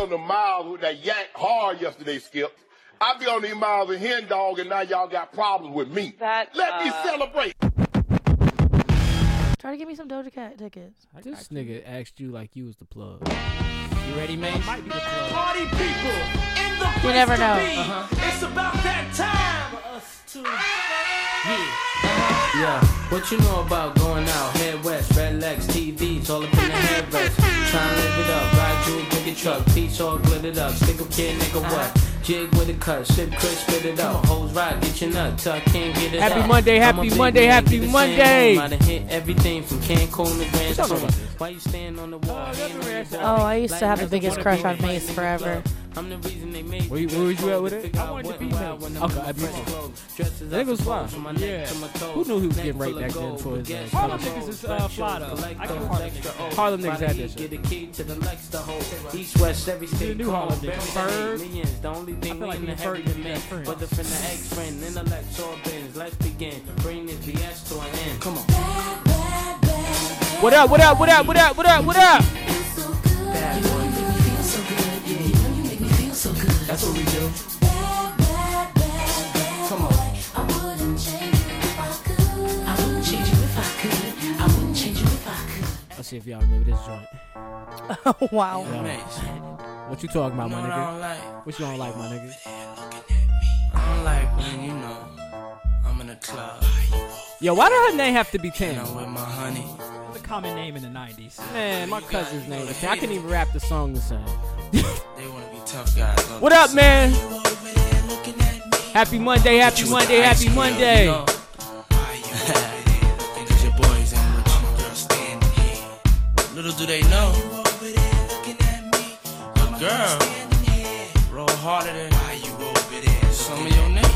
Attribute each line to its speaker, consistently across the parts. Speaker 1: on the miles with that yank hard yesterday, Skip. I be on these miles with hen dog, and now y'all got problems with me.
Speaker 2: That,
Speaker 1: Let me
Speaker 2: uh,
Speaker 1: celebrate.
Speaker 3: Try to get me some Doja Cat tickets.
Speaker 4: This nigga asked you like you was the plug. You ready, man? Might be the plug.
Speaker 5: Party people in the place
Speaker 3: never
Speaker 5: to
Speaker 3: know.
Speaker 5: be. It's about that time for us to.
Speaker 4: Yeah. What you know about going out? Head west, red legs, TVs, all up in the headrest. Tryna live it up, ride jewels, bigger truck, peace all glittered up. Stick a kid, nigga,
Speaker 6: Uh-huh.
Speaker 4: what? Jig with a cut, sip crisp, spit it up. Hoes ride, get your nut till I can't get it
Speaker 6: Happy
Speaker 4: up.
Speaker 6: Monday,
Speaker 4: I'm a
Speaker 6: happy
Speaker 4: big
Speaker 6: Monday,
Speaker 4: man,
Speaker 6: happy
Speaker 4: do the same.
Speaker 6: Monday.
Speaker 4: I done hit everything from Cancun to Grand
Speaker 6: talking about
Speaker 4: Tune.
Speaker 6: this?
Speaker 4: Why you stand on the wall?
Speaker 6: Oh,
Speaker 4: hand on the
Speaker 6: that's a
Speaker 4: wall?
Speaker 3: Oh, I used to have the
Speaker 4: Like,
Speaker 3: biggest
Speaker 4: wanna
Speaker 3: crush
Speaker 4: be
Speaker 3: on
Speaker 4: the
Speaker 3: Mace
Speaker 4: man in the
Speaker 3: forever.
Speaker 4: club. I'm the reason they made
Speaker 6: Where you- where was you at with it?
Speaker 4: Figure
Speaker 6: I
Speaker 4: out
Speaker 6: wanted to
Speaker 4: what
Speaker 6: be
Speaker 4: and why
Speaker 6: Mace.
Speaker 4: when I'm
Speaker 6: Okay,
Speaker 4: wearing
Speaker 6: I be
Speaker 4: fresh
Speaker 6: Mace.
Speaker 4: clothes. Dresses
Speaker 6: That
Speaker 4: up
Speaker 6: nigga's
Speaker 4: for
Speaker 6: fly.
Speaker 4: from my neck
Speaker 6: Yeah.
Speaker 4: to my toes.
Speaker 6: Who knew he was
Speaker 4: Neck
Speaker 6: getting
Speaker 4: full
Speaker 6: right
Speaker 4: of
Speaker 6: back then
Speaker 4: gold,
Speaker 6: for his, uh,
Speaker 4: baguettes,
Speaker 6: Harlem
Speaker 4: color
Speaker 6: niggas
Speaker 4: gold,
Speaker 6: is, uh,
Speaker 4: fresh
Speaker 6: fly,
Speaker 4: shoes,
Speaker 6: though.
Speaker 4: collect
Speaker 6: I give
Speaker 4: those
Speaker 6: Harlem
Speaker 4: extra
Speaker 6: niggas-
Speaker 4: O's.
Speaker 6: Harlem niggas
Speaker 4: By the
Speaker 6: had that
Speaker 4: heat,
Speaker 6: shit.
Speaker 4: Get a key to the Lex to hold. East, west, every state.
Speaker 6: new
Speaker 4: call
Speaker 6: Harlem
Speaker 4: them.
Speaker 6: niggas.
Speaker 4: Bury
Speaker 6: Ferg.
Speaker 4: the Millions, the only
Speaker 6: I
Speaker 4: thing
Speaker 6: feel
Speaker 4: we
Speaker 6: like
Speaker 4: in the
Speaker 6: being Ferg
Speaker 4: heavy
Speaker 6: to be
Speaker 4: demand.
Speaker 6: that friend.
Speaker 4: Whether from the ex-friend, intellects or bins. Let's begin. Bring this BS to an end. Come on.
Speaker 6: What up, what up, what up, what up, what up, what up?
Speaker 4: Bad boy. That's what we do. Come on.
Speaker 6: Let's see if y'all remember this joint.
Speaker 3: wow.
Speaker 5: Mace,
Speaker 6: What you talking about,
Speaker 5: know
Speaker 6: my
Speaker 5: what I don't
Speaker 6: nigga?
Speaker 5: like?
Speaker 6: What you don't like, my nigga?
Speaker 5: I don't like when you know I'm in a club
Speaker 6: Yo, why does her name have to be
Speaker 5: and
Speaker 6: Tam?
Speaker 5: I'm with my honey.
Speaker 7: It's a common name in the 90s.
Speaker 6: Man, my cousin's name is Tam. I couldn't even rap the song the same.
Speaker 5: They wanna be tough guys. don't
Speaker 6: What
Speaker 5: they?
Speaker 6: up, man?
Speaker 5: You over there looking at me.
Speaker 6: Happy Monday, happy
Speaker 5: You
Speaker 6: Monday,
Speaker 5: with the ice
Speaker 6: happy
Speaker 5: cream,
Speaker 6: Monday.
Speaker 5: you know. Why you over there looking at your boys and what you girls standing here? Little do they know. Your girl roll harder than some of your niggas.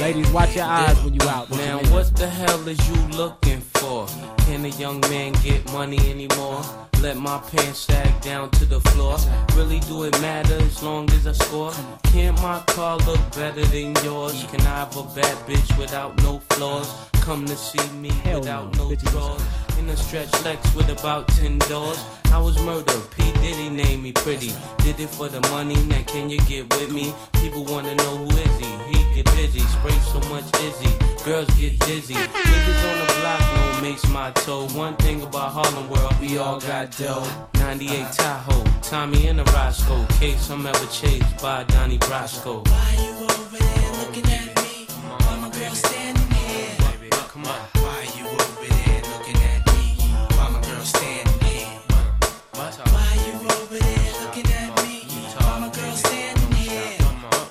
Speaker 6: Ladies, watch your eyes when you out.
Speaker 4: Now
Speaker 6: man.
Speaker 4: what the hell is you looking for? Can a young man get money anymore? Let my pants sag down to the floor. Really do it matter as long as I score? Can my car look better than yours? Can I have a bad bitch without no flaws? Come to see me
Speaker 6: Hell
Speaker 4: without
Speaker 6: no,
Speaker 4: no
Speaker 6: bitches is
Speaker 4: flaws. In a stretch Lex with about ten doors. I was murdered. P Diddy named me pretty. Did it for the money. Now can you get with me? People wanna know who is he. He get busy. Spray so much izzy. Girls get dizzy. Niggas on the block no makes my toe. One thing about Harlem world, we all got dough. 98 Tahoe, Tommy and the Roscoe. Case I'm ever chased by Donnie Brasco. Why you over there looking at me? Why my girl standing here? Come on.
Speaker 5: Why you over there looking at me? Why my girl standing here? Why you over there looking at me? Why my girl standing here?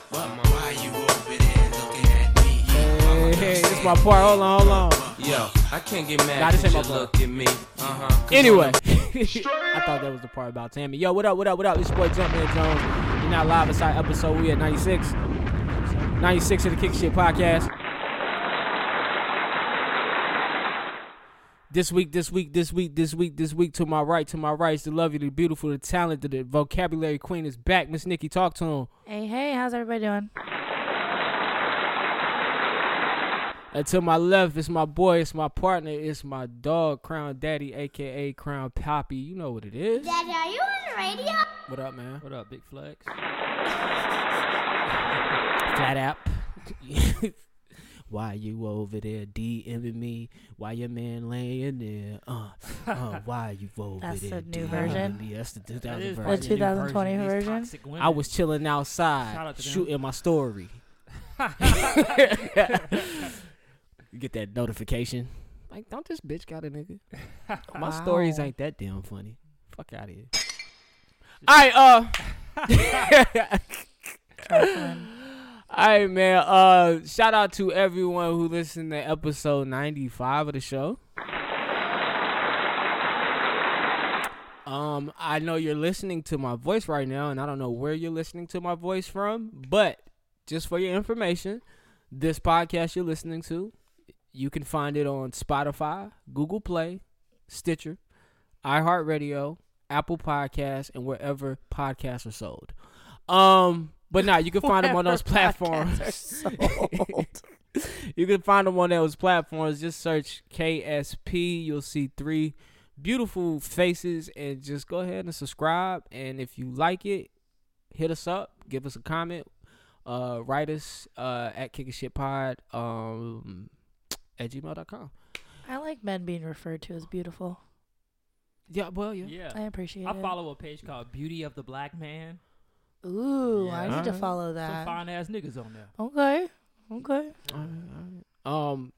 Speaker 5: Why you over there looking at me?
Speaker 6: Hey, hey, this my part. Hold on, hold on.
Speaker 4: Yo, I can't get mad
Speaker 6: Nah, this
Speaker 4: cause
Speaker 6: ain't
Speaker 4: you
Speaker 6: my
Speaker 4: look at me. Uh-huh.
Speaker 6: Anyway, I thought that was the part about Tammy. Yo, what up, what up, what up? This your boy Jumpman Jones. You're not live inside episode. We at 96. 96 of the Kick Shit Podcast. This week, this week, this week, this week, this week, to my right, to my right, is the lovely, the beautiful, the talented, the vocabulary queen is back. Miss Nikki, talk to him.
Speaker 3: Hey, hey, how's everybody doing?
Speaker 6: And to my left, it's my boy, it's my partner, it's my dog, Crown Daddy, aka Crown Poppy. You know what it is.
Speaker 8: Daddy, are you on the radio?
Speaker 6: What up, man?
Speaker 7: What up, Big Flex?
Speaker 6: Flat app. Why you over there DMing me? Why your man laying there? Uh, uh, why you over
Speaker 3: That's
Speaker 6: there?
Speaker 3: the new
Speaker 6: DMing
Speaker 3: version?
Speaker 6: Me? That's the
Speaker 7: That
Speaker 6: 2000
Speaker 7: is
Speaker 3: The
Speaker 7: probably
Speaker 6: version.
Speaker 7: new
Speaker 3: 2020
Speaker 7: These
Speaker 3: version?
Speaker 7: toxic women.
Speaker 6: I was chilling
Speaker 7: Shout
Speaker 6: outside
Speaker 7: out to them.
Speaker 6: shooting my story. you get that notification. Like, don't this bitch got a nigga? My stories
Speaker 3: Wow.
Speaker 6: ain't that damn funny. Fuck out of here. All right, uh. All right, man. Uh, shout out to everyone who listened to episode 95 of the show. Um, I know you're listening to my voice right now, and I don't know where you're listening to my voice from, but just for your information, this podcast you're listening to, you can find it on Spotify, Google Play, Stitcher, iHeartRadio, Apple Podcasts, and wherever podcasts are sold. Um, but now nah, you can find them on those platforms. you can find them on those platforms. Just search KSP. You'll see three beautiful faces, and just go ahead and subscribe. And if you like it, hit us up, give us a comment, uh, write us uh, at Kick a Shit Pod um, at gmail.com.
Speaker 3: I like men being referred to as beautiful.
Speaker 6: Yeah, well, yeah.
Speaker 3: I
Speaker 7: Yeah.
Speaker 3: appreciate
Speaker 7: I
Speaker 3: it.
Speaker 7: follow a page called Beauty of the Black Man.
Speaker 3: Ooh,
Speaker 6: Yeah.
Speaker 3: I need to
Speaker 6: Alright.
Speaker 3: follow
Speaker 7: Some
Speaker 3: that.
Speaker 7: fine ass niggas on there.
Speaker 3: okay. Okay.
Speaker 6: All right, all right. Um,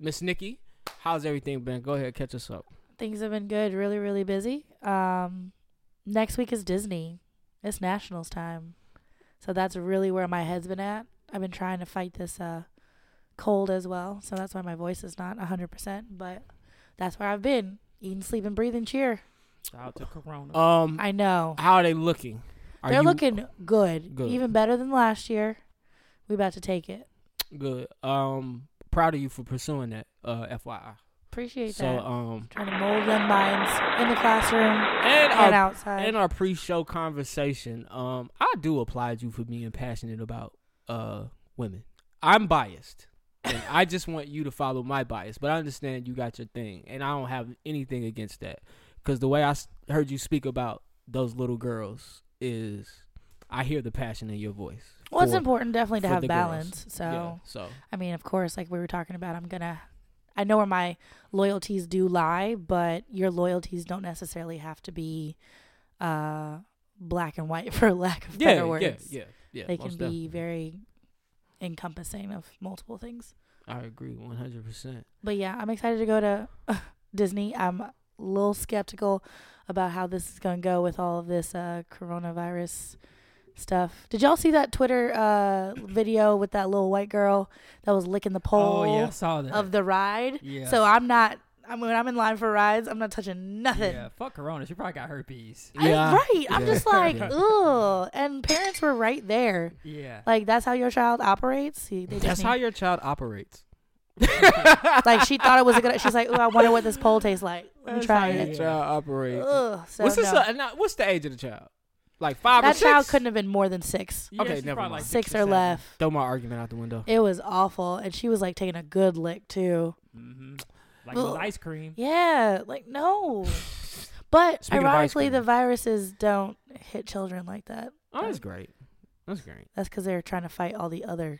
Speaker 6: Miss Nikki, how's everything been? Go ahead, catch us up.
Speaker 3: Things have been good. Really, really busy. Um, next week is Disney. It's Nationals time, so that's really where my head's been at. I've been trying to fight this uh cold as well, so that's why my voice is not hundred percent. But that's where I've been eating, sleeping, breathing, cheer.
Speaker 7: Shout out to Corona.
Speaker 6: Um,
Speaker 3: Uh, I know
Speaker 6: how are they looking? Are
Speaker 3: they're
Speaker 6: you
Speaker 3: looking good,
Speaker 6: Good.
Speaker 3: even better than last year. We about to take it.
Speaker 6: good. Um, proud of you for pursuing that. Uh, FYI.
Speaker 3: Appreciate
Speaker 6: So,
Speaker 3: that.
Speaker 6: um,
Speaker 3: Trying to mold them minds in the classroom
Speaker 6: and
Speaker 3: and
Speaker 6: our
Speaker 3: outside.
Speaker 6: Uh, and our pre-show conversation. Um, I do applaud you for being passionate about uh women. I'm biased. And I just want you to follow my bias, but I understand you got your thing, and I don't have anything against that. Because the way I s- heard you speak about those little girls is, I hear the passion in your voice.
Speaker 3: well, it's
Speaker 6: for-
Speaker 3: important definitely to
Speaker 6: for
Speaker 3: have
Speaker 6: the girls.
Speaker 3: balance. So.
Speaker 6: yeah, so
Speaker 3: I mean, of course, like we were talking about, I'm gonna. I know where my loyalties do lie, but your loyalties don't necessarily have to be uh, black and white, for lack of
Speaker 6: yeah,
Speaker 3: better words.
Speaker 6: yeah, yeah, yeah.
Speaker 3: They
Speaker 6: most
Speaker 3: can
Speaker 6: definitely.
Speaker 3: be very encompassing of multiple things.
Speaker 6: I agree, one hundred percent.
Speaker 3: But yeah, I'm excited to go to Disney. I'm a little skeptical about how this is gonna go with all of this uh, coronavirus stuff. Did y'all see that Twitter uh, video with that little white girl that was licking the pole?
Speaker 7: oh yeah, I saw that.
Speaker 3: of the ride.
Speaker 7: yeah.
Speaker 3: So I'm not. I'm when I'm in line for rides, I'm not touching nothing.
Speaker 7: yeah, fuck Corona. She probably got herpes.
Speaker 3: I-
Speaker 6: Yeah.
Speaker 3: right. I'm
Speaker 6: Yeah.
Speaker 3: just like, ugh. And parents were right there.
Speaker 7: Yeah.
Speaker 3: Like that's how your child operates. See, they
Speaker 6: That's
Speaker 3: just
Speaker 6: how
Speaker 3: need-
Speaker 6: your child operates.
Speaker 3: like she thought it was a good. She's like, oh, I wonder what this pole tastes like. Let me try
Speaker 7: how
Speaker 6: Your
Speaker 3: it.
Speaker 7: you-
Speaker 6: child operates.
Speaker 3: Ugh. So
Speaker 6: what's this?
Speaker 3: no.
Speaker 6: uh, now, what's the age of the child? Like five or
Speaker 3: that
Speaker 6: six?
Speaker 3: child couldn't have been more than six.
Speaker 7: Yeah,
Speaker 6: Okay,
Speaker 7: she's
Speaker 6: never
Speaker 7: probably
Speaker 6: mind.
Speaker 3: Six or
Speaker 7: seven.
Speaker 3: left.
Speaker 6: Throw my argument out the window.
Speaker 3: It was awful, and she was like taking a good lick too.
Speaker 7: Mhm. Like it was
Speaker 3: Ugh.
Speaker 7: ice cream.
Speaker 3: Yeah, like no. But
Speaker 6: Speaking of ice
Speaker 3: ironically,
Speaker 6: cream.
Speaker 3: the viruses don't hit children like that.
Speaker 6: Oh, that's great. That's great.
Speaker 3: That's because they're trying to fight all the other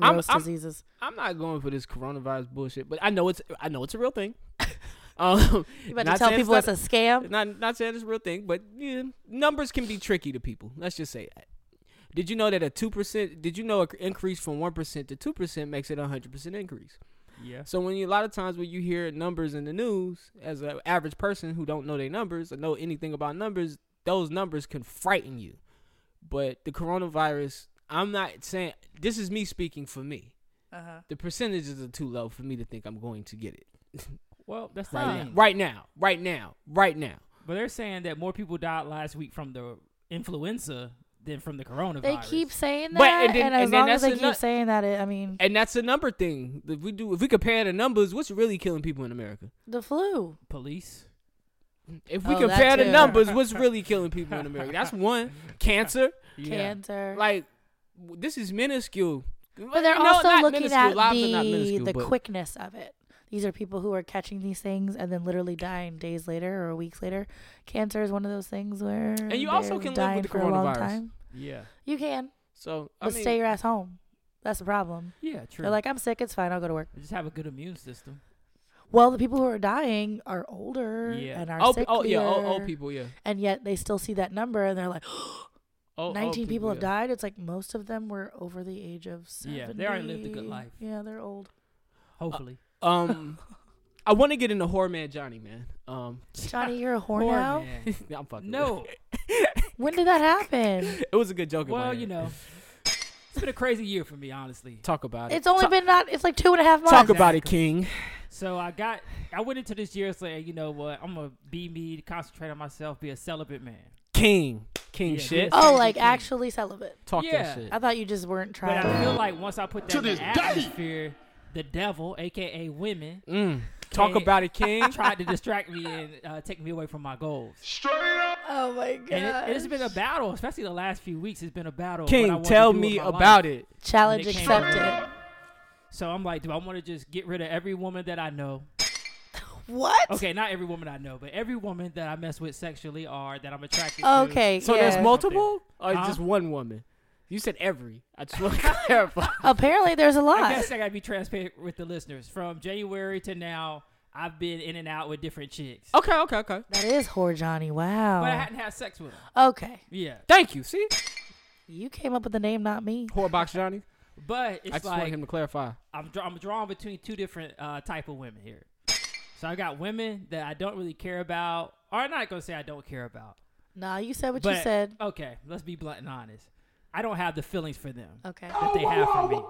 Speaker 6: I'm-
Speaker 3: gross
Speaker 6: I'm-
Speaker 3: diseases.
Speaker 6: I'm not going for this coronavirus bullshit, but I know it's I know it's a real thing. um,
Speaker 3: You about
Speaker 6: not
Speaker 3: to tell
Speaker 6: saying
Speaker 3: people
Speaker 6: it's
Speaker 3: it's a scam?
Speaker 6: not not saying it's a real thing, but yeah, numbers can be tricky to people. Let's just say that. Did you know that a two percent? Did you know an increase from one percent to two percent makes it a hundred percent increase?
Speaker 7: Yeah.
Speaker 6: So when you a lot of times when you hear numbers in the news, as an average person who don't know their numbers or know anything about numbers, those numbers can frighten you. But the coronavirus, I'm not saying this is me speaking for me.
Speaker 3: Uh-huh.
Speaker 6: The percentages are too low for me to think I'm going to get it
Speaker 7: Well, that's the
Speaker 6: right now.
Speaker 7: thing.
Speaker 6: Right now, right now, right now.
Speaker 7: But they're saying that more people died last week from the influenza than from the coronavirus.
Speaker 3: They keep saying
Speaker 6: But-
Speaker 3: that,
Speaker 6: and then-
Speaker 3: and, as
Speaker 6: and then
Speaker 3: long as
Speaker 6: that's
Speaker 3: they keep
Speaker 6: another-
Speaker 3: saying that, it, I mean,
Speaker 6: And that's a number thing. If we do, if we compare the numbers, what's really killing people in America?
Speaker 3: the flu.
Speaker 7: police.
Speaker 6: If we
Speaker 3: Oh, that
Speaker 6: compare the
Speaker 3: too.
Speaker 6: numbers, what's really killing people in America? That's one. Cancer.
Speaker 7: Yeah.
Speaker 3: Cancer.
Speaker 6: like w- this is minuscule.
Speaker 3: but they're
Speaker 6: You know,
Speaker 3: also
Speaker 6: not
Speaker 3: looking
Speaker 6: minuscule,
Speaker 3: at
Speaker 6: lives are not
Speaker 3: the,
Speaker 6: minuscule,
Speaker 3: the
Speaker 6: but-
Speaker 3: quickness of it. These are people who are catching these things and then literally dying days later or weeks later. Cancer is one of those things where and
Speaker 6: you also can live with the
Speaker 3: for a long
Speaker 6: coronavirus.
Speaker 3: time.
Speaker 7: Yeah.
Speaker 3: You can,
Speaker 6: So I
Speaker 3: but
Speaker 6: mean,
Speaker 3: stay your ass home. That's the problem.
Speaker 7: Yeah. True.
Speaker 3: They're like, I'm sick. It's fine. I'll go to work.
Speaker 7: just have a good immune system.
Speaker 3: Well, the people who are dying are older
Speaker 7: Yeah.
Speaker 3: and are
Speaker 6: oh,
Speaker 3: sicklier.
Speaker 6: oh yeah, old, old people, yeah.
Speaker 3: And yet they still see that number and they're like,
Speaker 7: Oh,
Speaker 6: Old- old
Speaker 3: 19 people have
Speaker 6: yeah.
Speaker 3: died. It's like most of them were over the age of 70.
Speaker 7: Yeah, they already lived a good life.
Speaker 3: Yeah, they're old.
Speaker 7: Hopefully.
Speaker 6: Um, I want to get into whore man Johnny man. Um,
Speaker 3: Johnny, you're a whore,
Speaker 7: Poor
Speaker 3: now?
Speaker 7: man.
Speaker 6: I'm fucking. with
Speaker 7: no.
Speaker 3: When did that happen?
Speaker 6: it. It was a good joke. in my
Speaker 7: Well,
Speaker 6: head.
Speaker 7: you know, it's been a crazy year for me, honestly.
Speaker 6: talk about it.
Speaker 3: It's only
Speaker 6: Ta-
Speaker 3: been not, it's like two and a half months.
Speaker 6: talk about it, King.
Speaker 7: So I got, I went into this year saying, you know what, I'm gonna be me, concentrate on myself, be a celibate man.
Speaker 6: King, King
Speaker 7: Yeah,
Speaker 6: shit.
Speaker 7: good.
Speaker 3: Oh, like actually celibate.
Speaker 6: Talk
Speaker 7: Yeah.
Speaker 6: that shit.
Speaker 3: I thought you just weren't
Speaker 7: But
Speaker 3: trying.
Speaker 7: I feel like once I put that
Speaker 1: To
Speaker 7: in the
Speaker 1: this day.
Speaker 7: atmosphere, the devil, aka women,
Speaker 6: Mm. Talk
Speaker 7: King.
Speaker 6: about it, King.
Speaker 7: tried to distract me and uh, take me away from my goals.
Speaker 1: Straight up.
Speaker 3: oh my god.
Speaker 7: And it, has been a battle, especially the last few weeks. It's been a battle. of what I
Speaker 6: King,
Speaker 7: want to
Speaker 6: tell
Speaker 7: do with
Speaker 6: me
Speaker 7: my life.
Speaker 6: about it.
Speaker 3: Challenge
Speaker 7: They came-
Speaker 3: accepted.
Speaker 7: So I'm like, do I want to just get rid of every woman that I know?
Speaker 3: What?
Speaker 7: Okay, not every woman I know, but every woman that I mess with sexually or that I'm attracted to.
Speaker 3: Okay.
Speaker 6: So
Speaker 3: yeah.
Speaker 6: there's multiple, or
Speaker 7: Huh?
Speaker 6: just one woman? You said every. I just want to clarify.
Speaker 3: Apparently, there's a
Speaker 7: I
Speaker 3: lot.
Speaker 7: guess I gotta be transparent with the listeners. From January to now, I've been in and out with different chicks,
Speaker 3: Oh.
Speaker 6: Okay, okay, okay.
Speaker 3: That is whore Johnny.
Speaker 7: but I
Speaker 3: Wow.
Speaker 7: hadn't had sex with them.
Speaker 3: Okay.
Speaker 7: Yeah,
Speaker 6: Thank you. See,
Speaker 3: You came up with the name, not me.
Speaker 6: poor box Johnny.
Speaker 7: but it's
Speaker 6: I just wanted
Speaker 7: like
Speaker 6: him to clarify.
Speaker 7: I'm dra- I'm drawn between two different uh, type of women here. So I got women that I don't really care about, or I'm not gonna say I don't care about.
Speaker 3: Nah, you said what
Speaker 7: but
Speaker 3: you said.
Speaker 7: okay, let's be blunt and honest. I don't have the feelings for them
Speaker 3: Okay.
Speaker 7: that they have for me,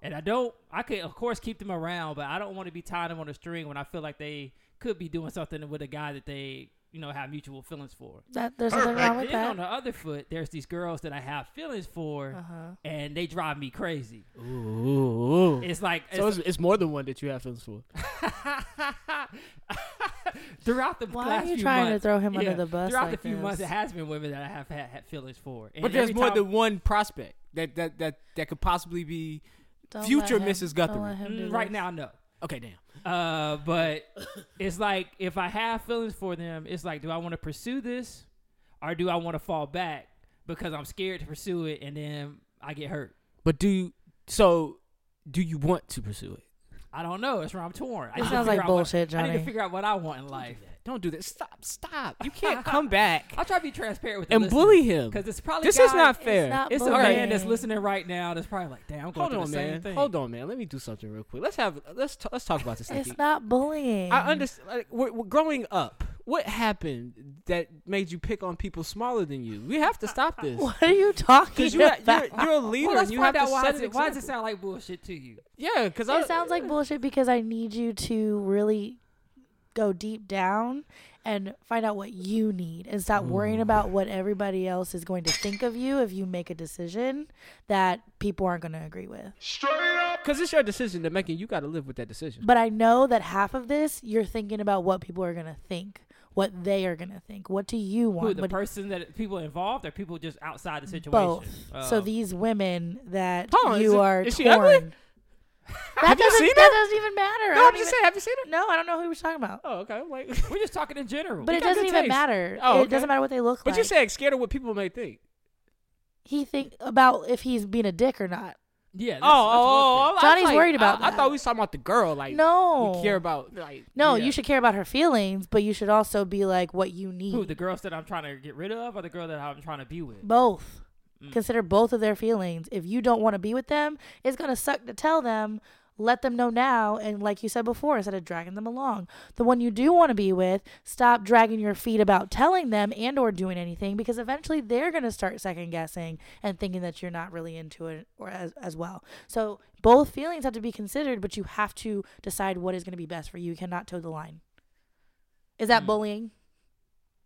Speaker 7: and I don't. I can of course keep them around, but I don't want to be tying them on a string when I feel like they could be doing something with a guy that they you know have mutual feelings for.
Speaker 3: That there's nothing wrong with
Speaker 7: Then on the
Speaker 3: that.
Speaker 7: other foot, there's these girls that I have feelings for,
Speaker 3: Uh-huh.
Speaker 7: and they drive me crazy.
Speaker 6: Ooh.
Speaker 7: It's like
Speaker 6: So
Speaker 7: it's-
Speaker 6: it's, it's more than one that you have feelings for.
Speaker 7: throughout the
Speaker 3: Why are
Speaker 7: last
Speaker 3: you
Speaker 7: few
Speaker 3: trying to
Speaker 7: months-
Speaker 3: throw him under the bus
Speaker 7: Throughout
Speaker 3: like
Speaker 7: the few months, it
Speaker 3: this?
Speaker 7: has been women that I have had, had feelings for. And
Speaker 6: But there's
Speaker 7: every
Speaker 6: more
Speaker 7: time-
Speaker 6: than one prospect that that that that could possibly be.
Speaker 3: Don't
Speaker 6: Future
Speaker 3: let him-
Speaker 6: Mrs.
Speaker 3: don't
Speaker 6: Guthrie.
Speaker 3: let him do
Speaker 7: Mm, right
Speaker 3: this.
Speaker 7: now. No,
Speaker 6: Okay, damn.
Speaker 7: uh, but it's like if I have feelings for them, it's like, do I want to pursue this, or do I want to fall back because I'm scared to pursue it and then I get hurt?
Speaker 6: But do you, so? Do you want to pursue it?
Speaker 7: I don't know. It's where I'm torn. I
Speaker 3: This
Speaker 7: need to
Speaker 3: sounds like
Speaker 7: figure out what-
Speaker 3: bullshit,
Speaker 7: I need
Speaker 3: Johnny.
Speaker 7: to figure out what I want in life.
Speaker 6: Don't do this. Stop. Stop. You can't come back
Speaker 7: I'll try to be transparent with the
Speaker 6: and bully him.
Speaker 7: because it's probably
Speaker 6: This is
Speaker 7: guys-
Speaker 6: not fair.
Speaker 3: not
Speaker 7: It's a
Speaker 3: bullying.
Speaker 7: man that's listening right now that's probably like, damn, I'm going
Speaker 6: Hold
Speaker 7: through
Speaker 6: on,
Speaker 7: the same
Speaker 6: man.
Speaker 7: thing.
Speaker 6: Hold on, man. Let me do something real quick. Let's have let's t- let's talk about this. Nikki.
Speaker 3: It's not bullying.
Speaker 6: I understand. Like, we're, we're growing up. What happened that made you pick on people smaller than you? We have
Speaker 3: Uh,
Speaker 6: to stop this.
Speaker 3: What are you talking
Speaker 6: Because you're,
Speaker 3: about?
Speaker 6: you're you're a leader.
Speaker 7: Well, let's
Speaker 6: and you
Speaker 7: find
Speaker 6: have
Speaker 7: out
Speaker 6: to
Speaker 7: why,
Speaker 6: set
Speaker 7: does
Speaker 6: an
Speaker 7: it, why does it
Speaker 6: example.
Speaker 7: sound like bullshit to you?
Speaker 6: Yeah, because I
Speaker 3: it sounds like bullshit because I need you to really go deep down and find out what you need and stop worrying about what everybody else is going to think of you if you make a decision that people aren't going to agree with.
Speaker 6: because it's your decision to make, and you got to live with that decision.
Speaker 3: But I know that half of this you're thinking about what people are going to think, what they are going to think. What do you want?
Speaker 7: Who, the
Speaker 3: What-
Speaker 7: person that people involved or people just outside the situation?
Speaker 3: both. so
Speaker 7: Um,
Speaker 3: these women that
Speaker 6: Oh. Hold on,
Speaker 3: you
Speaker 6: is it-
Speaker 3: are
Speaker 6: is she
Speaker 3: torn.
Speaker 6: ugly?
Speaker 3: That
Speaker 6: Have you
Speaker 3: doesn't,
Speaker 6: seen
Speaker 3: that doesn't even matter. I
Speaker 6: no,
Speaker 3: don't
Speaker 6: I'm just
Speaker 3: even-
Speaker 6: saying. Have you seen it?
Speaker 3: No, I don't know who he was talking about.
Speaker 6: Oh, okay. I'm like,
Speaker 7: we're just talking in general.
Speaker 3: But
Speaker 6: You
Speaker 3: it
Speaker 6: got
Speaker 3: doesn't
Speaker 6: good
Speaker 3: even
Speaker 6: taste.
Speaker 3: matter.
Speaker 6: Oh,
Speaker 3: It doesn't
Speaker 6: okay.
Speaker 3: matter what they look
Speaker 6: but
Speaker 3: like.
Speaker 6: you said scared of what people may think.
Speaker 3: he think about if he's being a dick or not.
Speaker 7: yeah, that's,
Speaker 6: oh, oh,
Speaker 7: that's one thing.
Speaker 6: oh, I-
Speaker 3: Johnny's
Speaker 6: I-
Speaker 3: worried about
Speaker 6: I, I
Speaker 3: that.
Speaker 6: thought we was talking about the girl. Like,
Speaker 3: No.
Speaker 6: you care about like.
Speaker 3: No,
Speaker 6: yeah.
Speaker 3: you should care about her feelings, but you should also be like what you need.
Speaker 7: Who, the girls that I'm trying to get rid of or the girl that I'm trying to be with?
Speaker 6: Mm,
Speaker 3: both. Consider both of their feelings. If you don't want to be with them, it's gonna suck to tell them. Let them know now, and like you said before, instead of dragging them along, the one you do want to be with, stop dragging your feet about telling them and or doing anything, because eventually they're gonna start second guessing and thinking that you're not really into it or as as well. So both feelings have to be considered, but you have to decide what is gonna be best for you. You cannot toe the line. Is
Speaker 6: Mm.
Speaker 3: that bullying?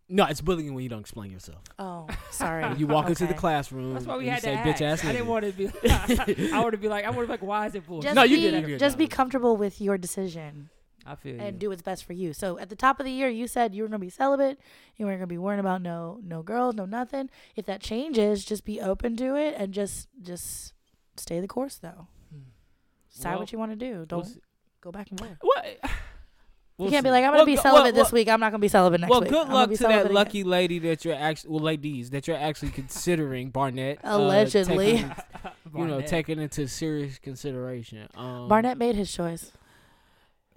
Speaker 6: No, it's bullying when you don't explain yourself.
Speaker 3: Oh, sorry.
Speaker 6: When you walk into the
Speaker 3: Okay.
Speaker 6: classroom,
Speaker 7: That's why we
Speaker 6: and
Speaker 7: had
Speaker 6: you
Speaker 7: to
Speaker 6: say, bitch ass.
Speaker 7: ask. I
Speaker 6: nigga."
Speaker 7: didn't want to be. I want to be like. I want to be like. Why is it bullshit?
Speaker 3: Just
Speaker 6: No, you
Speaker 3: be,
Speaker 6: did have a good
Speaker 3: Just be
Speaker 6: job.
Speaker 3: comfortable with your decision
Speaker 7: I feel you.
Speaker 3: and do what's best for you. So at the top of the year, you said you were gonna be celibate. You weren't gonna be worrying about no no girls, no nothing. If that changes, just be open to it and just just stay the course though. Decide
Speaker 7: Well,
Speaker 3: what you want to do.
Speaker 7: We'll
Speaker 3: Don't
Speaker 7: see.
Speaker 3: go back and forth.
Speaker 6: What?
Speaker 7: We'll
Speaker 3: you can't
Speaker 7: see.
Speaker 3: be like, I'm gonna
Speaker 6: Well,
Speaker 3: be
Speaker 6: go-
Speaker 3: celibate
Speaker 6: well,
Speaker 3: this week. I'm not gonna be celibate next
Speaker 6: well,
Speaker 3: week.
Speaker 6: good
Speaker 3: I'm gonna
Speaker 6: luck
Speaker 3: be
Speaker 6: to that
Speaker 3: celibate again."
Speaker 6: lucky lady that you're actually, well, ladies that you're actually considering Barnett. uh,
Speaker 3: Allegedly.
Speaker 6: taking- you know,
Speaker 7: Barnett.
Speaker 6: taking into serious consideration. Um,
Speaker 3: Barnett made his choice.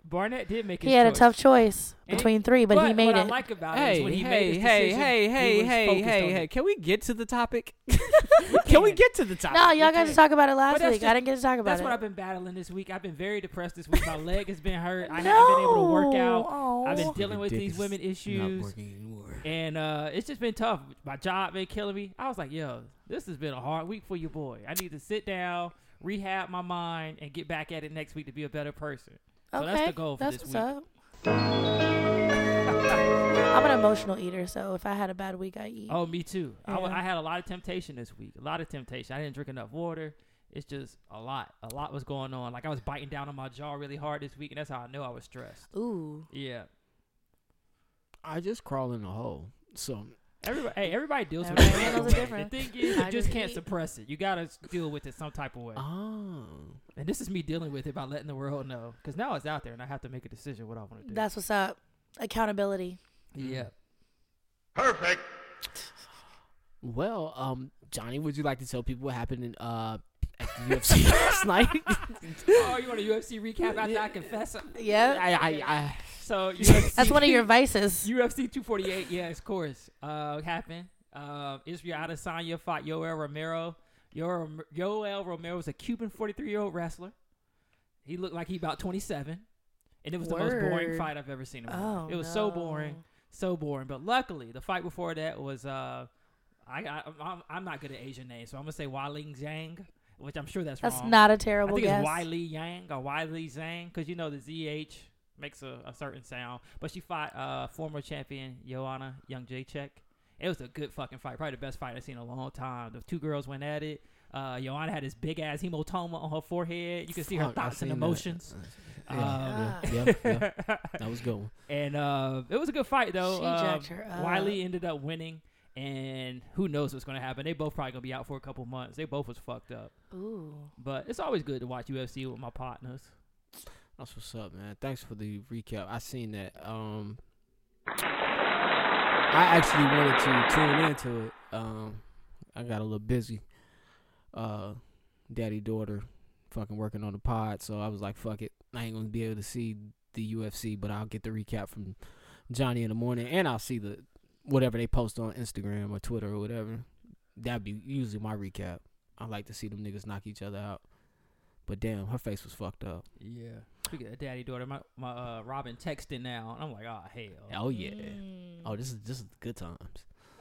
Speaker 7: Barnett did make.
Speaker 3: He
Speaker 7: his
Speaker 3: had
Speaker 7: choice.
Speaker 3: a tough choice
Speaker 7: And-
Speaker 3: between three, but, he made
Speaker 7: what
Speaker 3: it.
Speaker 7: I like about it
Speaker 6: Hey,
Speaker 7: is when he made
Speaker 6: hey,
Speaker 7: his
Speaker 6: hey,
Speaker 7: decision,
Speaker 6: hey,
Speaker 7: he
Speaker 6: hey,
Speaker 7: was
Speaker 6: hey,
Speaker 7: focused on
Speaker 6: hey,
Speaker 7: it.
Speaker 6: hey! Can we get to the topic? Can we
Speaker 7: can.
Speaker 6: get to the topic?
Speaker 3: no, y'all got to
Speaker 7: can't.
Speaker 3: talk about it last
Speaker 7: that's
Speaker 3: week. I
Speaker 7: just-
Speaker 3: didn't get to talk about
Speaker 7: That's
Speaker 3: it.
Speaker 7: what I've been battling this week. I've been very depressed this week. My leg has been hurt. I haven't been able to work out. I've been
Speaker 3: No.
Speaker 7: dealing with
Speaker 6: Dick
Speaker 7: these
Speaker 6: is
Speaker 7: women
Speaker 6: Not
Speaker 7: issues,
Speaker 6: working anymore.
Speaker 7: and uh, it's just been tough. My job been killing me. I was like, yo, this has been a hard week for your boy. I need to sit down, rehab my mind, and get back at it next week to be a better person. So that's the goal for
Speaker 3: that's
Speaker 7: this
Speaker 3: what's
Speaker 7: week.
Speaker 3: Up. I'm an emotional eater, so if I had a bad week, I eat.
Speaker 7: Oh, me too. I w I
Speaker 3: Yeah.
Speaker 7: I had a lot of temptation this week. A lot of temptation. I didn't drink enough water. It's just a lot. A lot was going on. Like I was biting down on my jaw really hard this week, and that's how I knew I was stressed.
Speaker 3: Ooh,
Speaker 7: Yeah.
Speaker 6: I just crawl in a hole. So
Speaker 7: Everybody, hey, everybody deals with it.
Speaker 3: Everybody handles
Speaker 7: some
Speaker 3: it
Speaker 7: way. The
Speaker 3: different.
Speaker 7: thing is,
Speaker 3: I
Speaker 7: you just can't
Speaker 3: agree.
Speaker 7: suppress it. You gotta s- deal with it some type of way.
Speaker 6: Oh.
Speaker 7: And this is me dealing with it by letting the world know, because now it's out there, and I have to make a decision what I want to do.
Speaker 3: That's what's up. Accountability.
Speaker 7: yeah.
Speaker 1: Perfect.
Speaker 6: Well, um, Johnny, would you like to tell people what happened in uh at
Speaker 3: Mm.
Speaker 6: the UFC last night?
Speaker 7: oh, you want a UFC recap after I confess?
Speaker 3: Yeah.
Speaker 6: I, I, I,
Speaker 7: So UFC,
Speaker 3: That's one of your vices.
Speaker 7: UFC 248, yes, of course. Uh, happened. Um, Israel Adesanya fought Yoel Romero. Yoel, Yoel Romero was a Cuban 43 year old wrestler. He looked like he about 27, and it was the most boring
Speaker 3: Word.
Speaker 7: fight I've ever seen. Him in.
Speaker 3: Oh,
Speaker 7: it was so
Speaker 3: no.
Speaker 7: boring, so boring. But luckily, the fight before that was uh, I, I I'm, I'm not good at Asian names, so I'm gonna say Waling Zhang, which I'm sure that's,
Speaker 3: That's
Speaker 7: wrong.
Speaker 3: not a
Speaker 7: I
Speaker 3: terrible
Speaker 7: think
Speaker 3: guess.
Speaker 7: it's Wiley Yang or Wiley Zhang because you know the ZH makes a, a certain sound. But she fought uh, former champion Joanna Young Jacek. It was a good fucking fight, probably the best fight I've seen in a long time. The two girls went at it. Uh, Joanna had this big ass hematoma on her forehead. You can see her
Speaker 6: Fuck, I
Speaker 7: thoughts and
Speaker 6: seen that.
Speaker 7: emotions.
Speaker 6: yeah,
Speaker 3: Um,
Speaker 6: yeah, yeah, yeah. That was a good. One.
Speaker 7: and uh, it was a good fight though.
Speaker 3: She
Speaker 7: Um,
Speaker 3: jacked her up.
Speaker 6: Uh,
Speaker 7: Wiley ended up winning, and who knows what's gonna happen? They both probably gonna be out for a couple months. They both was fucked up,
Speaker 3: Ooh.
Speaker 7: but it's always good to watch UFC with my partners.
Speaker 6: That's what's up, man. Thanks for the recap. I seen that. Um, I actually wanted to tune into it. Um, I got a little busy. Uh, daddy daughter, fucking working on the pod, so I was like, fuck it. I ain't gonna be able to see the UFC, but I'll get the recap from Johnny in the morning, and I'll see the whatever they post on Instagram or Twitter or whatever. That'd be usually my recap. I like to see them niggas knock each other out. But damn, her face was fucked up.
Speaker 7: Yeah. Speaking of daddy daughter, my, my uh, Robin texting now, and I'm like, oh hell.
Speaker 6: Oh yeah.
Speaker 3: Mm.
Speaker 6: Oh, this is this is good times.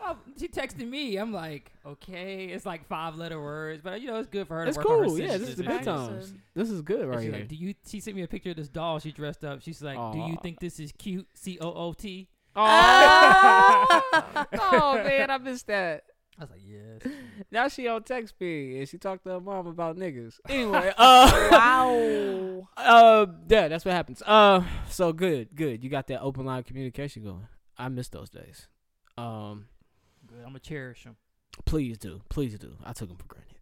Speaker 7: Oh, she texted me. I'm like, okay, it's like five letter words, but uh, you know it's good for her.
Speaker 6: It's
Speaker 7: to work on her
Speaker 6: cool. Yeah,
Speaker 7: sentences
Speaker 6: this is the
Speaker 7: and
Speaker 6: good
Speaker 7: shit.
Speaker 6: times. This is good
Speaker 7: And
Speaker 6: right
Speaker 7: she's
Speaker 6: here.
Speaker 7: like, do you? She sent me a picture of this doll. She dressed up. She's like, do you
Speaker 6: Aw.
Speaker 7: think this is cute? C O O T.
Speaker 6: Ah!
Speaker 3: Ah!
Speaker 6: oh, man, I missed that.
Speaker 7: I was like, yes.
Speaker 6: Now she on text me and she talked to her mom about niggas. Anyway, uh,
Speaker 3: Wow.
Speaker 6: uh, yeah, that's what happens. Uh, so good, good. You got that open line of communication going. I miss those days. Um,
Speaker 7: Good. I'm gonna cherish him.
Speaker 6: Please do. Please do. I took them for granted.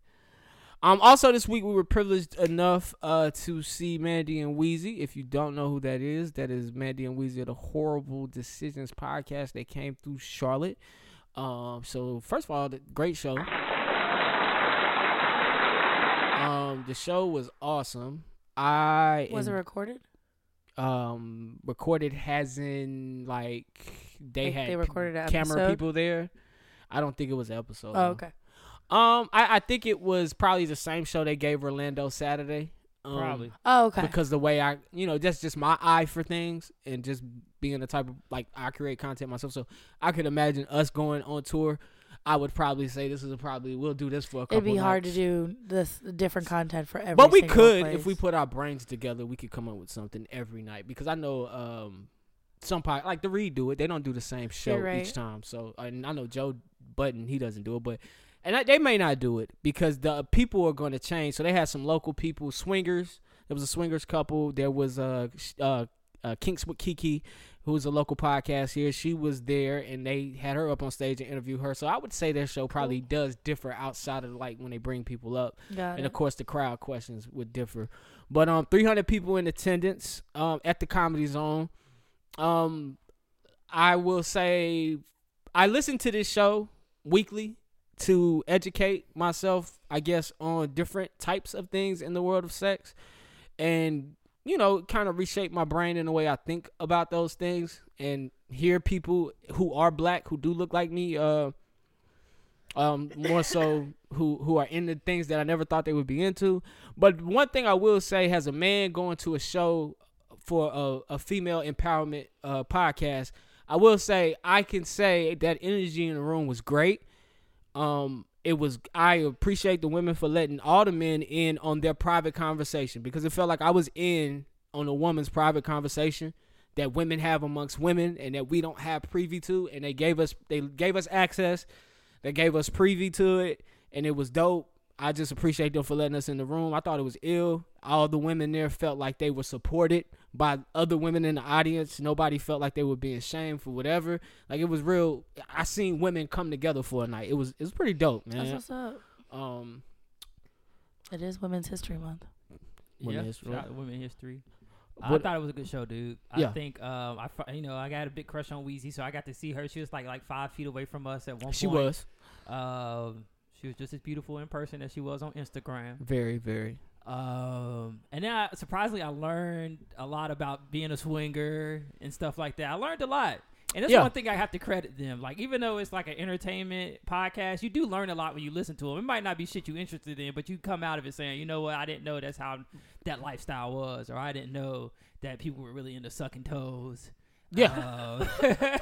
Speaker 6: Um, also, this week we were privileged enough uh, to see Mandy and Wheezy. If you don't know who that is, that is Mandy and Wheezy of the Horrible Decisions podcast. They came through Charlotte. Um, so, first of all, the great show. Um, the show was awesome. I
Speaker 3: Was it
Speaker 6: en-
Speaker 3: recorded?
Speaker 6: um recorded has in like they
Speaker 3: Like,
Speaker 6: had
Speaker 3: they
Speaker 6: pe-
Speaker 3: recorded an
Speaker 6: camera
Speaker 3: episode?
Speaker 6: people there. I don't think it was an episode.
Speaker 3: Oh,
Speaker 6: no.
Speaker 3: okay.
Speaker 6: Um, I, I think it was probably the same show they gave Orlando Saturday. Um,
Speaker 7: Probably.
Speaker 3: Oh, okay.
Speaker 6: because the way I, you know, that's just my eye for things and just being the type of like I create content myself. So I could imagine us going on tour. I would probably say this is a probably we'll do this for a couple.
Speaker 3: It'd be hard to
Speaker 6: nights.
Speaker 3: do this different content for every.
Speaker 6: but we
Speaker 3: single
Speaker 6: could
Speaker 3: place.
Speaker 6: if we put our brains together. We could come up with something every night because I know um some pod, like the Reed do it. They don't do the same show
Speaker 3: You're
Speaker 6: each
Speaker 3: right.
Speaker 6: time. So and I know Joe Button he doesn't do it, but and I, they may not do it because the people are going to change. So they had some local people, swingers. There was a swingers couple. There was a. Uh, uh, Kinks with Kiki, who's a local podcast here, she was there and they had her up on stage and interviewed her. So I would say their show probably does differ outside of like when they bring people up
Speaker 3: Got
Speaker 6: and
Speaker 3: it.
Speaker 6: of course the crowd questions would differ but um 300 people in attendance um at the comedy zone um i will say i listen to this show weekly to educate myself i guess on different types of things in the world of sex and you know kind of reshape my brain in the way i think about those things and hear people who are black who do look like me uh um more so who who are into things that I never thought they would be into. But one thing I will say as a man going to a show for a, a female empowerment uh podcast, I will say I can say that energy in the room was great. Um it was I appreciate the women for letting all the men in on their private conversation because it felt like I was in on a woman's private conversation that women have amongst women and that we don't have privy to and they gave us they gave us access they gave us preview to it, and it was dope. I just appreciate them for letting us in the room. I thought it was ill. All the women there felt like they were supported by other women in the audience. Nobody felt like they were being shamed for whatever. Like it was real. I seen women come together for a night. It was it was pretty dope,
Speaker 3: That's
Speaker 6: man.
Speaker 3: what's up.
Speaker 6: Um,
Speaker 3: It is Women's History Month.
Speaker 6: Women
Speaker 7: yeah,
Speaker 6: History.
Speaker 7: shout out to Women History. I
Speaker 6: What-
Speaker 7: thought it was a good show, dude. I
Speaker 6: Yeah.
Speaker 7: think um, I fi- you know I got a big crush on Wheezy, so I got to see her. She was like like five feet away from us at one
Speaker 6: she
Speaker 7: point.
Speaker 6: was
Speaker 7: Um, she was just as beautiful in person as she was on Instagram.
Speaker 6: very very.
Speaker 7: Um, and then I, surprisingly, I learned a lot about being a swinger and stuff like that. I learned a lot. And that's
Speaker 6: Yeah.
Speaker 7: one thing I have to credit them. Like, even though it's like an entertainment podcast, you do learn a lot when you listen to them. It might not be shit you interested in, but you come out of it saying, you know what, I didn't know that's how that lifestyle was, or I didn't know that people were really into sucking toes.
Speaker 6: Yeah.
Speaker 7: Um,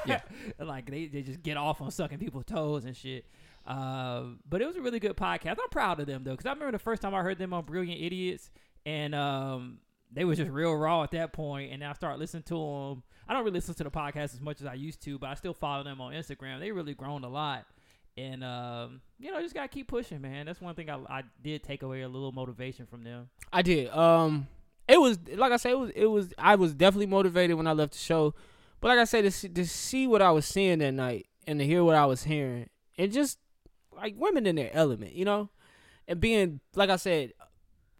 Speaker 7: Like they, they just get off on sucking people's toes and shit. Um, but it was a really good podcast. I'm proud of them though, because I remember the first time I heard them on Brilliant Idiots, and um, they was just real raw at that point. And I started listening to them. I don't really listen to the podcast as much as I used to, but I still follow them on Instagram. They really grown a lot. And um, you know, just gotta keep pushing, man. That's one thing I, I did take away a little motivation from them.
Speaker 6: I did. Um, it was like I said. It was. It was. I was definitely motivated when I left the show, but like I said, to see, to see what I was seeing that night and to hear what I was hearing, and just like women in their element, you know, and being like I said,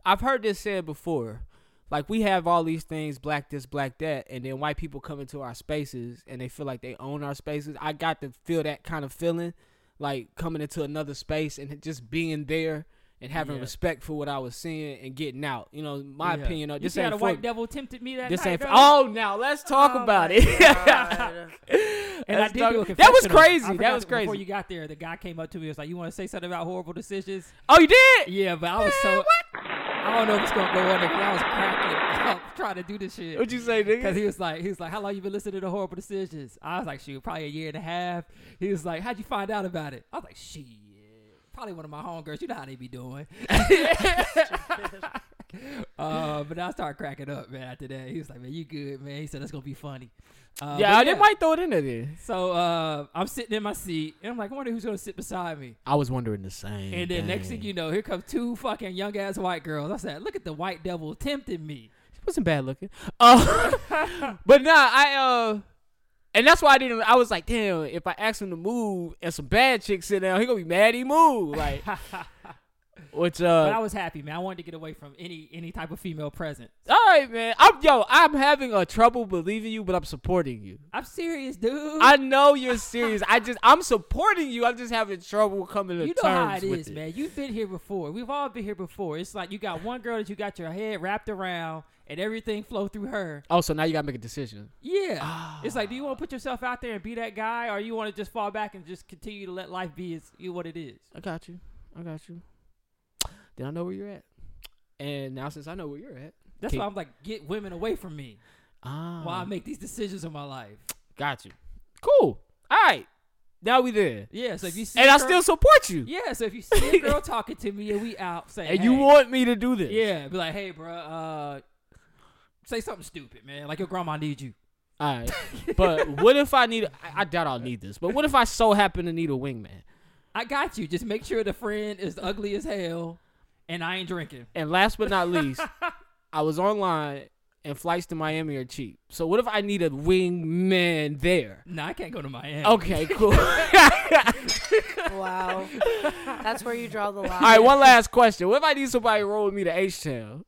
Speaker 6: I've heard this said before. Like we have all these things, black this, black that, and then white people come into our spaces and they feel like they own our spaces. I got to feel that kind of feeling, like coming into another space and just being there and having
Speaker 7: Yeah.
Speaker 6: respect for what I was seeing and getting out. You know, my
Speaker 7: Yeah.
Speaker 6: opinion. Of,
Speaker 7: you
Speaker 6: this
Speaker 7: see how
Speaker 6: ain't
Speaker 7: the
Speaker 6: for,
Speaker 7: white devil tempted me that
Speaker 6: this
Speaker 7: night,
Speaker 6: ain't for,
Speaker 7: though?
Speaker 6: oh now let's talk
Speaker 7: Oh
Speaker 6: about
Speaker 7: my
Speaker 6: it.
Speaker 7: God. And
Speaker 6: Let's
Speaker 7: I did
Speaker 6: talk-
Speaker 7: do a
Speaker 6: that was
Speaker 7: confessional. I
Speaker 6: crazy. That
Speaker 7: forgot
Speaker 6: was
Speaker 7: Before
Speaker 6: crazy.
Speaker 7: you got there, the guy came up to me and was like, "You want to say something about horrible decisions?"
Speaker 6: oh, you did?
Speaker 7: Yeah, but I was
Speaker 6: Man,
Speaker 7: so
Speaker 6: what?
Speaker 7: I don't know if it's gonna go on there, 'cause I was cracking up trying to do this shit.
Speaker 6: What'd you say,
Speaker 7: Cause
Speaker 6: nigga?
Speaker 7: he was like, he was like, how long you been listening to horrible decisions? I was like, shoot, probably a year and a half. He was like, how'd you find out about it? I was like, shit, probably one of my homegirls. You know how they be doing. uh, but I started cracking up, man. After that, he was like, man, you good, man. He said that's gonna be funny. Uh,
Speaker 6: yeah,
Speaker 7: but
Speaker 6: they might throw it in there. Then.
Speaker 7: So uh, I'm sitting in my seat, and I'm like, I wonder who's gonna sit beside me.
Speaker 6: I was wondering the same.
Speaker 7: And then next thing you know, here come two fucking young ass white girls. I said, look at the white devil tempting me.
Speaker 6: wasn't bad looking. Uh, but nah, I uh, and that's why I didn't. I was like, damn, if I ask him to move and some bad chicks sit down, he gonna be mad he moved. Like, which uh,
Speaker 7: But I was happy, man. I wanted to get away from any any type of female present.
Speaker 6: all right, man. I'm yo, I'm having a trouble believing you, but I'm supporting you.
Speaker 7: I'm serious, dude.
Speaker 6: I know you're serious. I just I'm supporting you. I'm just having trouble coming to
Speaker 7: you know
Speaker 6: terms
Speaker 7: how it
Speaker 6: with
Speaker 7: is,
Speaker 6: it.
Speaker 7: man. You've been here before. We've all been here before. It's like you got one girl that you got your head wrapped around, and everything flow through her.
Speaker 6: Oh, so now you gotta make a decision.
Speaker 7: Yeah,
Speaker 6: Ah.
Speaker 7: it's like, do you want to put yourself out there and be that guy, or you want to just fall back and just continue to let life be as, what it is?
Speaker 6: I got you. I got you. Then I know where you're at. And now since I know where you're at,
Speaker 7: That's
Speaker 6: Keep-
Speaker 7: why I'm like, get women away from me
Speaker 6: ah,
Speaker 7: while I make these decisions in my life.
Speaker 6: got you. Cool. All right. Now we there.
Speaker 7: Yeah, so if you see,
Speaker 6: And
Speaker 7: a
Speaker 6: I
Speaker 7: girl-
Speaker 6: still support you.
Speaker 7: yeah, so if you see a girl talking to me and we out, say,
Speaker 6: And
Speaker 7: hey,
Speaker 6: you want me to do this.
Speaker 7: yeah, be like, hey, bro, uh, say something stupid, man. Like your grandma needs you.
Speaker 6: All right. But what if I need? I, I doubt I'll need this. But what if I so happen to need a wingman?
Speaker 7: I got you. Just make sure the friend is ugly as hell, and I ain't drinking.
Speaker 6: And last but not least, I was online and flights to Miami are cheap. So what if I need a wingman there?
Speaker 7: Nah, I can't go to Miami.
Speaker 6: Okay, cool. All
Speaker 3: Wow. That's where you draw the line.
Speaker 6: right, one last question. What if I need somebody to roll with me to H Town?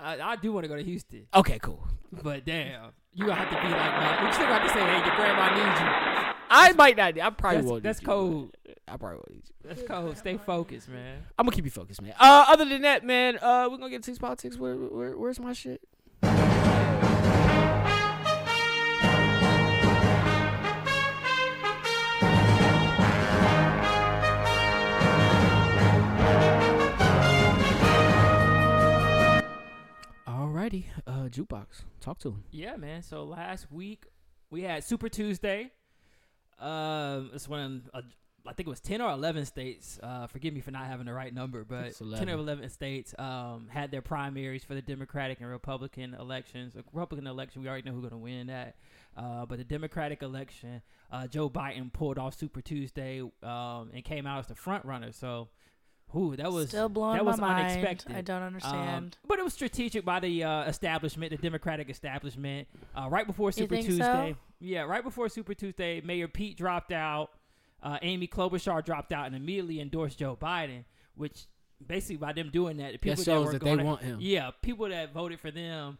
Speaker 7: I, I do want to go to Houston,
Speaker 6: Okay, cool.
Speaker 7: but damn, you gonna have to be like, man, you still got to say, hey, your grandma needs you.
Speaker 6: I might not. I probably
Speaker 7: That's-
Speaker 6: won't.
Speaker 7: that's
Speaker 6: need you, but
Speaker 7: cold.
Speaker 6: I probably won't need you.
Speaker 7: That's cold. Stay focused, man.
Speaker 6: I'm gonna keep you focused, man. Uh, other than that, man, uh, we're gonna get six politics. Where, where, where's my shit? Alrighty, uh, jukebox, talk to him.
Speaker 7: Yeah, man. So last week we had Super Tuesday. Um, it's when uh, I think it was ten or eleven states. Uh, forgive me for not having the right number, but
Speaker 6: it's 11.
Speaker 7: ten or eleven states um, had their primaries for the Democratic and Republican elections. The Republican election, we already know who's going to win that. Uh, but the Democratic election, uh, Joe Biden pulled off Super Tuesday um, and came out as the front runner. So Ooh, that was
Speaker 3: Still blowing
Speaker 7: that was
Speaker 3: my mind.
Speaker 7: unexpected.
Speaker 3: I don't understand.
Speaker 7: Um, but it was strategic by the uh, establishment, the Democratic establishment. Uh, right before Super
Speaker 3: think so?
Speaker 7: Tuesday, yeah, right before Super Tuesday, Mayor Pete dropped out. Uh, Amy Klobuchar dropped out and immediately endorsed Joe Biden, which basically by them doing that, the people
Speaker 6: shows
Speaker 7: were
Speaker 6: that they
Speaker 7: gonna-
Speaker 6: want him.
Speaker 7: Yeah, people that voted for them.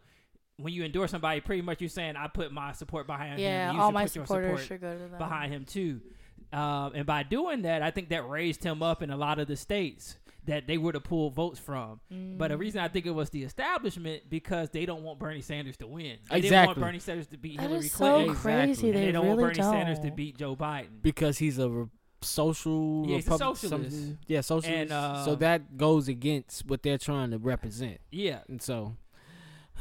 Speaker 7: When you endorse somebody, pretty much you're saying, "I put my support behind him."
Speaker 3: yeah,
Speaker 7: Um, You
Speaker 3: all
Speaker 7: should
Speaker 3: my
Speaker 7: put your
Speaker 3: supporters
Speaker 7: support
Speaker 3: should go to that.
Speaker 7: behind him too. Um, and by doing that, I think that raised him up in a lot of the states that they were to pull votes from. But the
Speaker 3: Mm.
Speaker 7: reason I think it was the establishment because they don't want Bernie Sanders to win. They didn't want
Speaker 6: Exactly.
Speaker 7: Bernie Sanders to beat
Speaker 3: That
Speaker 7: Hillary
Speaker 3: is so
Speaker 7: Clinton.
Speaker 3: crazy.
Speaker 6: Exactly.
Speaker 7: And
Speaker 3: They,
Speaker 7: they don't
Speaker 3: really
Speaker 7: want Bernie
Speaker 3: don't.
Speaker 7: Sanders to beat Joe Biden.
Speaker 6: because he's a re- social
Speaker 7: Yeah, he's a
Speaker 6: Republic-
Speaker 7: socialist.
Speaker 6: something- yeah, socialist.
Speaker 7: And, uh,
Speaker 6: so that goes against what they're trying to represent.
Speaker 7: yeah.
Speaker 6: And so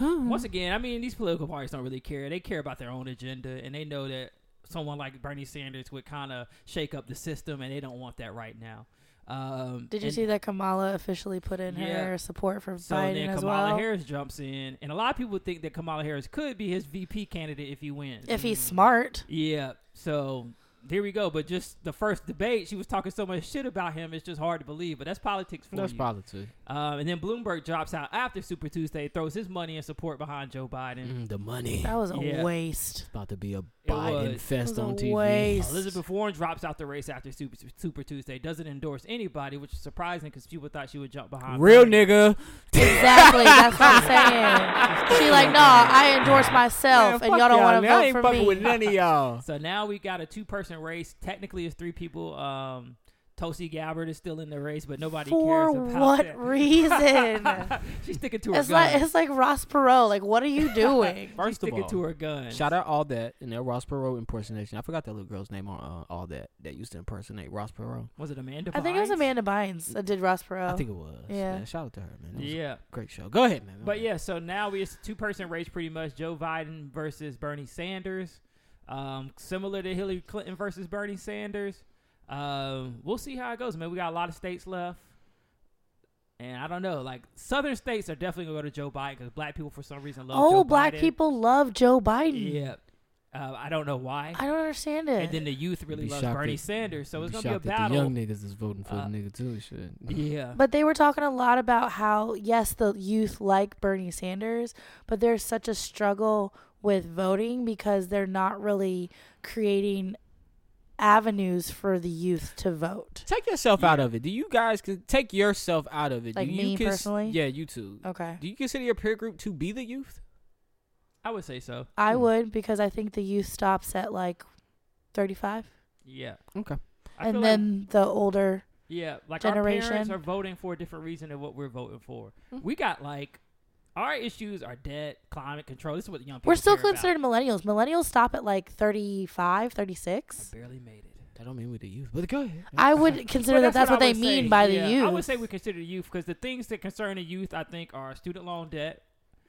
Speaker 3: Mm-hmm.
Speaker 7: Once again, I mean, these political parties don't really care. They care about their own agenda, and they know that someone like Bernie Sanders would kind of shake up the system, and they don't want that right now. Um,
Speaker 3: Did you
Speaker 7: and-
Speaker 3: see that Kamala officially put in
Speaker 7: Yeah.
Speaker 3: her support for
Speaker 7: So
Speaker 3: Biden
Speaker 7: then
Speaker 3: as
Speaker 7: Kamala
Speaker 3: well?
Speaker 7: Harris jumps in, and a lot of people think that Kamala Harris could be his VP candidate if he wins. Mm.
Speaker 3: if he's smart,
Speaker 7: yeah, so here we go. But just the first debate, she was talking so much shit about him, it's just hard to believe. But that's politics for
Speaker 6: that's
Speaker 7: you.
Speaker 6: politics.
Speaker 7: Um, and then Bloomberg drops out after Super Tuesday, throws his money and support behind Joe Biden.
Speaker 6: Mm, the money
Speaker 3: that was a
Speaker 7: Yeah.
Speaker 3: waste.
Speaker 6: about to be a
Speaker 7: was.
Speaker 6: Biden
Speaker 7: It
Speaker 3: That was
Speaker 6: fest
Speaker 3: a
Speaker 6: on TV.
Speaker 3: waste.
Speaker 7: Elizabeth Warren drops out the race after Super, Super Tuesday, doesn't endorse anybody, which is surprising because people thought she would jump behind.
Speaker 6: Real
Speaker 7: Bernie.
Speaker 6: nigga.
Speaker 3: Exactly. That's what I'm saying. She like, no, I endorse myself, and
Speaker 6: fuck
Speaker 3: y'all don't want to
Speaker 6: nigga. I ain't
Speaker 3: vote for
Speaker 6: fucking
Speaker 3: me.
Speaker 6: with none of y'all.
Speaker 7: So now we got a two person race. Technically, it's three people. Um, Tosi Gabbard is still in the race, but nobody
Speaker 3: For
Speaker 7: cares about
Speaker 3: what
Speaker 7: that.
Speaker 3: reason?
Speaker 7: She's sticking to her
Speaker 3: it's
Speaker 7: gun.
Speaker 3: like it's like Ross Perot. Like, what are you doing?
Speaker 7: She's
Speaker 6: First of
Speaker 7: sticking
Speaker 6: all,
Speaker 7: to her gun.
Speaker 6: Shout out all that and their Ross Perot impersonation. I forgot that little girl's name on uh, all that that used to impersonate Ross Perot.
Speaker 7: Was it Amanda?
Speaker 3: I think it was
Speaker 7: Bynes?
Speaker 3: Amanda Bynes that did Ross Perot.
Speaker 6: I think it was.
Speaker 3: Oh. Yeah.
Speaker 6: man. Shout out to her, man. It was
Speaker 7: Yeah.
Speaker 6: a great show. Go ahead, man.
Speaker 7: But yeah, so now we it's a two person race pretty much. Joe Biden versus Bernie Sanders. Um, similar to Hillary Clinton versus Bernie Sanders. Um, we'll see how it goes, man. We got a lot of states left. And I don't know, like southern states are definitely gonna go to Joe Biden because black people for some reason love.
Speaker 3: oh,
Speaker 7: Joe
Speaker 3: black
Speaker 7: Biden.
Speaker 3: people love Joe Biden.
Speaker 7: Yeah, uh, I don't know why.
Speaker 3: I don't understand it.
Speaker 7: and then the youth really
Speaker 6: Be
Speaker 7: loves
Speaker 6: shocked
Speaker 7: Bernie
Speaker 6: if-
Speaker 7: Sanders, so it's gonna
Speaker 6: Be
Speaker 7: be a
Speaker 6: shocked that The young
Speaker 7: battle.
Speaker 6: niggas is voting for
Speaker 7: Uh,
Speaker 6: the nigga too. and Shit.
Speaker 7: Yeah,
Speaker 3: But they were talking a lot about how yes, the youth like Bernie Sanders, but there's such a struggle with voting because they're not really creating avenues for the youth to vote.
Speaker 6: Take yourself out of it. Do you guys con- take yourself out of it?
Speaker 3: Like
Speaker 6: Do you
Speaker 3: me
Speaker 6: cons-
Speaker 3: personally? Oh.
Speaker 6: Yeah, you too.
Speaker 3: Okay.
Speaker 6: Do you consider your peer group to be the youth?
Speaker 7: I would say so.
Speaker 3: I
Speaker 6: Hmm.
Speaker 3: would because I think the youth stops at like 35
Speaker 7: Yeah,
Speaker 6: Okay.
Speaker 7: I
Speaker 3: and
Speaker 7: feel like,
Speaker 3: then the older
Speaker 7: yeah, like our parents
Speaker 3: generation.
Speaker 7: are voting for a different reason than what we're voting for. We got like our issues are debt, climate control. This is what the young people
Speaker 3: we're still
Speaker 7: care about.
Speaker 3: considered millennials. Millennials stop at like 35, 36.
Speaker 7: barely made it.
Speaker 6: That don't mean we're the youth. But go ahead.
Speaker 3: I would consider
Speaker 7: But
Speaker 3: that that's what,
Speaker 7: I
Speaker 3: they
Speaker 7: would
Speaker 3: mean
Speaker 7: say.
Speaker 3: by
Speaker 7: Yeah,
Speaker 3: the youth.
Speaker 7: I would say we consider the youth because the things that concern the youth, I think, are student loan debt,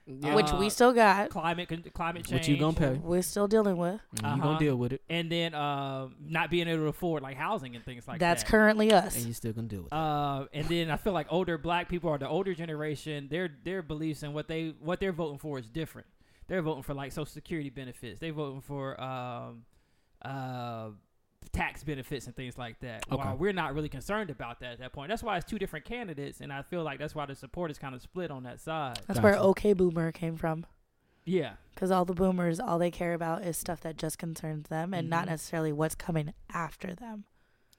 Speaker 6: Yeah.
Speaker 3: which
Speaker 7: uh,
Speaker 3: we still got.
Speaker 7: climate con- climate change,
Speaker 6: What you gonna pay?
Speaker 3: We're still dealing with.
Speaker 6: You
Speaker 7: Uh-huh.
Speaker 6: gonna deal with it,
Speaker 7: and then um not being able to afford like housing and things like
Speaker 3: that's
Speaker 7: that.
Speaker 3: currently us.
Speaker 6: and you still gonna deal with it.
Speaker 7: Uh, and then I feel like older black people are the older generation. Their their beliefs and what they what they're voting for is different. They're voting for like social security benefits. They're voting for um, uh, tax benefits and things like that.
Speaker 6: Okay.
Speaker 7: While we're not really concerned about that at that point. That's why it's two different candidates, and I feel like that's why the support is kind of split on that side.
Speaker 3: That's where
Speaker 6: Gotcha.
Speaker 3: OK Boomer came from.
Speaker 7: Yeah,
Speaker 3: Because all the boomers, all they care about is stuff that just concerns them and
Speaker 7: Mm-hmm.
Speaker 3: not necessarily what's coming after them.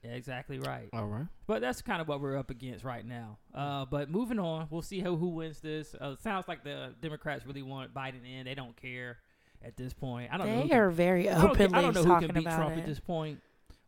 Speaker 7: yeah exactly right.
Speaker 6: All right.
Speaker 7: But that's kind of what we're up against right now. Uh, but moving on, we'll see who who wins this. Uh, sounds like the Democrats really want Biden in. They don't care at this point. I don't know. who
Speaker 3: They
Speaker 7: can-
Speaker 3: are very
Speaker 7: I don't,
Speaker 3: openly
Speaker 7: get- I don't know who
Speaker 3: talking
Speaker 7: can beat
Speaker 3: about
Speaker 7: Trump
Speaker 3: it.
Speaker 7: at this point.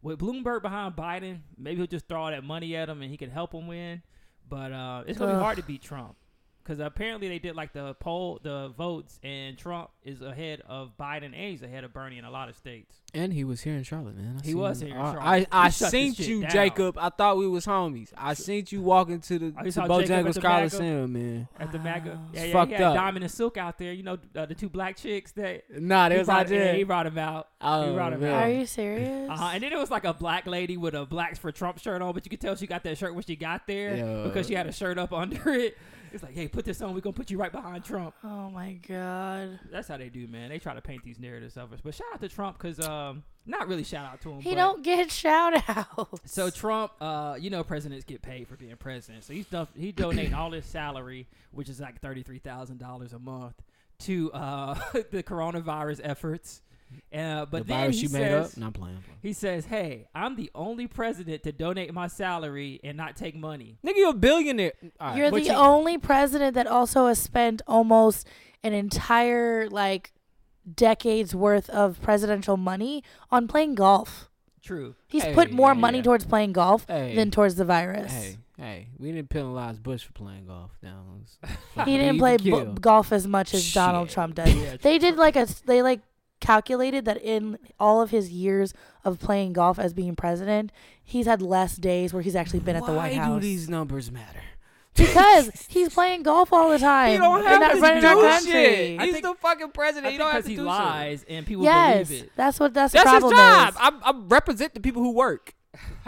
Speaker 7: With Bloomberg behind Biden, maybe he'll just throw all that money at him and he can help him win. But uh, it's gonna be
Speaker 3: Ugh.
Speaker 7: hard to beat Trump because apparently they did like the poll, the votes, and Trump is ahead of Biden and he's ahead of Bernie in a lot of states.
Speaker 6: And he was here in Charlotte, man. I
Speaker 7: He
Speaker 6: seen
Speaker 7: was
Speaker 6: him.
Speaker 7: here in
Speaker 6: I-
Speaker 7: Charlotte.
Speaker 6: I, I,
Speaker 7: He shut this
Speaker 6: seen
Speaker 7: shit
Speaker 6: you,
Speaker 7: down.
Speaker 6: Jacob. I thought we was homies. I seen you walking to the
Speaker 7: Oh,
Speaker 6: to
Speaker 7: you saw Jacob at
Speaker 6: Bojangles
Speaker 7: the back of-
Speaker 6: Coliseum, man.
Speaker 7: At the MAGA, yeah,
Speaker 6: It's
Speaker 7: yeah,
Speaker 6: fucked
Speaker 7: he had
Speaker 6: up.
Speaker 7: Diamond and Silk out there. You know, uh, the two black chicks that
Speaker 6: Nah,
Speaker 7: he
Speaker 6: they was
Speaker 7: brought-
Speaker 6: out
Speaker 7: yeah,
Speaker 6: there.
Speaker 7: he brought him out.
Speaker 6: Oh,
Speaker 7: brought him
Speaker 6: man.
Speaker 7: out.
Speaker 3: Are you serious?
Speaker 7: Uh-huh. And then it was like a black lady with a Blacks for Trump shirt on, but you could tell she got that shirt when she got there
Speaker 6: Yeah.
Speaker 7: because she had a shirt up under it. It's like, hey, put this on. We're gonna put you right behind Trump.
Speaker 3: Oh my god.
Speaker 7: That's how they do, man. They try to paint these narratives of us. But shout out to Trump because um, not really shout out to him.
Speaker 3: He
Speaker 7: but-
Speaker 3: don't get shout out.
Speaker 7: So Trump, uh, you know, presidents get paid for being president. So he's done, he donating all his salary, which is like thirty three thousand dollars a month, to uh, the coronavirus efforts. Uh, but
Speaker 6: the
Speaker 7: then
Speaker 6: virus
Speaker 7: he
Speaker 6: you
Speaker 7: says,
Speaker 6: made up. Not playing. I'm playing.
Speaker 7: He says, "Hey, I'm the only president to donate my salary and not take money."
Speaker 6: Nigga, you're a billionaire. All right,
Speaker 3: You're
Speaker 6: but
Speaker 3: the
Speaker 6: you-
Speaker 3: only president that also has spent almost an entire like decades worth of presidential money on playing golf.
Speaker 7: True.
Speaker 3: He's
Speaker 6: Hey,
Speaker 3: put more money
Speaker 6: yeah.
Speaker 3: towards playing golf
Speaker 6: Hey.
Speaker 3: than towards the virus.
Speaker 6: Hey, hey, we didn't penalize Bush for playing golf. Now let's-
Speaker 3: He didn't
Speaker 6: Leave
Speaker 3: play
Speaker 6: the kill.
Speaker 3: b- golf as much as Donald
Speaker 6: Shit.
Speaker 3: Trump did.
Speaker 7: Yeah,
Speaker 3: They did like a s- they like calculated that in all of his years of playing golf as being president, he's had less days where he's actually been at the White
Speaker 6: Why do
Speaker 3: House
Speaker 6: these numbers matter?
Speaker 3: because he's playing golf all the time.
Speaker 6: He don't
Speaker 3: and
Speaker 6: have
Speaker 3: not
Speaker 6: to
Speaker 3: running our
Speaker 6: do
Speaker 3: country.
Speaker 6: shit.
Speaker 7: I
Speaker 6: He's
Speaker 7: think-
Speaker 6: the fucking
Speaker 7: I
Speaker 6: president.
Speaker 7: think
Speaker 6: He don't
Speaker 7: because
Speaker 6: have to
Speaker 7: he
Speaker 6: do shit.
Speaker 7: lies and people
Speaker 3: yes,
Speaker 7: believe it.
Speaker 3: that's what that's,
Speaker 6: That's
Speaker 3: the
Speaker 6: his
Speaker 3: problem
Speaker 6: job.
Speaker 3: is.
Speaker 6: I, I represent the people who work.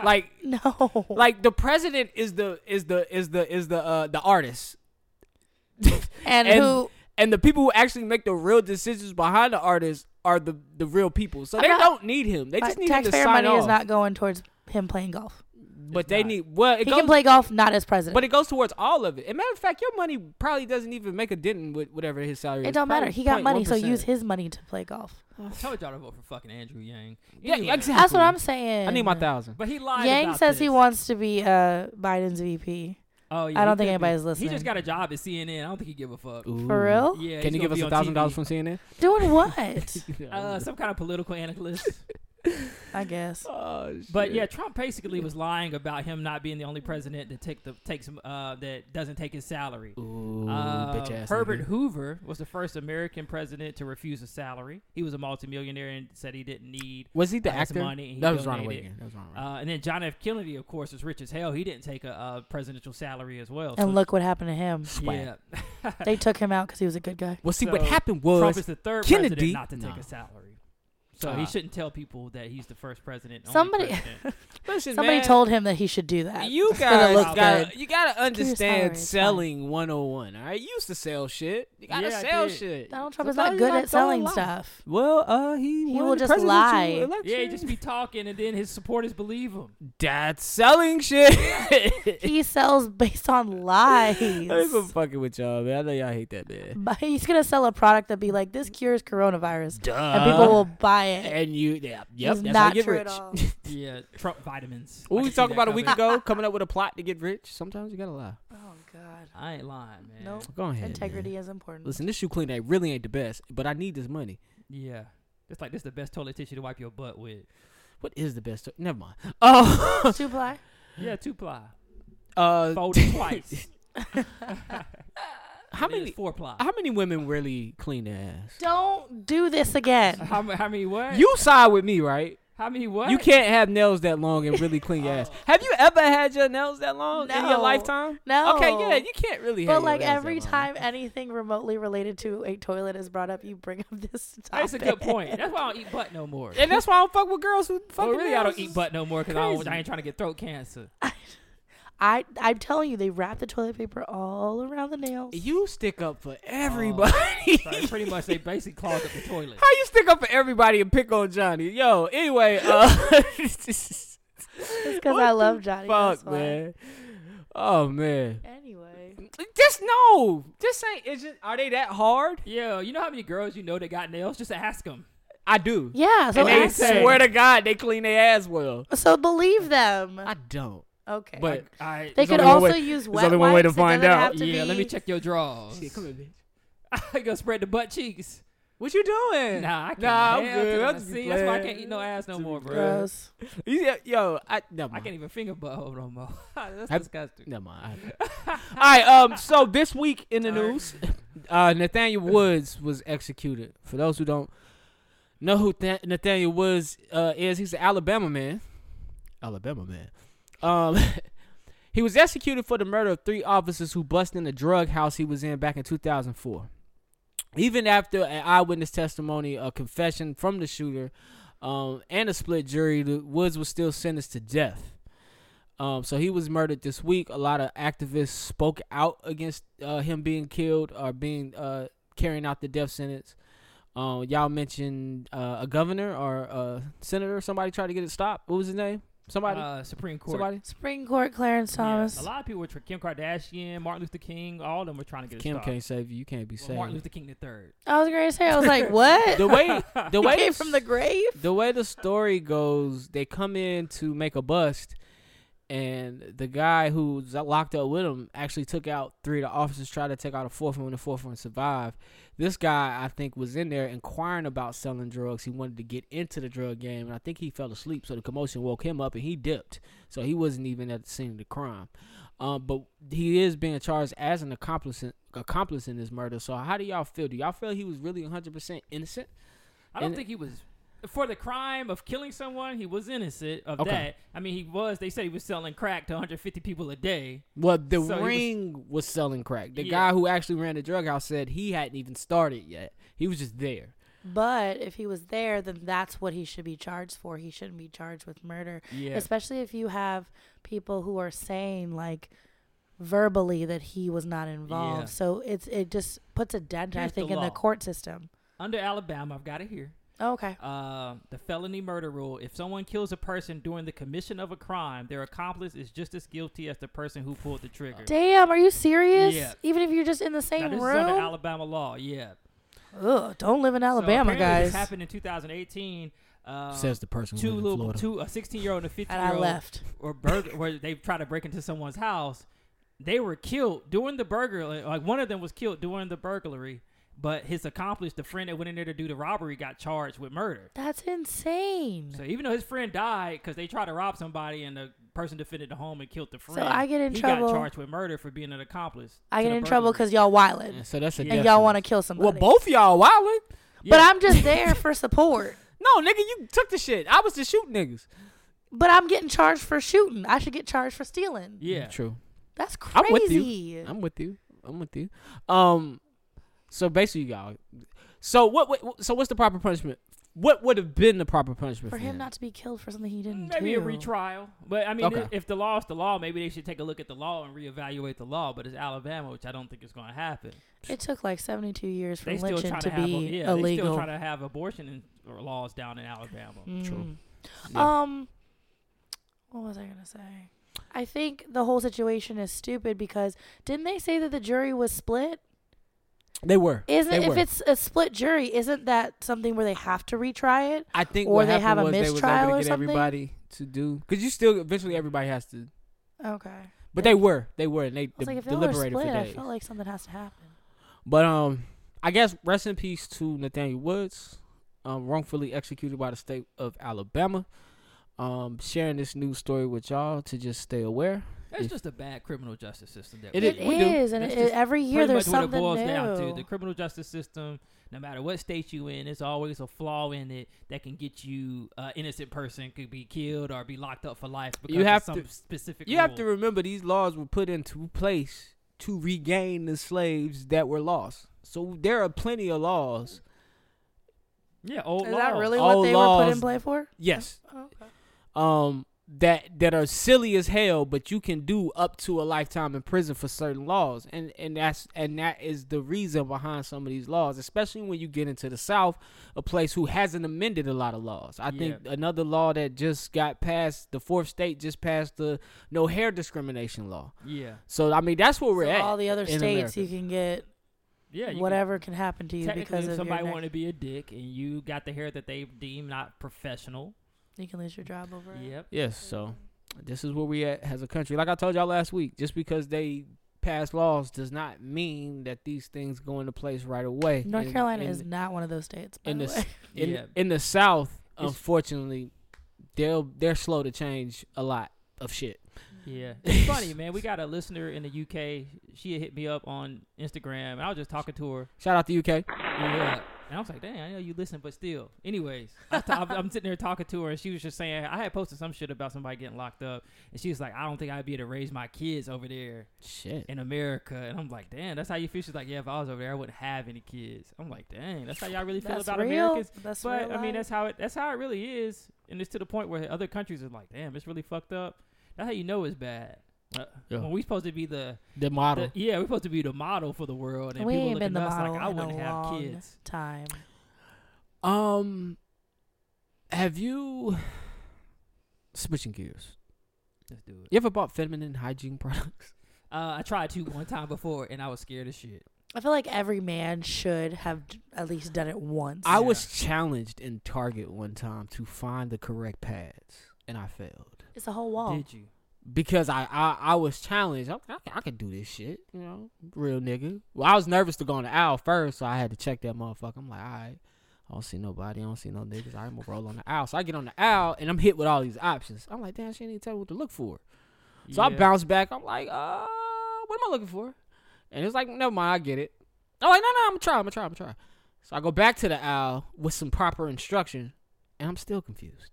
Speaker 6: Like,
Speaker 3: no,
Speaker 6: like the president is the is the is the is the uh, the artist.
Speaker 3: and,
Speaker 6: and-
Speaker 3: who
Speaker 6: and the people who actually make the real decisions behind the artists are the the real people. So
Speaker 3: I'm
Speaker 6: they
Speaker 3: not-
Speaker 6: don't need him. They just
Speaker 3: uh,
Speaker 6: need him to
Speaker 3: taxpayer
Speaker 6: sign
Speaker 3: money
Speaker 6: off.
Speaker 3: is not going towards him playing golf.
Speaker 6: but they
Speaker 7: not.
Speaker 6: need well. It
Speaker 3: he
Speaker 6: goes,
Speaker 3: can play golf not as president.
Speaker 6: but it goes towards all of it. And matter of fact, your money probably doesn't even make a dent in with whatever his salary.
Speaker 3: it
Speaker 6: is.
Speaker 3: don't matter.
Speaker 6: Probably
Speaker 3: He got money, so
Speaker 6: 0.1%.
Speaker 3: use his money to play golf.
Speaker 7: I told y'all to vote for fucking Andrew Yang.
Speaker 6: Yeah,
Speaker 7: Anyway,
Speaker 6: exactly.
Speaker 3: That's what I'm saying.
Speaker 6: I need my thousand.
Speaker 7: But he lied.
Speaker 3: Yang
Speaker 7: about
Speaker 3: says he
Speaker 7: this.
Speaker 3: wants to be uh, Biden's VP.
Speaker 7: Oh, yeah,
Speaker 3: I
Speaker 7: he
Speaker 3: don't think
Speaker 7: could be.
Speaker 3: anybody's
Speaker 7: He just
Speaker 3: listening.
Speaker 7: got a job at CNN. I don't think he give a fuck.
Speaker 3: For real?
Speaker 7: Yeah.
Speaker 6: Can
Speaker 7: he's
Speaker 6: you give
Speaker 7: gonna
Speaker 6: us
Speaker 7: be
Speaker 6: a
Speaker 7: on
Speaker 6: thousand dollars
Speaker 7: TV.
Speaker 6: from CNN?
Speaker 3: Doing what?
Speaker 7: Uh, some kind of political analyst.
Speaker 3: I guess.
Speaker 6: oh, shit.
Speaker 7: But yeah, Trump basically was lying about him not being the only president that take the takes uh, that doesn't take his salary.
Speaker 6: Ooh,
Speaker 7: Uh,
Speaker 6: bitch ass
Speaker 7: Herbert
Speaker 6: nigga.
Speaker 7: Hoover was the first American president to refuse a salary. He was a multimillionaire and said he didn't need.
Speaker 6: was he the
Speaker 7: That's
Speaker 6: actor?
Speaker 7: money, he
Speaker 6: that was Ronald
Speaker 7: donated.
Speaker 6: Reagan. That was Ronald Reagan.
Speaker 7: Uh, and then John F. Kennedy, of course, is rich as hell. He didn't take a, uh presidential salary as well.
Speaker 3: And look what happened to him.
Speaker 7: yeah,
Speaker 3: They took him out because he was a good guy.
Speaker 6: well, see what
Speaker 7: so
Speaker 6: happened
Speaker 7: Trump
Speaker 6: was
Speaker 7: is the third
Speaker 6: Kennedy-
Speaker 7: president not to take
Speaker 6: No.
Speaker 7: a salary. So
Speaker 6: Ah.
Speaker 7: he shouldn't tell people that he's the first president. only
Speaker 3: Somebody-
Speaker 7: president.
Speaker 6: Listen,
Speaker 3: Somebody
Speaker 6: man,
Speaker 3: told him that he should do that.
Speaker 6: You
Speaker 3: It's gonna
Speaker 6: guys
Speaker 3: look
Speaker 6: gotta,
Speaker 3: good.
Speaker 6: you gotta
Speaker 3: sorry,
Speaker 6: understand
Speaker 3: it's fine.
Speaker 6: selling 101, all right? You used to sell shit. You gotta
Speaker 7: Yeah, I
Speaker 6: sell
Speaker 7: did.
Speaker 6: shit.
Speaker 3: Donald Trump is
Speaker 6: Sometimes
Speaker 3: not
Speaker 6: you
Speaker 3: good
Speaker 6: gotta
Speaker 3: at
Speaker 6: tell a
Speaker 3: selling
Speaker 6: lie.
Speaker 3: stuff.
Speaker 6: Well, uh, he, won
Speaker 3: will
Speaker 6: the
Speaker 3: just
Speaker 6: presidential
Speaker 3: lie.
Speaker 6: election.
Speaker 7: yeah, he just be talking, and then his supporters believe him.
Speaker 6: that's selling shit.
Speaker 3: He sells based on lies.
Speaker 6: I ain't been fucking with y'all, man. I know y'all hate that man.
Speaker 3: But He's gonna sell a product that be like this cures coronavirus,
Speaker 6: Duh.
Speaker 3: and people will buy it.
Speaker 6: And you, yeah, yep,
Speaker 3: It's
Speaker 6: that's how
Speaker 3: not
Speaker 6: you get
Speaker 3: true
Speaker 6: rich.
Speaker 3: at all.
Speaker 7: Yeah, Trump vitamins.
Speaker 6: What
Speaker 7: I
Speaker 6: we
Speaker 7: can see
Speaker 6: talked
Speaker 7: that
Speaker 6: about a week
Speaker 7: coming.
Speaker 6: ago, coming up with a plot to get rich. Sometimes you gotta lie.
Speaker 3: oh God.
Speaker 7: I ain't lying, man.
Speaker 3: Nope.
Speaker 6: Go ahead. man.
Speaker 3: Integrity is important.
Speaker 6: Listen, this shoe cleaner really ain't the best, but I need this money.
Speaker 7: Yeah. It's like this the best toilet tissue to wipe your butt with.
Speaker 6: What is the best? Never mind. Oh,
Speaker 3: Two ply.
Speaker 7: Yeah, two ply.
Speaker 6: uh,
Speaker 7: Folded twice.
Speaker 6: how
Speaker 7: And then it's
Speaker 6: many?
Speaker 7: four ply?
Speaker 6: How many women really clean their ass?
Speaker 3: Don't do this again.
Speaker 7: How, ma- how many what?
Speaker 6: You side with me, right?
Speaker 7: how many what?
Speaker 6: You can't have nails that long and really clean your ass. Have you ever had your nails that long in your
Speaker 3: Oh. No.
Speaker 6: lifetime?
Speaker 3: No.
Speaker 6: Okay, yeah, you can't really. have
Speaker 3: Oh. But
Speaker 6: your
Speaker 3: like
Speaker 6: nails that
Speaker 3: every
Speaker 6: long.
Speaker 3: time anything remotely related to a toilet is brought up, you bring up this topic.
Speaker 7: That's a good point. That's why I don't eat butt no more.
Speaker 6: and that's why I don't fuck with girls who
Speaker 7: Well,
Speaker 6: fucking.
Speaker 7: Oh, really, I
Speaker 6: nails
Speaker 7: don't eat
Speaker 6: is-
Speaker 7: butt no more because I, don't- I
Speaker 6: crazy.
Speaker 7: ain't trying to get throat cancer.
Speaker 3: I I'm telling you, they wrap the toilet paper all around the nails.
Speaker 6: You stick up for everybody.
Speaker 7: So it's pretty much, they basically clogged up the toilet.
Speaker 6: Oh. How you stick up for everybody and pick on Johnny? Yo, anyway, uh, it's
Speaker 3: because I love Johnny. that's
Speaker 6: Fuck,
Speaker 3: why.
Speaker 6: man. Oh man.
Speaker 3: Anyway,
Speaker 6: Just no. Just ain't. Is it? Are they that hard?
Speaker 7: Yeah, you know how many girls you know that got nails? Just ask them.
Speaker 6: I do.
Speaker 3: yeah. So
Speaker 6: and they
Speaker 3: ask
Speaker 7: say-
Speaker 3: them.
Speaker 6: swear to God they clean their ass well.
Speaker 3: So believe them.
Speaker 6: I don't.
Speaker 3: Okay.
Speaker 6: But
Speaker 7: I,
Speaker 3: they
Speaker 6: there's
Speaker 3: could
Speaker 6: only one
Speaker 3: also
Speaker 6: way-
Speaker 3: use
Speaker 6: there's
Speaker 3: wet
Speaker 6: only one way to
Speaker 3: wipes. It
Speaker 6: find
Speaker 3: doesn't
Speaker 6: out.
Speaker 3: have to
Speaker 7: yeah, let me
Speaker 3: be-
Speaker 7: check your drawers.
Speaker 6: Shit, come here, bitch.
Speaker 7: I go spread the butt cheeks.
Speaker 6: What you doing?
Speaker 7: Nah, I can't.
Speaker 6: Nah, I'm
Speaker 7: hell to
Speaker 6: good.
Speaker 7: the-
Speaker 6: I'll just be
Speaker 7: See, that's why I
Speaker 6: playing.
Speaker 7: can't eat no ass no
Speaker 6: Just be
Speaker 7: more, bro.
Speaker 6: playing.
Speaker 3: Gross.
Speaker 6: Yeah, yo, I never
Speaker 7: I
Speaker 6: mind.
Speaker 7: can't even finger butthole no more. that's
Speaker 6: I-
Speaker 7: disgusting.
Speaker 6: Never mind. All right. Um. So this week in the
Speaker 7: All right.
Speaker 6: news, uh, Nathaniel Woods was executed. For those who don't know who Tha- Nathaniel Woods uh, is, he's an Alabama man. Alabama man. Um. he was executed for the murder of three officers who busted in the drug house he was in back in 2004. Even after an eyewitness testimony, a confession from the shooter, um, and a split jury, the Woods was still sentenced to death. Um, so he was murdered this week. A lot of activists spoke out against uh, him being killed or being uh, carrying out the death sentence. Um, y'all mentioned uh, a governor or a senator. Somebody tried to get it stopped. What was his name? Somebody.
Speaker 7: Uh, Supreme Court.
Speaker 6: somebody.
Speaker 3: Supreme Court Clarence
Speaker 7: Yeah,
Speaker 3: Thomas.
Speaker 7: A lot of people were tr- Kim Kardashian, Martin Luther King, all of them were trying to get
Speaker 6: Kim
Speaker 7: a stop.
Speaker 6: can't save you. You can't be
Speaker 7: Well, Martin
Speaker 6: saved.
Speaker 7: Luther King the third.
Speaker 3: I was gonna say, I was like, what?
Speaker 6: The way the
Speaker 3: He
Speaker 6: way
Speaker 3: came from the grave.
Speaker 6: the way the story goes, they come in to make a bust, and the guy who's locked up with him actually took out three of the officers, tried to take out a fourth one, the fourth one survived. This guy, I think, was in there inquiring about selling drugs. He wanted to get into the drug game, and I think he fell asleep, so the commotion woke him up, and he dipped. So he wasn't even at the scene of the crime. Um, but he is being charged as an accomplice in, accomplice in this murder. So how do y'all feel? Do y'all feel he was really 100% innocent?
Speaker 7: I don't
Speaker 6: And-
Speaker 7: think he was for the crime of killing someone. He was innocent of
Speaker 6: Okay.
Speaker 7: that. I mean, he was. They said he was selling crack to 150 people a day.
Speaker 6: Well, the
Speaker 7: So he was-
Speaker 6: ring was, selling crack. The
Speaker 7: Yeah.
Speaker 6: guy who actually ran the drug house said he hadn't even started yet. He was just there.
Speaker 3: But if he was there, then that's what he should be charged for. He shouldn't be charged with murder.
Speaker 6: Yeah.
Speaker 3: Especially if you have people who are saying like verbally that he was not involved.
Speaker 7: Yeah.
Speaker 3: So it's it just puts a dent, I
Speaker 7: Here's the
Speaker 3: think, in
Speaker 7: law.
Speaker 3: the court system.
Speaker 7: Under Alabama, I've got it here.
Speaker 3: Oh, okay.
Speaker 7: Uh, the felony murder rule: If someone kills a person during the commission of a crime, their accomplice is just as guilty as the person who pulled the trigger.
Speaker 3: Damn, are you serious?
Speaker 7: Yeah.
Speaker 3: Even if you're just in the
Speaker 7: Now,
Speaker 3: same
Speaker 7: this is under
Speaker 3: room?
Speaker 7: Alabama law. Yeah,
Speaker 3: Ugh, don't live in Alabama,
Speaker 7: so apparently
Speaker 3: guys.
Speaker 7: This happened in 2018. Uh,
Speaker 6: Says the person
Speaker 7: two
Speaker 6: who lived in
Speaker 7: little
Speaker 6: Florida.
Speaker 7: two a 16 year old and a 15
Speaker 3: and
Speaker 7: year
Speaker 3: I
Speaker 7: old
Speaker 3: left.
Speaker 7: or burger where they tried to break into someone's house. They were killed during the burglary. Like one of them was killed during the burglary, but his accomplice, the friend that went in there to do the robbery, got charged with murder.
Speaker 3: That's insane.
Speaker 7: So even though his friend died because they tried to rob somebody and the person defended the home and killed the friend,
Speaker 3: I get in
Speaker 7: he
Speaker 3: trouble-
Speaker 7: got charged with murder for being an accomplice.
Speaker 3: I
Speaker 7: to
Speaker 3: get
Speaker 7: the
Speaker 3: in
Speaker 7: burglary.
Speaker 3: trouble because y'all wildin'.
Speaker 6: And so that's a
Speaker 3: and
Speaker 6: death
Speaker 3: y'all want to
Speaker 6: sentence.
Speaker 3: kill somebody.
Speaker 6: Well, both y'all wildin'.
Speaker 3: But
Speaker 7: Yeah.
Speaker 3: I'm just there for support.
Speaker 6: No, nigga, you took the shit. I was just shooting niggas.
Speaker 3: But I'm getting charged for shooting. I should get charged for stealing.
Speaker 7: yeah.
Speaker 6: True.
Speaker 3: That's
Speaker 6: I'm
Speaker 3: crazy.
Speaker 6: with you. I'm with you. I'm with you. Um, so basically, y'all. So what? what so what's the proper punishment? What would have been the proper punishment
Speaker 3: for him not to be killed for something he didn't
Speaker 7: Maybe
Speaker 3: do.
Speaker 7: a retrial, but I mean,
Speaker 6: Okay.
Speaker 7: i- if the law is the law, maybe they should take a look at the law and reevaluate the law. But it's Alabama, which I don't think is going to happen.
Speaker 3: It took like 72 years for
Speaker 7: they still
Speaker 3: lynching
Speaker 7: trying
Speaker 3: to
Speaker 7: to, have a-
Speaker 3: be
Speaker 7: yeah, They still
Speaker 3: illegal.
Speaker 7: trying to have abortion in, or laws down in Alabama.
Speaker 6: True.
Speaker 3: Mm. Um, what was I gonna say? I think the whole situation is stupid because didn't they say that the jury was split?
Speaker 6: They were.
Speaker 3: Isn't
Speaker 6: They
Speaker 3: if
Speaker 6: were.
Speaker 3: it's a split jury, isn't that something where they have to retry it?
Speaker 6: I think
Speaker 3: Or
Speaker 6: what
Speaker 3: they
Speaker 6: happened
Speaker 3: have a
Speaker 6: was they was
Speaker 3: mistrial
Speaker 6: able
Speaker 3: or
Speaker 6: to get
Speaker 3: something?
Speaker 6: everybody to do because you still eventually everybody has to.
Speaker 3: Okay. I
Speaker 6: But they were, they were, and they
Speaker 3: was
Speaker 6: de-
Speaker 3: like, if y'all are
Speaker 6: deliberated
Speaker 3: split,
Speaker 6: for
Speaker 3: I
Speaker 6: days.
Speaker 3: felt like something has to happen.
Speaker 6: But um, I guess rest in peace to Nathaniel Woods, um, wrongfully executed by the state of Alabama. Um, sharing this news story with y'all to just stay aware.
Speaker 7: That's
Speaker 6: If-
Speaker 7: just a bad criminal justice system. That
Speaker 6: It
Speaker 7: we
Speaker 6: is-
Speaker 3: It
Speaker 7: have.
Speaker 6: we do.
Speaker 3: is, and
Speaker 7: That's
Speaker 3: it,
Speaker 7: just
Speaker 3: every year
Speaker 7: Pretty
Speaker 3: there's
Speaker 7: much what it
Speaker 3: something
Speaker 7: boils
Speaker 3: new.
Speaker 7: down to the criminal justice system. No matter what state you in, there's always a flaw in it that can get you uh, innocent person could be killed or be locked up for life because
Speaker 6: You have
Speaker 7: of some
Speaker 6: to-
Speaker 7: specific.
Speaker 6: You have
Speaker 7: rule.
Speaker 6: to remember these laws were put into place to regain the slaves that were lost. So there are plenty of laws.
Speaker 7: Yeah, old
Speaker 3: Is that
Speaker 7: laws.
Speaker 3: really
Speaker 6: All
Speaker 3: what they were put
Speaker 6: laws-
Speaker 3: in play for?
Speaker 6: Yes,
Speaker 3: Oh, Okay.
Speaker 6: um that that are silly as hell but you can do up to a lifetime in prison for certain laws and and that's and that is the reason behind some of these laws especially when you get into the south a place who hasn't amended a lot of laws i think another law that just got passed the fourth state just passed the no hair discrimination law
Speaker 7: Yeah,
Speaker 6: so i mean that's where we're
Speaker 3: So
Speaker 6: at
Speaker 3: all the other
Speaker 6: in
Speaker 3: states
Speaker 6: America.
Speaker 3: you can get
Speaker 7: yeah. you can-
Speaker 3: whatever can, happen to you because
Speaker 7: Technically,
Speaker 3: of
Speaker 7: if somebody
Speaker 3: your neck,
Speaker 7: wanted to be a dick and you got the hair that they deem not professional,
Speaker 3: you can lose your job over it.
Speaker 7: yep,
Speaker 6: Yes, so this is where we at as a country. Like I told y'all last week, just because they pass laws does not mean that these things go into place right away.
Speaker 3: North
Speaker 6: And-
Speaker 3: Carolina
Speaker 6: and
Speaker 3: is not one of those states. By
Speaker 6: in
Speaker 3: the
Speaker 6: the
Speaker 3: way.
Speaker 6: s- in,
Speaker 7: Yeah.
Speaker 6: in the South,
Speaker 7: It's-
Speaker 6: unfortunately, they'll they're slow to change a lot of shit.
Speaker 7: Yeah, it's funny, man. We got a listener in the UK. She had hit me up on Instagram, and I was just talking to her.
Speaker 6: Shout out to UK.
Speaker 7: Yeah, and I was like, "Dang, I know you listen, but still." Anyways, I was ta- I'm, I'm sitting there talking to her, and she was just saying, "I had posted some shit about somebody getting locked up," and she was like, "I don't think I'd be able to raise my kids over there
Speaker 6: Shit.
Speaker 7: in America." And I'm like, "Damn, that's how you feel." She's like, "Yeah, if I was over there, I wouldn't have any kids." I'm like, "Dang, that's how y'all really feel
Speaker 3: That's
Speaker 7: about
Speaker 3: real.
Speaker 7: Americans."
Speaker 3: That's
Speaker 7: But
Speaker 3: real
Speaker 7: I mean,
Speaker 3: life.
Speaker 7: that's how it that's how it really is, and it's to the point where other countries are like, "Damn, it's really fucked up." That's how you know it's bad. Uh,
Speaker 6: Yeah.
Speaker 7: When we supposed to be the,
Speaker 6: The model.
Speaker 7: the- yeah, we're supposed to be the model for the world, and
Speaker 3: we
Speaker 7: people
Speaker 3: ain't
Speaker 7: looking
Speaker 3: been the
Speaker 7: at us
Speaker 3: model
Speaker 7: like I
Speaker 3: in a
Speaker 7: wouldn't have
Speaker 3: long
Speaker 7: kids.
Speaker 3: time.
Speaker 6: um, have you switching gears?
Speaker 7: Let's do it.
Speaker 6: You ever bought feminine hygiene products?
Speaker 7: Uh, I tried to one time before, and I was scared as shit.
Speaker 3: I feel like every man should have d- at least done it once.
Speaker 6: I was challenged in Target one time to find the correct pads, and I failed
Speaker 3: it's a whole wall.
Speaker 7: Did you?
Speaker 6: because I I, I was challenged. I, I, I could do this shit, you know, real nigga. Well, I was nervous to go on the aisle first, so I had to check that motherfucker. I'm like, all right. I don't see nobody. I don't see no niggas. I'm gonna roll on the aisle. So I get on the aisle and I'm hit with all these options. I'm like, damn, she didn't even tell me what to look for. So I
Speaker 7: Yeah.
Speaker 6: bounce back. I'm like, uh, what am I looking for? And it's like, never mind, I get it. I'm like, no, no, I'm gonna try, I'm gonna try, I'm gonna try. So I go back to the owl with some proper instruction, and I'm still confused.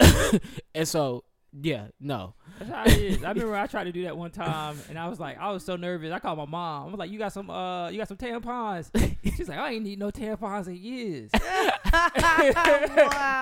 Speaker 6: and so, yeah, no.
Speaker 7: That's how it is. I remember I tried to do that one time, and I was like, I was so nervous. I called my mom. I was like, "You got some, uh, you got some tampons?" She's like, "I ain't need no tampons in years."
Speaker 3: wow.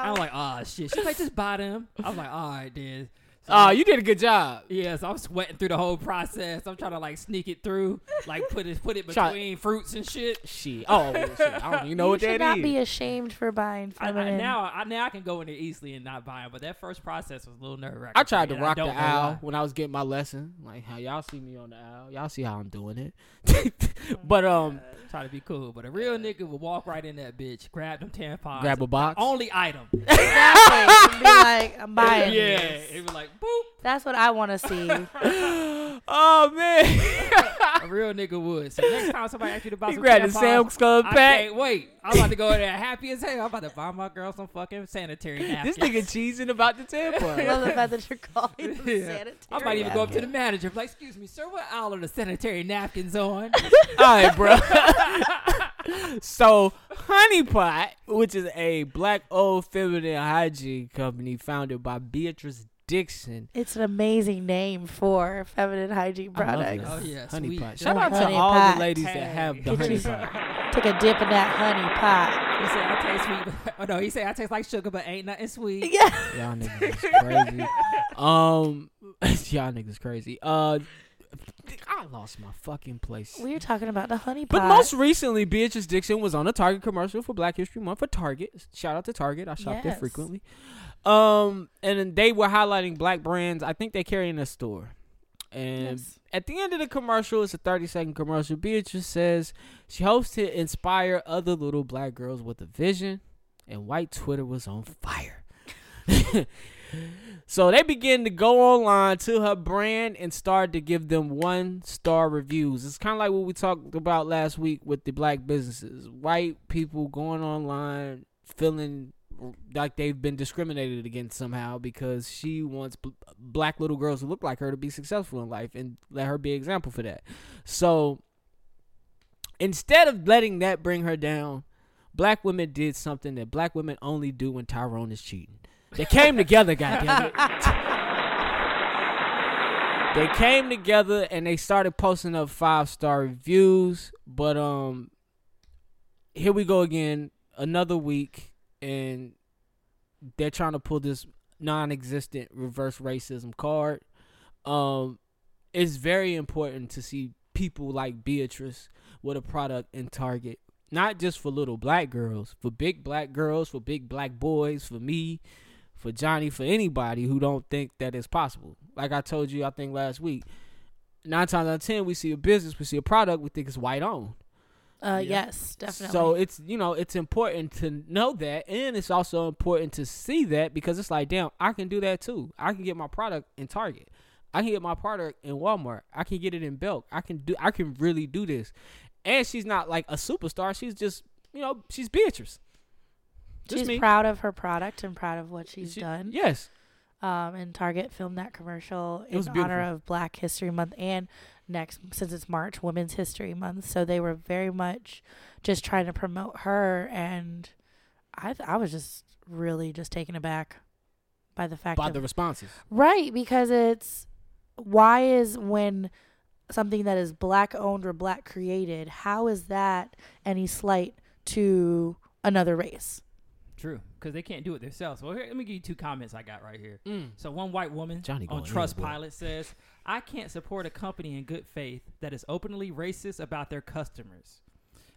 Speaker 7: I'm like, "Ah, shit." She's like, "Just buy them." I was like, "All right, then." So,
Speaker 6: Oh, you did a good job.
Speaker 7: yeah, so I'm sweating through the whole process. I'm trying to like sneak it through, like put it, put it
Speaker 6: Try-
Speaker 7: between fruits and shit.
Speaker 6: She, oh, shit, I don't even know
Speaker 3: you
Speaker 6: what
Speaker 3: should
Speaker 6: that
Speaker 3: not
Speaker 6: is.
Speaker 3: be ashamed for buying
Speaker 7: I,
Speaker 3: feminine.
Speaker 7: I, now, I now I can go in there easily and not buy them. But that first process was a little nerve wracking.
Speaker 6: I tried to rock the owl when I was getting my lesson. Like how y'all see me on the owl, y'all see how I'm doing it. but um,
Speaker 3: Oh,
Speaker 7: Try to be cool, but a real nigga would walk right in that bitch, grab them tampons,
Speaker 6: grab a box.
Speaker 3: Oh,
Speaker 7: only item.
Speaker 3: exactly. And be like, I'm
Speaker 7: yeah,
Speaker 3: buying this.
Speaker 7: it was like boop.
Speaker 3: That's what I want to see.
Speaker 6: oh man,
Speaker 7: A real nigga would. So next time somebody asks you to buy
Speaker 6: He
Speaker 7: some
Speaker 6: grabbed the
Speaker 7: tampons,
Speaker 6: Sam's Club
Speaker 7: I
Speaker 6: pack.
Speaker 7: can't wait. I'm about to go in there happy as hell. I'm about to buy my girl some fucking sanitary napkins.
Speaker 6: this nigga cheesing about the
Speaker 3: I
Speaker 6: tampon.
Speaker 3: love the fact that you're calling them sanitary.
Speaker 7: I might even go up to the
Speaker 3: napkins.
Speaker 7: manager. be like, excuse me, sir, what aisle are the sanitary napkins on?
Speaker 6: All right, bro. so, Honey Pot, which is a black owned feminine hygiene company founded by Beatrice Dixon.
Speaker 3: It's an amazing name for a feminine hygiene
Speaker 6: I love
Speaker 3: products.
Speaker 7: Oh,
Speaker 6: this.
Speaker 7: yeah,
Speaker 6: Honey
Speaker 7: sweet.
Speaker 6: Pot.
Speaker 7: Just
Speaker 6: Shout
Speaker 3: like
Speaker 6: out to
Speaker 3: Honey
Speaker 6: all
Speaker 3: Pot.
Speaker 6: the ladies that
Speaker 7: Hey.
Speaker 6: have the
Speaker 3: Get
Speaker 6: Honey
Speaker 3: you some-
Speaker 6: Pot.
Speaker 3: Take a dip in that honey pot.
Speaker 7: He said, I taste sweet. But, oh, no, he said, I taste like sugar, but ain't nothing sweet.
Speaker 3: Yeah.
Speaker 6: Y'all niggas is crazy. Um, y'all niggas crazy. Uh, I lost my fucking place.
Speaker 3: We were talking about the honey pot.
Speaker 6: But most recently, Beatrice Dixon was on a Target commercial for Black History Month for Target. Shout out to Target. I shop there
Speaker 3: Yes.
Speaker 6: frequently. Um, and then they were highlighting black brands. I think they carry in a store. And
Speaker 3: Yes.
Speaker 6: at the end of the commercial, it's a 30 second commercial. Beatrice says she hopes to inspire other little black girls with a vision. And white Twitter was on fire. so they begin to go online to her brand and start to give them one star reviews. It's kind of like what we talked about last week with the black businesses. White people going online feeling like they've been discriminated against somehow because she wants b- black little girls who look like her to be successful in life and let her be an example for that. So instead of letting that bring her down, black women did something that black women only do when Tyrone is cheating. They came together, goddammit. They came together and they started posting up five star reviews. But um here we go again, another week, and they're trying to pull this non existent reverse racism card. Um it's very important to see people like Beatrice with a product in Target. Not just for little black girls, for big black girls, for big black boys, for me, for Johnny, for anybody who don't think that it's possible. Like I told you, I think last week, nine times out of ten, we see a business, we see a product, we think it's white owned.
Speaker 3: Uh, Yes, definitely.
Speaker 6: So it's you know it's important to know that, and it's also important to see that because it's like, damn, I can do that too. I can get my product in Target. I can get my product in Walmart. I can get it in Belk. I can do. I can really do this. And she's not like a superstar. She's just you know she's Beatrice. Just
Speaker 3: she's
Speaker 6: me.
Speaker 3: proud of her product and proud of what she's
Speaker 6: She-
Speaker 3: done.
Speaker 6: Yes.
Speaker 3: Um, and Target filmed that commercial in
Speaker 6: was
Speaker 3: honor
Speaker 6: beautiful.
Speaker 3: of Black History Month and next since it's March Women's History Month. So they were very much just trying to promote her, and I th- I was just really just taken aback by the fact
Speaker 6: By
Speaker 3: of-
Speaker 6: the responses.
Speaker 3: right because it's why is when something that is black owned or black created how is that any slight to another race?
Speaker 7: True. because they can't do it themselves. Well, here, let me give you two comments I got right here.
Speaker 6: Mm.
Speaker 7: So one white woman
Speaker 6: Johnny
Speaker 7: on
Speaker 6: going in, boy.
Speaker 7: Trustpilot says, "I can't support a company in good faith that is openly racist about their customers."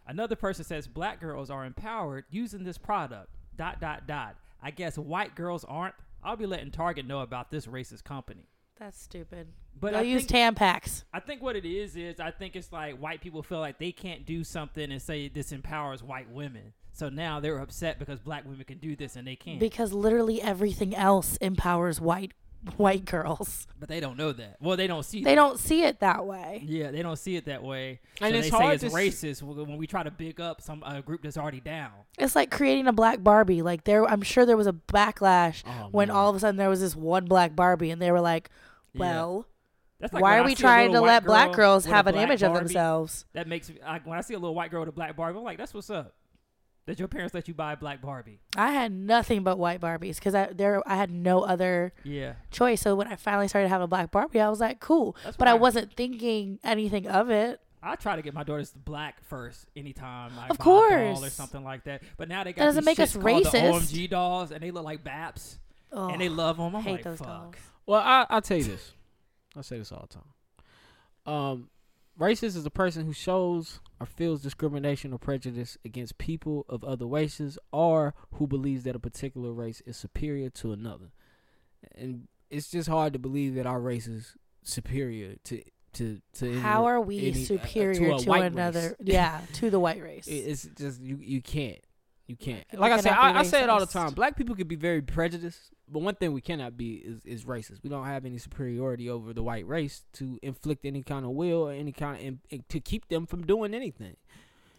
Speaker 7: Another person says, "Black girls are empowered using this product." Dot dot dot. I guess white girls aren't. I'll be letting Target know about this racist company.
Speaker 3: That's stupid.
Speaker 7: But
Speaker 3: But They'll
Speaker 7: I
Speaker 3: use
Speaker 7: think-
Speaker 3: Tampax.
Speaker 7: I think what it is is I think it's like white people feel like they can't do something and say this empowers white women. So now they're upset because black women can do this and they can't.
Speaker 3: because literally everything else empowers white white girls.
Speaker 7: but they don't know that. Well, they don't see.
Speaker 3: They don't see it that way.
Speaker 7: Yeah, they don't see it that way.
Speaker 6: And
Speaker 7: so they
Speaker 6: it's hard
Speaker 7: say it's
Speaker 6: to s-
Speaker 7: racist w- when we try to big up some a group that's already down.
Speaker 3: It's like creating a black Barbie. Like there, I'm sure there was a backlash
Speaker 6: Oh,
Speaker 3: when
Speaker 6: man.
Speaker 3: all of a sudden there was this one black Barbie, and they were like,
Speaker 7: Yeah.
Speaker 3: "Well,
Speaker 7: That's like
Speaker 3: why
Speaker 7: when
Speaker 3: are
Speaker 7: I
Speaker 3: we
Speaker 7: see a
Speaker 3: trying to
Speaker 7: little
Speaker 3: let
Speaker 7: white
Speaker 3: black
Speaker 7: girl
Speaker 3: girls
Speaker 7: with a
Speaker 3: have an
Speaker 7: black
Speaker 3: image of
Speaker 7: Barbie?
Speaker 3: themselves?"
Speaker 7: That makes me, like when I see a little white girl with a black Barbie, I'm like, that's what's up. That your parents let you buy a black Barbie.
Speaker 3: I had nothing but white Barbies because I there I had no other
Speaker 7: Yeah.
Speaker 3: choice. So when I finally started having a black Barbie, I was like, "Cool,"
Speaker 7: That's
Speaker 3: but
Speaker 7: why
Speaker 3: I
Speaker 7: I-
Speaker 3: wasn't thinking anything of it.
Speaker 7: I try to get my daughters black first anytime I
Speaker 3: Of
Speaker 7: buy a doll or
Speaker 3: course.
Speaker 7: something like that. But now they got
Speaker 3: That doesn't
Speaker 7: these
Speaker 3: make
Speaker 7: shits
Speaker 3: us
Speaker 7: called the
Speaker 3: racist.
Speaker 7: OMG dolls, and they look like Baps,
Speaker 3: Ugh.
Speaker 7: and they love them. I'm
Speaker 3: hate
Speaker 7: like,
Speaker 3: those
Speaker 7: fuck.
Speaker 3: dolls.
Speaker 6: Well, I, I'll tell you this. I say this all the time. Um, racist is a person who shows or feels discrimination or prejudice against people of other races or who believes that a particular race is superior to another. And it's just hard to believe that our race is superior to to to any-
Speaker 3: How are we
Speaker 6: any- uh,
Speaker 3: superior
Speaker 6: a
Speaker 3: to,
Speaker 6: white
Speaker 3: another?
Speaker 6: race.
Speaker 3: Yeah, to the white race.
Speaker 6: It- It's just you you can't. You can't.
Speaker 3: people
Speaker 6: Like I said,
Speaker 3: cannot
Speaker 6: I,
Speaker 3: be
Speaker 6: I say it all the
Speaker 3: racist.
Speaker 6: time. Black people could be very prejudiced, but one thing we cannot be is, is racist. We don't have any superiority over the white race to inflict any kind of will or any kind of and, and to keep them from doing anything.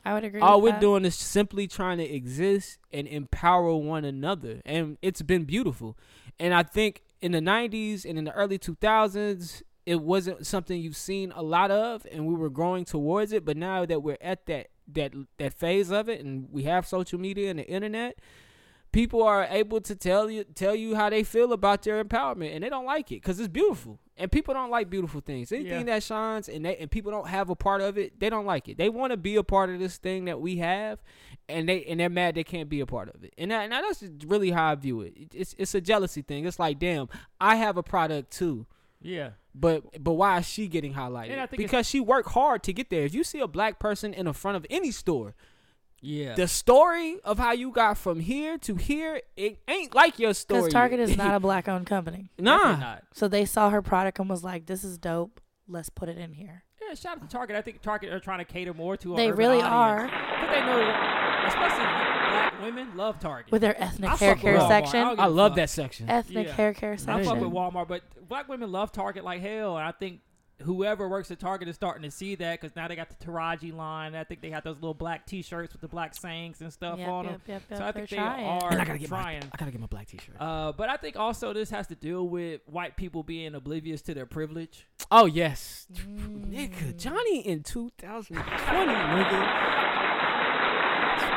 Speaker 3: I would agree.
Speaker 6: All
Speaker 3: with
Speaker 6: we're
Speaker 3: that.
Speaker 6: doing is simply trying to exist and empower one another, and it's been beautiful. And I think in the '90s and in the early 2000s, it wasn't something you've seen a lot of, and we were growing towards it. But now that we're at that that that phase of it, and we have social media and the internet, people are able to tell you tell you how they feel about their empowerment, and they don't like it because it's beautiful. And people don't like beautiful things. Anything
Speaker 7: Yeah.
Speaker 6: that shines and they and people don't have a part of it, they don't like it. They want to be a part of this thing that we have, and they and they're mad they can't be a part of it. And that, and that's just really how I view it. It's it's a jealousy thing. It's like, damn, I have a product too.
Speaker 7: Yeah.
Speaker 6: But but why is she getting highlighted?
Speaker 7: And I think it's-
Speaker 6: because she worked hard to get there. If you see a black person in the front of any store,
Speaker 7: Yeah.
Speaker 6: the story of how you got from here to here, it ain't like your story.
Speaker 3: Because Target is not a black owned company.
Speaker 7: Definitely
Speaker 6: nah.
Speaker 7: not.
Speaker 3: So they saw her product and was like, this is dope. Let's put it in here.
Speaker 7: Yeah, shout out to Target. I think Target are trying to cater more to. an
Speaker 3: They
Speaker 7: urban
Speaker 3: really
Speaker 7: audience.
Speaker 3: are.
Speaker 7: But they know, that- especially black women love Target.
Speaker 3: With their
Speaker 7: I
Speaker 3: ethnic
Speaker 7: fuck
Speaker 3: hair
Speaker 7: with
Speaker 3: care
Speaker 7: Walmart. I
Speaker 3: section.
Speaker 7: don't
Speaker 6: I
Speaker 7: give a
Speaker 6: love
Speaker 7: fuck.
Speaker 6: that section.
Speaker 3: Ethnic
Speaker 7: Yeah.
Speaker 3: hair care section.
Speaker 7: I fuck with Walmart, but black women love Target like hell, and I think whoever works at Target is starting to see that because now they got the Taraji line. I think they have those little black T-shirts with the black sayings and stuff
Speaker 3: Yep,
Speaker 7: on
Speaker 3: yep,
Speaker 7: them.
Speaker 3: yep,
Speaker 7: so
Speaker 3: yep,
Speaker 7: I
Speaker 3: they're
Speaker 7: think they
Speaker 3: trying.
Speaker 7: are
Speaker 6: And I gotta get
Speaker 7: trying.
Speaker 6: my I gotta get my black T-shirt.
Speaker 7: Uh, but I think also this has to deal with white people being oblivious to their privilege.
Speaker 6: oh yes, nigga, Johnny in 2020, nigga.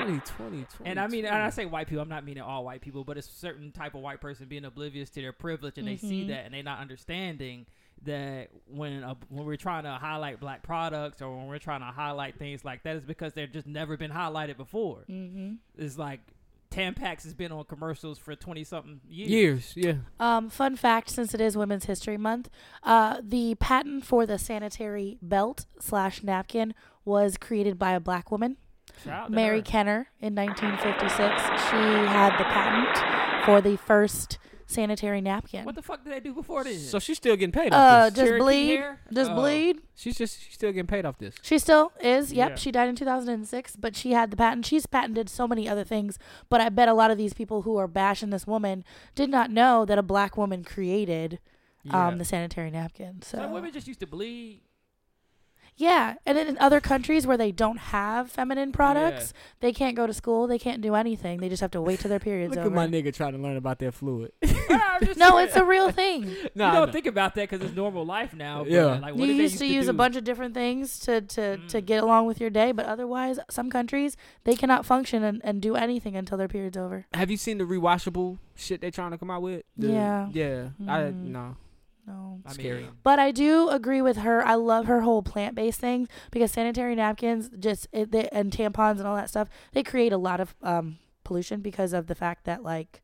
Speaker 6: 2020,
Speaker 7: And I mean, and
Speaker 6: 2020.
Speaker 7: I say white people, I'm not meaning all white people, but it's certain type of white person being oblivious to their privilege, and they
Speaker 3: Mm-hmm.
Speaker 7: see that, and they're not understanding that when a, when we're trying to highlight black products or when we're trying to highlight things like that, is because they've just never been highlighted before.
Speaker 3: Mhm.
Speaker 7: It's like Tampax has been on commercials for twenty something years.
Speaker 6: years, yeah.
Speaker 3: Um, fun fact since it is Women's History Month, uh, the patent for the sanitary belt slash napkin was created by a black woman,
Speaker 7: Shout out to
Speaker 3: Mary
Speaker 7: her.
Speaker 3: Kenner, in 1956. She had the patent for the first sanitary napkin.
Speaker 7: What the fuck did they do before this?
Speaker 6: So she's still getting paid
Speaker 3: uh,
Speaker 6: off
Speaker 3: just
Speaker 6: this.
Speaker 7: Cherokee
Speaker 3: bleed.
Speaker 7: hair?
Speaker 3: Just
Speaker 7: Oh.
Speaker 3: bleed.
Speaker 6: She's just she's still getting paid off this.
Speaker 3: She still is. Yep.
Speaker 7: Yeah.
Speaker 3: She died in 2006, but she had the patent. She's patented so many other things, but I bet a lot of these people who are bashing this woman did not know that a black woman created
Speaker 7: Yeah.
Speaker 3: um, the sanitary napkin. So,
Speaker 7: Some women just used to bleed.
Speaker 3: yeah. And then in other countries where they don't have feminine products, they can't go to school. They can't do anything. They just have to wait till their period's
Speaker 6: Look
Speaker 3: over.
Speaker 6: at my nigga trying to learn about that fluid.
Speaker 7: Ah, I'm just
Speaker 3: no,
Speaker 7: saying.
Speaker 3: it's a real thing.
Speaker 6: Nah,
Speaker 7: you don't
Speaker 6: nah.
Speaker 7: think about that because it's normal life now. but,
Speaker 6: Yeah.
Speaker 7: like, what
Speaker 3: you
Speaker 7: did they
Speaker 3: used to use a
Speaker 7: do?
Speaker 3: bunch of different things to, to, to
Speaker 7: Mm.
Speaker 3: get along with your day, but otherwise, some countries, they cannot function and, and do anything until their period's over.
Speaker 6: Have you seen the rewashable shit they trying to come out with? The-
Speaker 3: Yeah.
Speaker 6: Yeah. I
Speaker 3: Mhm.
Speaker 6: no.
Speaker 3: No.
Speaker 7: I mean,
Speaker 6: Scary.
Speaker 3: But I do agree with her. I love her whole plant based thing because sanitary napkins just it, they, and tampons and all that stuff, they create a lot of um, pollution because of the fact that like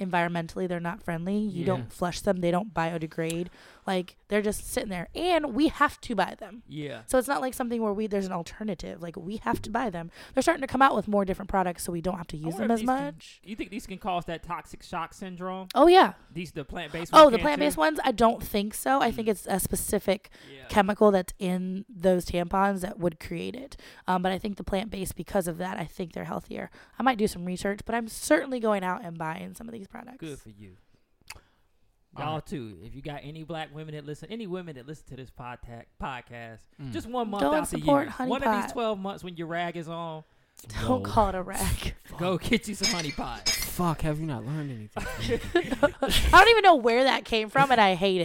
Speaker 3: environmentally they're not friendly. You
Speaker 7: Yeah.
Speaker 3: don't flush them, they don't biodegrade. Like they're just sitting there and we have to buy them.
Speaker 7: Yeah.
Speaker 3: So it's not like something where we there's an alternative. Like we have to buy them. They're starting to come out with more different products so we don't have to
Speaker 7: I
Speaker 3: use
Speaker 7: wonder
Speaker 3: them
Speaker 7: if
Speaker 3: as
Speaker 7: these can-
Speaker 3: much.
Speaker 7: you think these can cause that toxic shock syndrome?
Speaker 3: Oh yeah.
Speaker 7: These Mm. the plant based.
Speaker 3: Oh, the plant-based ones? I don't think so. I think it's a specific
Speaker 7: Yeah.
Speaker 3: chemical that's in those tampons that would create it. Um, but I think the plant based, because of that, I think they're healthier. I might do some research, but I'm certainly going out and buying some of these products.
Speaker 7: Good for you. Y'all too. If you got any black women that listen, any women that listen to this podta- podcast, just one month
Speaker 3: Go
Speaker 7: out
Speaker 3: and
Speaker 7: the
Speaker 3: support
Speaker 7: year,
Speaker 3: Honey
Speaker 7: one of these
Speaker 3: Pot.
Speaker 7: twelve months when your rag is on,
Speaker 3: Don't
Speaker 6: Whoa.
Speaker 3: call it a rag.
Speaker 7: go get you some honey pot.
Speaker 6: Fuck, have you not learned anything?
Speaker 3: I don't even know where that came from, and I hate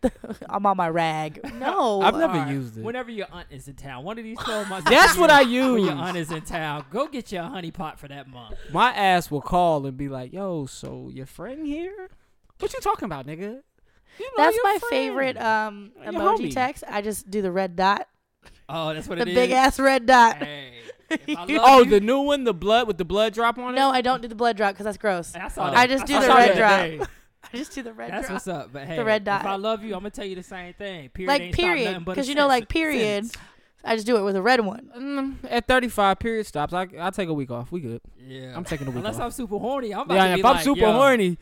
Speaker 3: it. I'm on my rag. No.
Speaker 6: I've never
Speaker 7: Alright,
Speaker 6: used it.
Speaker 7: Whenever your aunt is in town, one of these twelve months.
Speaker 6: That's what I
Speaker 7: When
Speaker 6: use.
Speaker 7: your aunt is in town, go get you a honey pot for that month.
Speaker 6: My ass will call and be like, "Yo, so your friend here? What you talking about, nigga? You know
Speaker 3: That's
Speaker 6: your
Speaker 3: my
Speaker 6: friend."
Speaker 3: favorite um,
Speaker 6: Your
Speaker 3: emoji
Speaker 6: homie.
Speaker 3: text. I just do the red dot,
Speaker 7: Oh, that's what
Speaker 3: the
Speaker 7: it is.
Speaker 3: big ass red dot.
Speaker 7: Hey, if I love
Speaker 6: Oh,
Speaker 7: you-
Speaker 6: the new one, the blood with the blood drop on it.
Speaker 3: No, I don't do the blood drop because that's gross.
Speaker 7: I, saw
Speaker 6: I
Speaker 7: that.
Speaker 3: just do
Speaker 7: I
Speaker 3: the
Speaker 7: saw
Speaker 3: red
Speaker 7: that
Speaker 3: drop.
Speaker 7: day.
Speaker 3: I just do the red
Speaker 7: That's
Speaker 3: drop.
Speaker 7: what's up. But hey,
Speaker 3: red dot.
Speaker 7: If I love you, I'm gonna tell you the same thing. Period.
Speaker 3: Like
Speaker 7: ain't stop nothing
Speaker 3: period,
Speaker 7: but a
Speaker 3: because you know, like
Speaker 7: sentence-
Speaker 3: period.
Speaker 7: sentence.
Speaker 3: I just do it with a red one.
Speaker 6: Mm, at 35, period stops. I I take a week off. We good.
Speaker 7: Yeah.
Speaker 6: I'm taking a week
Speaker 7: Unless I'm
Speaker 6: off.
Speaker 7: super horny, I'm about
Speaker 6: yeah,
Speaker 7: to
Speaker 6: and
Speaker 7: be
Speaker 6: if I'm
Speaker 7: like,
Speaker 6: super
Speaker 7: yo,
Speaker 6: horny,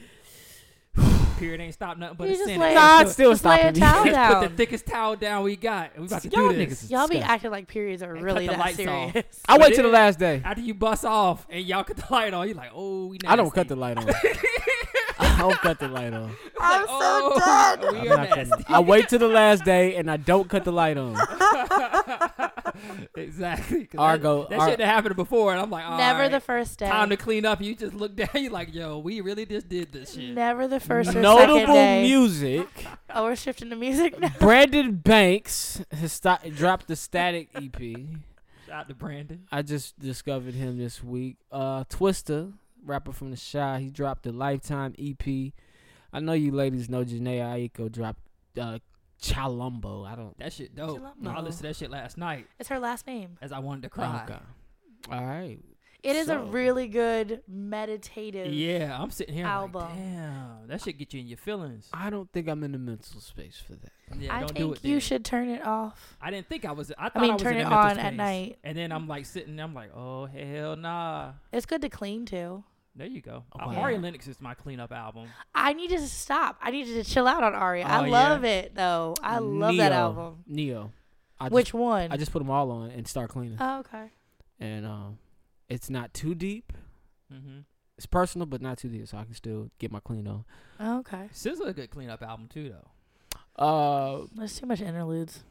Speaker 7: period ain't stop nothing but a
Speaker 3: You just
Speaker 7: sentence.
Speaker 3: lay-
Speaker 6: nah,
Speaker 7: Let's
Speaker 6: it's still
Speaker 3: Just lay a
Speaker 6: stopping me.
Speaker 3: towel
Speaker 7: put- Let's put
Speaker 3: down.
Speaker 7: the thickest towel down we got. We about to
Speaker 6: Y'all
Speaker 7: do this.
Speaker 6: niggas is
Speaker 3: Y'all be
Speaker 6: disgusting.
Speaker 3: acting like periods are
Speaker 7: Hey,
Speaker 3: really
Speaker 7: cut the
Speaker 3: that
Speaker 7: lights off.
Speaker 3: serious.
Speaker 6: I wait
Speaker 7: But
Speaker 6: till the
Speaker 7: then,
Speaker 6: last day.
Speaker 7: After you bust off and y'all cut the light on, you like, oh, we. Nasty.
Speaker 6: I don't cut the light on. I don't cut the light on.
Speaker 3: I'm
Speaker 7: oh,
Speaker 3: so
Speaker 7: We
Speaker 6: I'm
Speaker 7: are
Speaker 6: not cutting-
Speaker 7: nasty.
Speaker 6: I wait till the last day and I don't cut the light on.
Speaker 7: exactly. 'cause
Speaker 6: Argo,
Speaker 7: That, that
Speaker 6: Ar-
Speaker 7: shouldn't have happened before, and I'm like, all
Speaker 3: done. Never
Speaker 7: right,
Speaker 3: the first day.
Speaker 7: time to clean up. You just look down. You like, yo, we really just did this shit.
Speaker 3: Never the first or second
Speaker 6: Notable
Speaker 3: day.
Speaker 6: music.
Speaker 3: oh, we're shifting to music now.
Speaker 6: Brandon Banks has sto- dropped the Static EP.
Speaker 7: Shout out to Brandon.
Speaker 6: I just discovered him this week. Uh, Twista, rapper from the Shy, he dropped a Lifetime EP. I know you ladies know Janae Aiko dropped uh, Chalumbo. I don't.
Speaker 7: That shit dope.
Speaker 3: Jalapa.
Speaker 7: I listened to that shit last night
Speaker 3: It's her last name.
Speaker 7: as I wanted to cry.
Speaker 6: Okay. All right.
Speaker 3: It is a
Speaker 6: So-
Speaker 3: really good meditative.
Speaker 7: Yeah, I'm sitting here. I'm Like,
Speaker 3: Album.
Speaker 7: Damn, that shit get you in your feelings.
Speaker 6: I don't think I'm in the mental space for that.
Speaker 7: Yeah,
Speaker 3: I
Speaker 7: don't
Speaker 3: think
Speaker 7: do it.
Speaker 3: you
Speaker 7: then.
Speaker 3: should turn it off.
Speaker 7: I didn't think I was. I thought I,
Speaker 3: mean,
Speaker 7: was
Speaker 3: turn
Speaker 7: in
Speaker 3: it
Speaker 7: a mental
Speaker 3: on at
Speaker 7: space.
Speaker 3: night.
Speaker 7: And then I'm like sitting. there, I'm like, oh hell nah.
Speaker 3: It's good to clean too.
Speaker 7: There you go.
Speaker 6: Oh,
Speaker 7: Uh,
Speaker 6: wow.
Speaker 7: Ari Lennox is my cleanup album.
Speaker 3: I needed to stop. I needed to chill out on Aria.
Speaker 7: Oh,
Speaker 3: I
Speaker 7: yeah.
Speaker 3: love it though. I love that
Speaker 6: Neo.
Speaker 3: album.
Speaker 6: Neo. I just,
Speaker 3: Which one?
Speaker 6: I just put them all on and start cleaning.
Speaker 3: oh, okay.
Speaker 6: and um, it's not too deep.
Speaker 7: Mm-hmm.
Speaker 6: It's personal, but not too deep, so I can still get my clean on.
Speaker 3: Okay.
Speaker 7: SZA a good cleanup album too though.
Speaker 6: Uh,
Speaker 3: There's too much interludes.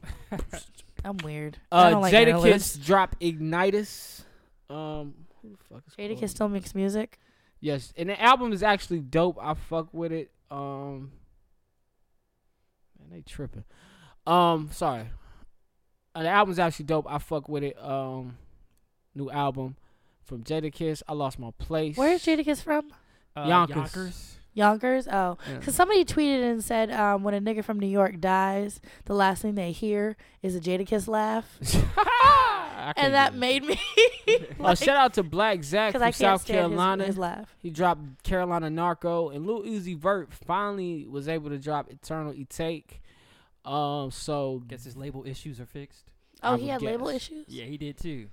Speaker 3: I'm weird. I
Speaker 6: uh,
Speaker 3: don't like
Speaker 6: Jada
Speaker 3: interludes.
Speaker 6: Kiss drop Ignitus. Um, who the fuck is
Speaker 3: Jada
Speaker 6: Chloe?
Speaker 3: Kiss still makes music.
Speaker 6: Yes, and the album is actually dope. I fuck with it. Um, man, they tripping. Um, sorry. Uh, the album's actually dope. I fuck with it. Um, new album from Jada Kiss. I lost my place.
Speaker 3: Where is Jadakiss from?
Speaker 7: Uh,
Speaker 6: Yonkers.
Speaker 3: Yonkers? Oh.
Speaker 6: Yeah.
Speaker 3: Because somebody tweeted and said um, when a nigga from New York dies, the last thing they hear is a Jadakiss laugh.
Speaker 6: I can't
Speaker 3: And that
Speaker 6: do it.
Speaker 3: made me.
Speaker 6: Uh, shout out to Black Zach
Speaker 3: Because I
Speaker 6: from
Speaker 3: can't
Speaker 6: South
Speaker 3: stand his-
Speaker 6: Carolina.
Speaker 3: his laugh.
Speaker 6: He dropped Carolina Narco, and Lil Uzi Vert finally was able to drop Eternal E Take. Um, so
Speaker 7: Guess his label issues are fixed.
Speaker 3: Oh,
Speaker 6: I
Speaker 3: he
Speaker 6: would
Speaker 3: had label
Speaker 6: guess.
Speaker 3: issues?
Speaker 7: Yeah, he did too.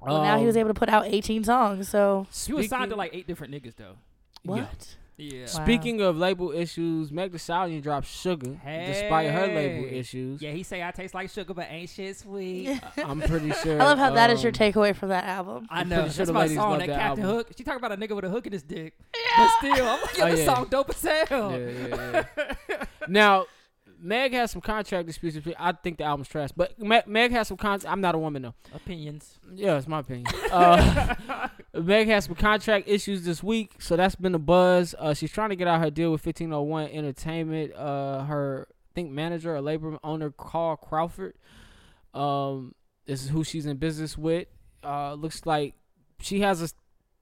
Speaker 3: Well, now he was
Speaker 6: um,
Speaker 3: able to put out 18 songs, so.
Speaker 7: He was signed to
Speaker 6: speaking-
Speaker 7: like eight different niggas though.
Speaker 6: Yeah.
Speaker 3: What?
Speaker 7: Yeah.
Speaker 3: Wow.
Speaker 6: Speaking of label issues, Meg Thee Stallion dropped Sugar despite her label
Speaker 7: Hey.
Speaker 6: issues.
Speaker 7: Yeah, he say I taste like sugar, but ain't shit sweet.
Speaker 6: I'm pretty sure.
Speaker 3: I love how that is your
Speaker 6: um,
Speaker 3: takeaway from that album.
Speaker 7: I
Speaker 6: I'm
Speaker 7: know.
Speaker 6: pretty sure
Speaker 7: That's
Speaker 6: the
Speaker 7: my
Speaker 6: ladies
Speaker 7: song.
Speaker 6: love
Speaker 7: That,
Speaker 6: that
Speaker 7: Captain
Speaker 6: album.
Speaker 7: Hook. She talk about a nigga with a hook in his dick. But still, I'm like, yo,
Speaker 6: Oh,
Speaker 7: this
Speaker 6: yeah.
Speaker 7: song dope as hell.
Speaker 6: Yeah, yeah, yeah.
Speaker 7: Oh.
Speaker 6: now, Meg has some contract disputes. I think the album's trash, but Meg, Meg has some con. I'm not a woman though.
Speaker 7: Opinions.
Speaker 6: Yeah, it's my opinion. Uh, Meg has some contract issues this week, so that's been a buzz. Uh, she's trying to get out her deal with 1501 Entertainment. Uh, her I think manager or labor owner Carl Crawford. Um, this is who she's in business with. Uh, looks like she has a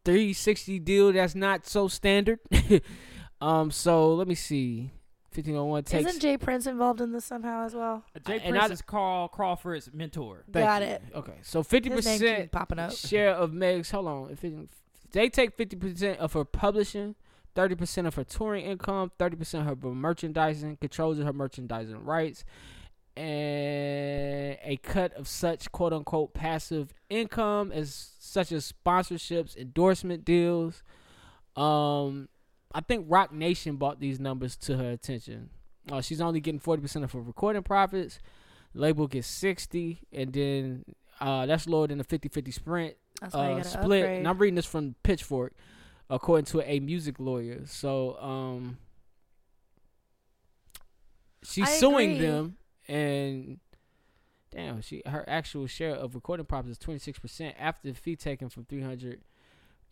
Speaker 6: 360 deal that's not so standard. um, so let me see. 1501 takes.
Speaker 3: Isn't Jay Prince involved in this somehow as well?
Speaker 7: Jay
Speaker 6: and
Speaker 7: Prince
Speaker 6: I-
Speaker 7: is Carl Crawford's mentor.
Speaker 6: Thank
Speaker 3: Got
Speaker 6: you.
Speaker 3: it.
Speaker 6: Okay, so
Speaker 3: His name
Speaker 6: 50%
Speaker 3: keep popping up.
Speaker 6: share of Meg's. Hold on, if it, They take fifty percent of her publishing, thirty percent of her touring income, thirty percent of her merchandising, controls of her merchandising rights, and a cut of such quote unquote passive income as such as sponsorships, endorsement deals. Um, I think Rock Nation brought these numbers to her attention. Uh, she's only getting forty percent of her recording profits. Label gets sixty, and then uh, that's lower than the 50-50 sprint
Speaker 3: That's why you
Speaker 6: uh,
Speaker 3: gotta
Speaker 6: split.
Speaker 3: upgrade.
Speaker 6: And I'm reading this from Pitchfork, according to a music lawyer. So um, she's
Speaker 3: I
Speaker 6: suing
Speaker 3: agree.
Speaker 6: them, and damn, she her actual share of recording profits is twenty six percent after the fee taken from three hundred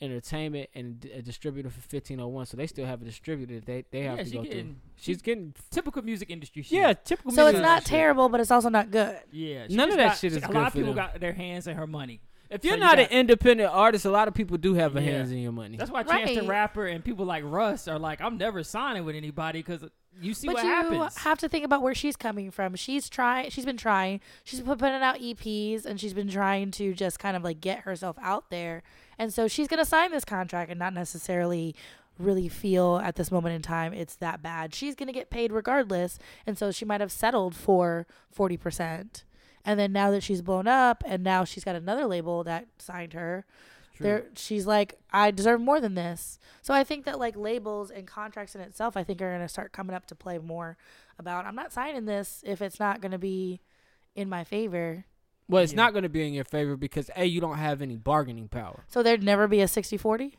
Speaker 6: entertainment and a distributor for fifteen oh one. So they still have a distributor. that They they have
Speaker 7: Yeah,
Speaker 6: to
Speaker 7: she
Speaker 6: go through.
Speaker 7: getting
Speaker 6: She's getting
Speaker 7: typical music industry shit.
Speaker 6: yeah, typical.
Speaker 3: So it's
Speaker 6: music
Speaker 3: not
Speaker 6: industry.
Speaker 3: terrible, but it's also not good.
Speaker 7: Yeah. she
Speaker 6: None of
Speaker 7: just
Speaker 6: that
Speaker 7: got-
Speaker 6: shit is
Speaker 7: A
Speaker 6: good
Speaker 7: lot of
Speaker 6: for
Speaker 7: people
Speaker 6: them.
Speaker 7: got their hands in her money.
Speaker 6: If you're
Speaker 7: So you
Speaker 6: not
Speaker 7: got-
Speaker 6: an independent artist, a lot of people do have a
Speaker 7: Yeah.
Speaker 6: hands in your money.
Speaker 7: That's why Chance the
Speaker 3: Right.
Speaker 7: Rapper and people like Russ are like, I'm never signing with anybody because you see
Speaker 3: but
Speaker 7: what
Speaker 3: you
Speaker 7: happens.
Speaker 3: have to think about where she's coming from. She's trying. She's been trying. She's been putting out EPs, and she's been trying to just kind of like get herself out there. And so she's gonna sign this contract and not necessarily really feel at this moment in time it's that bad. She's gonna get paid regardless, and so she might have settled for forty percent. And then now that she's blown up, and now she's got another label that signed her, there she's like, I deserve more than this. So I think that like labels and contracts in itself, I think are gonna start coming up to play more about I'm not signing this if it's not gonna be in my favor.
Speaker 6: Well, it's
Speaker 7: Yeah.
Speaker 6: not going to be in your favor because a you don't have any bargaining power
Speaker 3: So there'd never be a 60-40?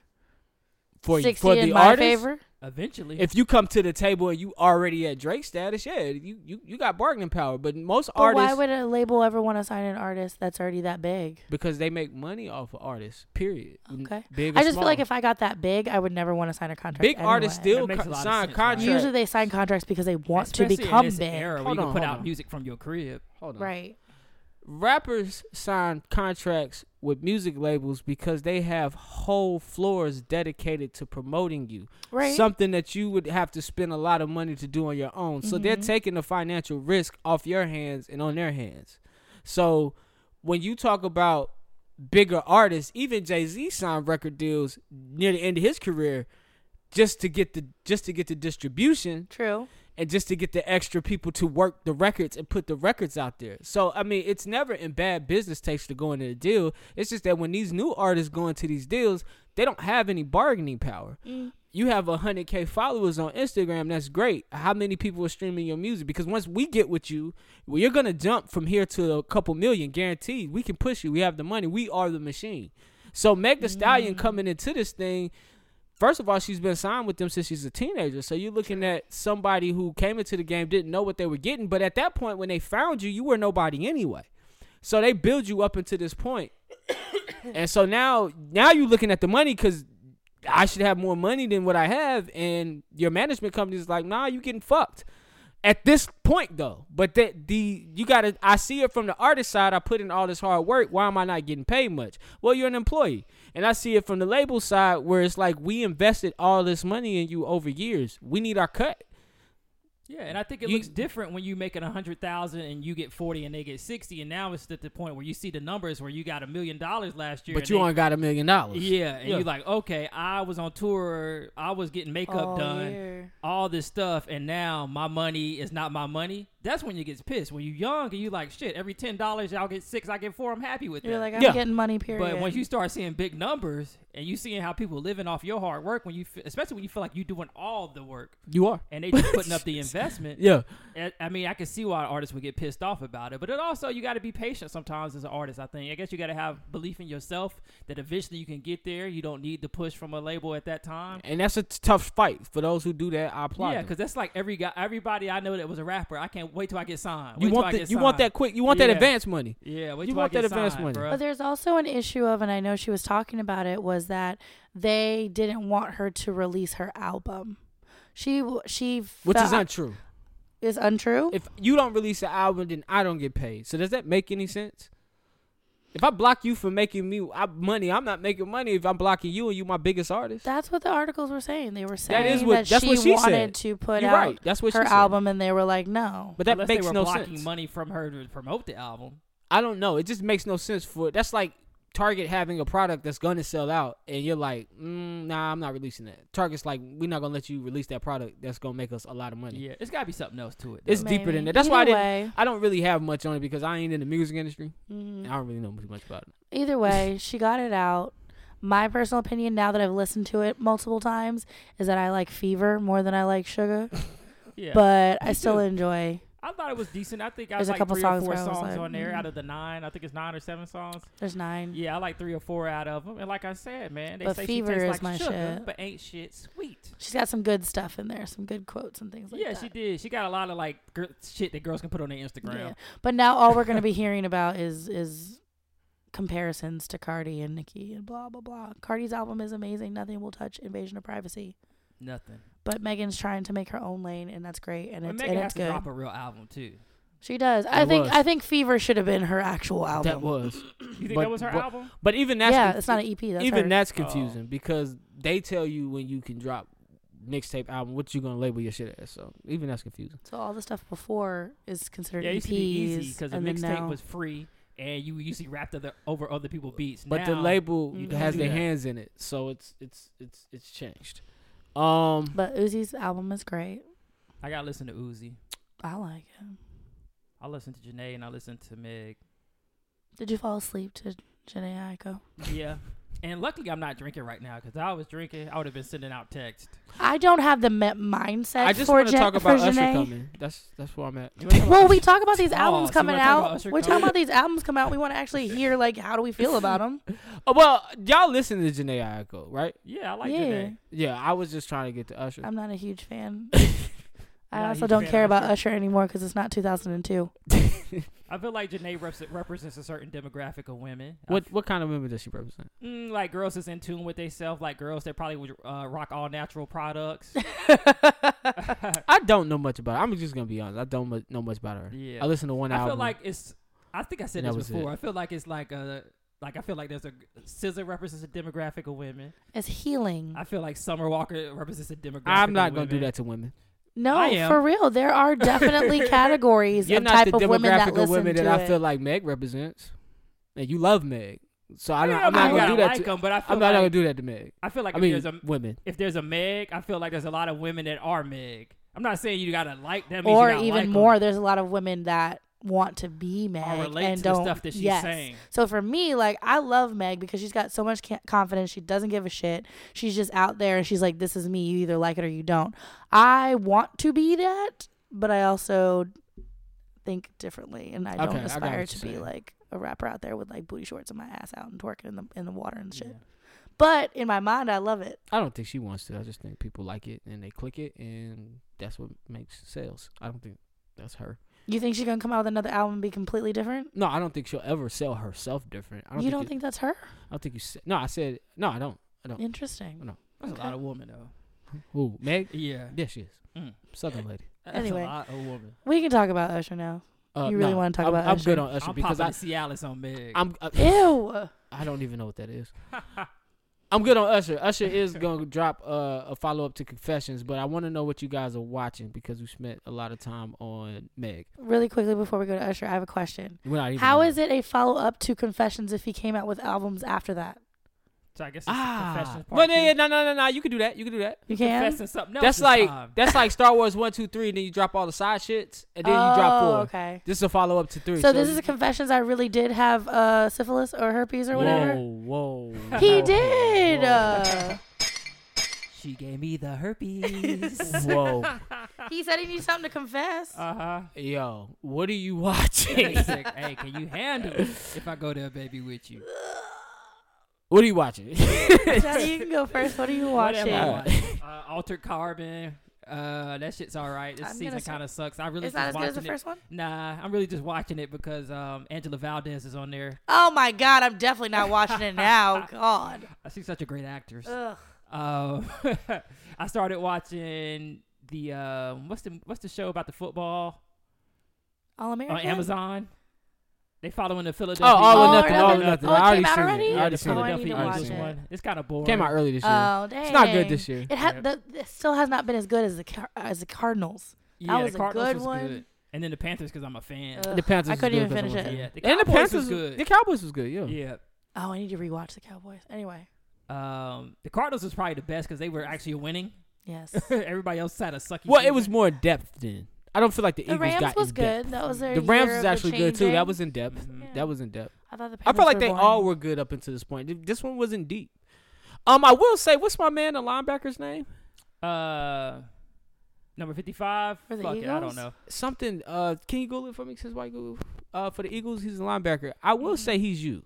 Speaker 6: for
Speaker 3: 60
Speaker 6: for
Speaker 3: in
Speaker 6: the
Speaker 3: my
Speaker 6: artist.
Speaker 3: favor.
Speaker 7: Eventually.
Speaker 6: If you come to the table and you already at Drake status, yeah, you you, you got bargaining power. But most
Speaker 3: But
Speaker 6: artists
Speaker 3: why would a label ever want to sign an artist that's already that big?
Speaker 6: because they make money off of artists. Period. N-
Speaker 3: Okay.
Speaker 6: Mm, Big. Or
Speaker 3: I just
Speaker 6: small.
Speaker 3: feel like if I got that big, I would never want to sign a contract.
Speaker 6: big artists
Speaker 3: anyway.
Speaker 6: still
Speaker 7: That makes
Speaker 6: co-
Speaker 7: a lot of
Speaker 6: sign
Speaker 7: sense, right?
Speaker 6: contracts.
Speaker 3: usually they sign contracts because they want
Speaker 7: Especially
Speaker 3: to become
Speaker 7: in this
Speaker 3: big.
Speaker 7: Era where
Speaker 6: Hold
Speaker 7: you
Speaker 6: on,
Speaker 7: can put
Speaker 6: hold
Speaker 7: out
Speaker 6: on.
Speaker 7: music from your crib.
Speaker 6: Hold on.
Speaker 3: Right.
Speaker 6: rappers sign contracts with music labels because they have whole floors dedicated to promoting you.
Speaker 3: Right.
Speaker 6: Something that you would have to spend a lot of money to do on your own. So they're taking the financial risk off your hands and on their hands. So when you talk about bigger artists, even Jay Z signed record deals near the end of his career just to get the just to get the distribution
Speaker 3: True.
Speaker 6: and just to get the extra people to work the records and put the records out there. So I mean, it's never in bad business takes to go into a deal. It's just that when these new artists go into these deals, they don't have any bargaining power. You have a hundred k followers on Instagram. That's great. How many people are streaming your music? Because once we get with you, well, you're gonna jump from here to a couple million, guaranteed. We can push you. We have the money. We are the machine. So Meg The Stallion coming into this thing, first of all, she's been signed with them since she's a teenager. So you're looking at somebody who came into the game, didn't know what they were getting, but at that point when they found you, you were nobody anyway. So they build you up into this point. and so now now you're looking at the money because I should have more money than what I have, and your management company is like, nah, you getting fucked. At this point though, but that the you gotta I see it from the artist side, I put in all this hard work, why am I not getting paid much? Well, you're an employee. And I see it from the label side where it's like we invested all this money in you over years. We need our cut.
Speaker 7: Yeah, and I think it
Speaker 6: You-
Speaker 7: looks different when you make it a hundred thousand and you get forty and they get sixty, and now it's at the point where you see the numbers where you got a million dollars last year.
Speaker 6: But
Speaker 7: and
Speaker 6: you
Speaker 7: they-
Speaker 6: only got a million dollars.
Speaker 7: Yeah, and
Speaker 6: Yeah.
Speaker 7: you're like, okay, I was on tour, I was getting makeup
Speaker 3: All
Speaker 7: done,
Speaker 3: year.
Speaker 7: all this stuff, and now my money is not my money. That's when you get pissed. When you're young and you like, shit, every ten dollars y'all get six, I get four, I'm happy with
Speaker 3: You're
Speaker 7: that.
Speaker 3: like, I'm
Speaker 6: Yeah.
Speaker 3: getting money, period.
Speaker 7: but once you start seeing big numbers and you seeing how people living off your hard work, when you, f- especially when you feel like you're doing all the work
Speaker 6: You are.
Speaker 7: and they just putting up the investment,
Speaker 6: Yeah.
Speaker 7: I- I mean, I can see why artists would get pissed off about it, but it also you got to be patient sometimes as an artist. I think I guess you got to have belief in yourself that eventually you can get there. You don't need the push from a label at that time.
Speaker 6: And that's a t- tough fight. For those who do that, I applaud.
Speaker 7: Yeah,
Speaker 6: them.
Speaker 7: because that's like every guy, everybody I know that was a rapper. I can't wait till I get signed.
Speaker 6: you
Speaker 7: Wait till I
Speaker 6: want
Speaker 7: get
Speaker 6: that you want
Speaker 7: signed.
Speaker 6: that quick you want
Speaker 7: Yeah.
Speaker 6: that advance money.
Speaker 7: Yeah, wait
Speaker 6: you
Speaker 7: till
Speaker 6: want
Speaker 7: I get
Speaker 6: that advance
Speaker 7: signed,
Speaker 6: money.
Speaker 7: bruh.
Speaker 3: But there's also an issue of, and I know she was talking about it, was that they didn't want her to release her album. She w- she
Speaker 6: Which is
Speaker 3: felt-
Speaker 6: untrue.
Speaker 3: is untrue.
Speaker 6: If you don't release an album, then I don't get paid. So does that make any sense? If I block you from making me I, money, I'm not making money if I'm blocking you and you my biggest artist.
Speaker 3: that's what the articles were saying. They were saying
Speaker 6: That
Speaker 3: that,
Speaker 6: is what- that's
Speaker 3: she,
Speaker 6: what she said.
Speaker 3: wanted to put
Speaker 6: You're
Speaker 3: out
Speaker 6: right. That's what
Speaker 3: her
Speaker 6: she said.
Speaker 3: album, and they were like, no.
Speaker 6: but that
Speaker 7: Unless
Speaker 6: makes
Speaker 7: they were
Speaker 6: no
Speaker 7: blocking
Speaker 6: sense.
Speaker 7: money from her to promote the album.
Speaker 6: I don't know. It just makes no sense for that's like Target having a product that's gonna sell out, and you're like, mm, "Nah, I'm not releasing that." Target's like, "We're not gonna let you release that product that's gonna make us a lot of money."
Speaker 7: Yeah, it's gotta be something else to it.
Speaker 6: It's
Speaker 7: though.
Speaker 6: deeper than
Speaker 3: Maybe.
Speaker 6: that. That's why I
Speaker 3: Either
Speaker 6: didn't.
Speaker 3: way-
Speaker 6: I don't really have much on it because I ain't in the music industry.
Speaker 3: Mhm.
Speaker 6: I don't really know too much about it.
Speaker 3: Either way, she got it out. My personal opinion, now that I've listened to it multiple times, is that I like Fever more than I like Sugar,
Speaker 7: yeah.
Speaker 3: but I
Speaker 7: Me
Speaker 3: still
Speaker 7: too.
Speaker 3: enjoy.
Speaker 7: I thought it was decent. I think I
Speaker 3: There's a
Speaker 7: like
Speaker 3: couple
Speaker 7: three
Speaker 3: songs
Speaker 7: or four
Speaker 3: where I was
Speaker 7: songs
Speaker 3: like,
Speaker 7: on there
Speaker 3: mm.
Speaker 7: out of the nine. I think it's nine or seven songs.
Speaker 3: There's nine.
Speaker 7: Yeah, I like three or four out of them. And like I said, man, they
Speaker 3: But
Speaker 7: say
Speaker 3: Fever
Speaker 7: she tastes like
Speaker 3: is my
Speaker 7: sugar,
Speaker 3: shit.
Speaker 7: but ain't shit sweet.
Speaker 3: She's got some good stuff in there, some good quotes and things like
Speaker 7: yeah,
Speaker 3: that.
Speaker 7: she did. She got a lot of like gir shit that girls can put on their Instagram.
Speaker 3: Yeah. But now all we're gonna be hearing about is is comparisons to Cardi and Nicki and blah blah blah. Cardi's album is amazing. Nothing will touch Invasion of Privacy.
Speaker 7: Nothing.
Speaker 3: But Megan's trying to make her own lane, and that's great, and
Speaker 7: But
Speaker 3: it's
Speaker 7: Megan
Speaker 3: and
Speaker 7: has
Speaker 3: it's
Speaker 7: to
Speaker 3: good.
Speaker 7: drop a real album too.
Speaker 3: She does. I
Speaker 6: It
Speaker 3: think
Speaker 6: was.
Speaker 3: I think Fever should have been her actual album.
Speaker 6: That was,
Speaker 7: You think
Speaker 6: But
Speaker 7: that was her
Speaker 6: what-
Speaker 7: album?
Speaker 6: but even that's
Speaker 3: yeah,
Speaker 6: confu-
Speaker 3: it's not an EP. That's
Speaker 6: even
Speaker 3: her.
Speaker 7: Oh.
Speaker 6: that's confusing because they tell you when you can drop mixtape album what you gonna label your shit as. So even that's confusing.
Speaker 3: So all the stuff before is considered
Speaker 7: Yeah, it
Speaker 3: EPs,
Speaker 7: used to be easy because the
Speaker 3: E and then
Speaker 7: mixtape
Speaker 3: now-
Speaker 7: was free and you usually rapped other, over other people's beats.
Speaker 6: But the
Speaker 7: Now-
Speaker 6: label
Speaker 3: you
Speaker 6: has
Speaker 7: do
Speaker 6: their
Speaker 7: that.
Speaker 6: hands in it, so it's it's it's it's changed. Um,
Speaker 3: But Uzi's album is great.
Speaker 7: I gotta listen to Uzi.
Speaker 3: I like it.
Speaker 7: I listen to Janae and I listen to Meg.
Speaker 3: Did you fall asleep to Janae Aiko?
Speaker 7: Yeah. And luckily, I'm not drinking right now because I was drinking. I would have been sending out text.
Speaker 3: I don't have the me- mindset.
Speaker 6: I just
Speaker 3: for
Speaker 6: want to
Speaker 3: Jan-
Speaker 6: talk about
Speaker 3: for
Speaker 6: Usher
Speaker 3: Janae.
Speaker 6: coming. That's that's where I'm at.
Speaker 3: Well, we talk about these
Speaker 7: Oh,
Speaker 3: albums
Speaker 7: so you
Speaker 3: coming
Speaker 7: wanna talk about
Speaker 3: out.
Speaker 7: Usher
Speaker 3: We're
Speaker 7: coming?
Speaker 3: talking about these albums coming out. We want to actually hear like how do we feel about them?
Speaker 6: Oh, well, y'all listen to Janae Aiko, right?
Speaker 7: Yeah, I like
Speaker 3: Yeah.
Speaker 7: Janae.
Speaker 6: Yeah, I was just trying to get to Usher.
Speaker 3: I'm not a huge fan.
Speaker 7: Not
Speaker 3: I
Speaker 7: a
Speaker 3: also
Speaker 7: huge
Speaker 3: don't
Speaker 7: fan
Speaker 3: care
Speaker 7: of
Speaker 3: about
Speaker 7: Usher.
Speaker 3: Usher anymore because it's not 2002.
Speaker 7: I feel like Janae reps- represents a certain demographic of women. I
Speaker 6: what what kind of women does she represent?
Speaker 7: Mm, like girls that's in tune with themselves, like girls that probably would uh, rock all natural products.
Speaker 6: I don't know much about. her. I'm just gonna be honest. I don't mu- know much about her.
Speaker 7: Yeah.
Speaker 6: I listen to one
Speaker 7: I
Speaker 6: album.
Speaker 7: feel like it's. I think I said
Speaker 6: And that
Speaker 7: this
Speaker 6: was it.
Speaker 7: before. I feel like it's like a. Like I feel like there's a scissor represents a demographic of women.
Speaker 3: It's healing.
Speaker 7: I feel like Summer Walker represents a demographic.
Speaker 6: Mm-hmm. I'm not
Speaker 7: of
Speaker 6: gonna
Speaker 7: women.
Speaker 6: do that to women.
Speaker 7: I
Speaker 3: No,
Speaker 7: am.
Speaker 3: for real. There are definitely categories
Speaker 6: You're
Speaker 3: of
Speaker 6: not
Speaker 3: type
Speaker 6: the
Speaker 3: of women that
Speaker 6: demographic
Speaker 3: listen
Speaker 6: of women
Speaker 3: to
Speaker 6: that I
Speaker 3: it.
Speaker 6: feel like Meg represents, and you love Meg. So I don't,
Speaker 7: Yeah,
Speaker 6: I'm not
Speaker 7: I
Speaker 6: gonna do that.
Speaker 7: like
Speaker 6: to,
Speaker 7: 'em, but I feel
Speaker 6: I'm not gonna
Speaker 7: like-
Speaker 6: do that to Meg.
Speaker 7: I feel like
Speaker 6: I
Speaker 7: if
Speaker 6: mean,
Speaker 7: there's a
Speaker 6: women.
Speaker 7: if there's a Meg, I feel like there's a lot of women that are Meg. I'm not saying you gotta like them
Speaker 3: or even more. There's a lot of women that want to be Meg
Speaker 7: relate
Speaker 3: and
Speaker 7: to the
Speaker 3: don't.
Speaker 7: stuff that she's
Speaker 3: yes.
Speaker 7: saying.
Speaker 3: So for me, like I love Meg because she's got so much ca- confidence. She doesn't give a shit. She's just out there and she's like, "This is me. You either like it or you don't." I want to be that, but I also think differently, and I
Speaker 6: Okay, I
Speaker 3: don't
Speaker 6: got what
Speaker 3: aspire
Speaker 6: you're
Speaker 3: to be
Speaker 6: saying.
Speaker 3: like a rapper out there with like booty shorts and my ass out and twerking in the in the water and shit. But in my mind, I love it.
Speaker 6: I don't think she wants to. I just think people like it and they click it, and that's what makes sales. I don't think that's her.
Speaker 3: You think she's gonna come out with another album and be completely different?
Speaker 6: No, I don't think she'll ever sell herself different. I don't
Speaker 3: you
Speaker 6: think
Speaker 3: don't
Speaker 6: it-
Speaker 3: think that's her?
Speaker 6: I don't think you. Said, no, I said no. I don't.
Speaker 3: Interesting.
Speaker 7: That's
Speaker 3: Okay.
Speaker 7: a lot of woman though.
Speaker 6: Ooh, Meg.
Speaker 7: Yeah,
Speaker 6: Yeah, she is
Speaker 7: Mm.
Speaker 6: Southern lady.
Speaker 7: that's
Speaker 3: Anyway.
Speaker 7: a lot of woman.
Speaker 3: We can talk about Usher now.
Speaker 6: Uh,
Speaker 3: You really
Speaker 6: no,
Speaker 3: wanna talk
Speaker 6: I'm,
Speaker 3: about
Speaker 6: I'm
Speaker 3: Usher?
Speaker 6: good on Usher
Speaker 7: I'm
Speaker 6: because
Speaker 7: popping
Speaker 6: I,
Speaker 7: the Cialis on Meg.
Speaker 6: I'm. I,
Speaker 3: Ew.
Speaker 6: I don't even know what that is. I'm good on Usher. Usher is gonna drop uh, a follow up to Confessions, but I want to know what you guys are watching because we spent a lot of time on Meg.
Speaker 3: Really quickly before we go to Usher, I have a question.
Speaker 6: We're not even
Speaker 3: How
Speaker 6: on
Speaker 3: is it a follow up to Confessions if he came out with albums after that?
Speaker 7: so I guess it's ah,
Speaker 6: Ah,
Speaker 7: confession part.
Speaker 6: but yeah,
Speaker 7: two.
Speaker 6: yeah, no, no, no, no. You can do that. You can do that.
Speaker 3: You can?
Speaker 7: confessing something else.
Speaker 6: That's
Speaker 7: this
Speaker 6: like
Speaker 7: time.
Speaker 6: that's like Star Wars one, two, three, and then you drop all the side shits, and then you drop
Speaker 3: Oh,
Speaker 6: four.
Speaker 3: Okay.
Speaker 6: This is a follow up to three.
Speaker 3: So this is a Confessions I really did have uh, syphilis or herpes or whatever.
Speaker 6: Whoa, whoa.
Speaker 3: He
Speaker 6: whoa,
Speaker 3: did.
Speaker 6: whoa,
Speaker 3: Uh,
Speaker 7: she gave me the herpes. Uh-huh.
Speaker 6: Whoa,
Speaker 3: he said he needs something to confess.
Speaker 6: Um.
Speaker 7: uh huh.
Speaker 6: yo, what are you watching?
Speaker 7: hey, can you handle it if I go there, baby, with you?
Speaker 6: what are you watching?
Speaker 3: Daddy, you can go first. What are you watching?
Speaker 7: Whatever. I
Speaker 6: Alright.
Speaker 7: watch. Uh, Altered Carbon. Uh, that shit's all right. This
Speaker 3: I'm gonna
Speaker 7: season
Speaker 3: say-
Speaker 7: kind of sucks. I really just
Speaker 3: It's not as good
Speaker 7: watching
Speaker 3: as the
Speaker 7: it.
Speaker 3: first one?
Speaker 7: Nah, I'm really just watching it because um, Angela Valdez is on there.
Speaker 3: Oh my God, I'm definitely not watching it now. God.
Speaker 7: She's such a great actress.
Speaker 3: Ugh.
Speaker 7: Um, I started watching the um, what's the what's the show about the football
Speaker 3: All American.
Speaker 7: on Amazon? They following the Philadelphia.
Speaker 6: Oh, all
Speaker 3: All
Speaker 6: or
Speaker 3: or
Speaker 6: nothing, all or
Speaker 3: Nothing.
Speaker 6: nothing.
Speaker 3: Oh, it
Speaker 6: I already
Speaker 3: came out
Speaker 6: seen
Speaker 3: already?
Speaker 6: it. I
Speaker 7: yeah,
Speaker 6: already
Speaker 7: the
Speaker 6: seen
Speaker 3: Oh, I
Speaker 6: it.
Speaker 3: need
Speaker 7: Philadelphia
Speaker 3: to
Speaker 6: I already
Speaker 3: watch
Speaker 7: Eagles
Speaker 6: seen
Speaker 3: it.
Speaker 7: one. It's kind of boring.
Speaker 6: Came out early this year.
Speaker 3: Oh, dang.
Speaker 6: it's not good this year.
Speaker 3: It had the it still has not been as good as the Car- as the Cardinals.
Speaker 7: Yeah,
Speaker 3: was
Speaker 7: the
Speaker 3: a
Speaker 7: Cardinals
Speaker 3: good
Speaker 7: was
Speaker 3: one. Uh.
Speaker 7: good. And then the Panthers because I'm a fan.
Speaker 3: Ugh,
Speaker 6: The Panthers
Speaker 3: I
Speaker 6: was
Speaker 3: couldn't
Speaker 6: good
Speaker 3: even
Speaker 6: 'cause
Speaker 3: finish
Speaker 6: I
Speaker 3: it.
Speaker 7: yeah, the
Speaker 6: and the
Speaker 7: Cowboys
Speaker 6: Panthers
Speaker 7: was good.
Speaker 6: The Cowboys was good. Yeah.
Speaker 7: yeah,
Speaker 3: Oh, I need to rewatch the Cowboys. Anyway,
Speaker 7: Um, the Cardinals was probably the best because they were actually winning.
Speaker 3: yes.
Speaker 7: Everybody else had a sucky.
Speaker 6: Well, it
Speaker 7: season.
Speaker 6: was more in depth then. I don't feel like the,
Speaker 3: the
Speaker 6: Eagles
Speaker 3: Rams
Speaker 6: got
Speaker 3: was
Speaker 6: in depth.
Speaker 3: good. That was their
Speaker 6: The Rams
Speaker 3: year of
Speaker 6: was actually good too. That
Speaker 3: changing.
Speaker 6: was in depth.
Speaker 3: Yeah.
Speaker 7: Mm-hmm.
Speaker 6: That was in depth.
Speaker 3: I thought the.
Speaker 6: I feel
Speaker 3: Penguins
Speaker 6: like
Speaker 3: were
Speaker 6: they all
Speaker 3: boring.
Speaker 6: were good up until this point. Th- This one wasn't deep. Um, I will say, what's my man, the linebacker's name?
Speaker 7: uh number fifty-five.
Speaker 3: For the
Speaker 7: Fuck it, I
Speaker 3: Eagles?
Speaker 7: don't know.
Speaker 6: Something. Uh, can you Google it for me? Since why Google? Uh, for the Eagles, he's a linebacker. I will say he's you.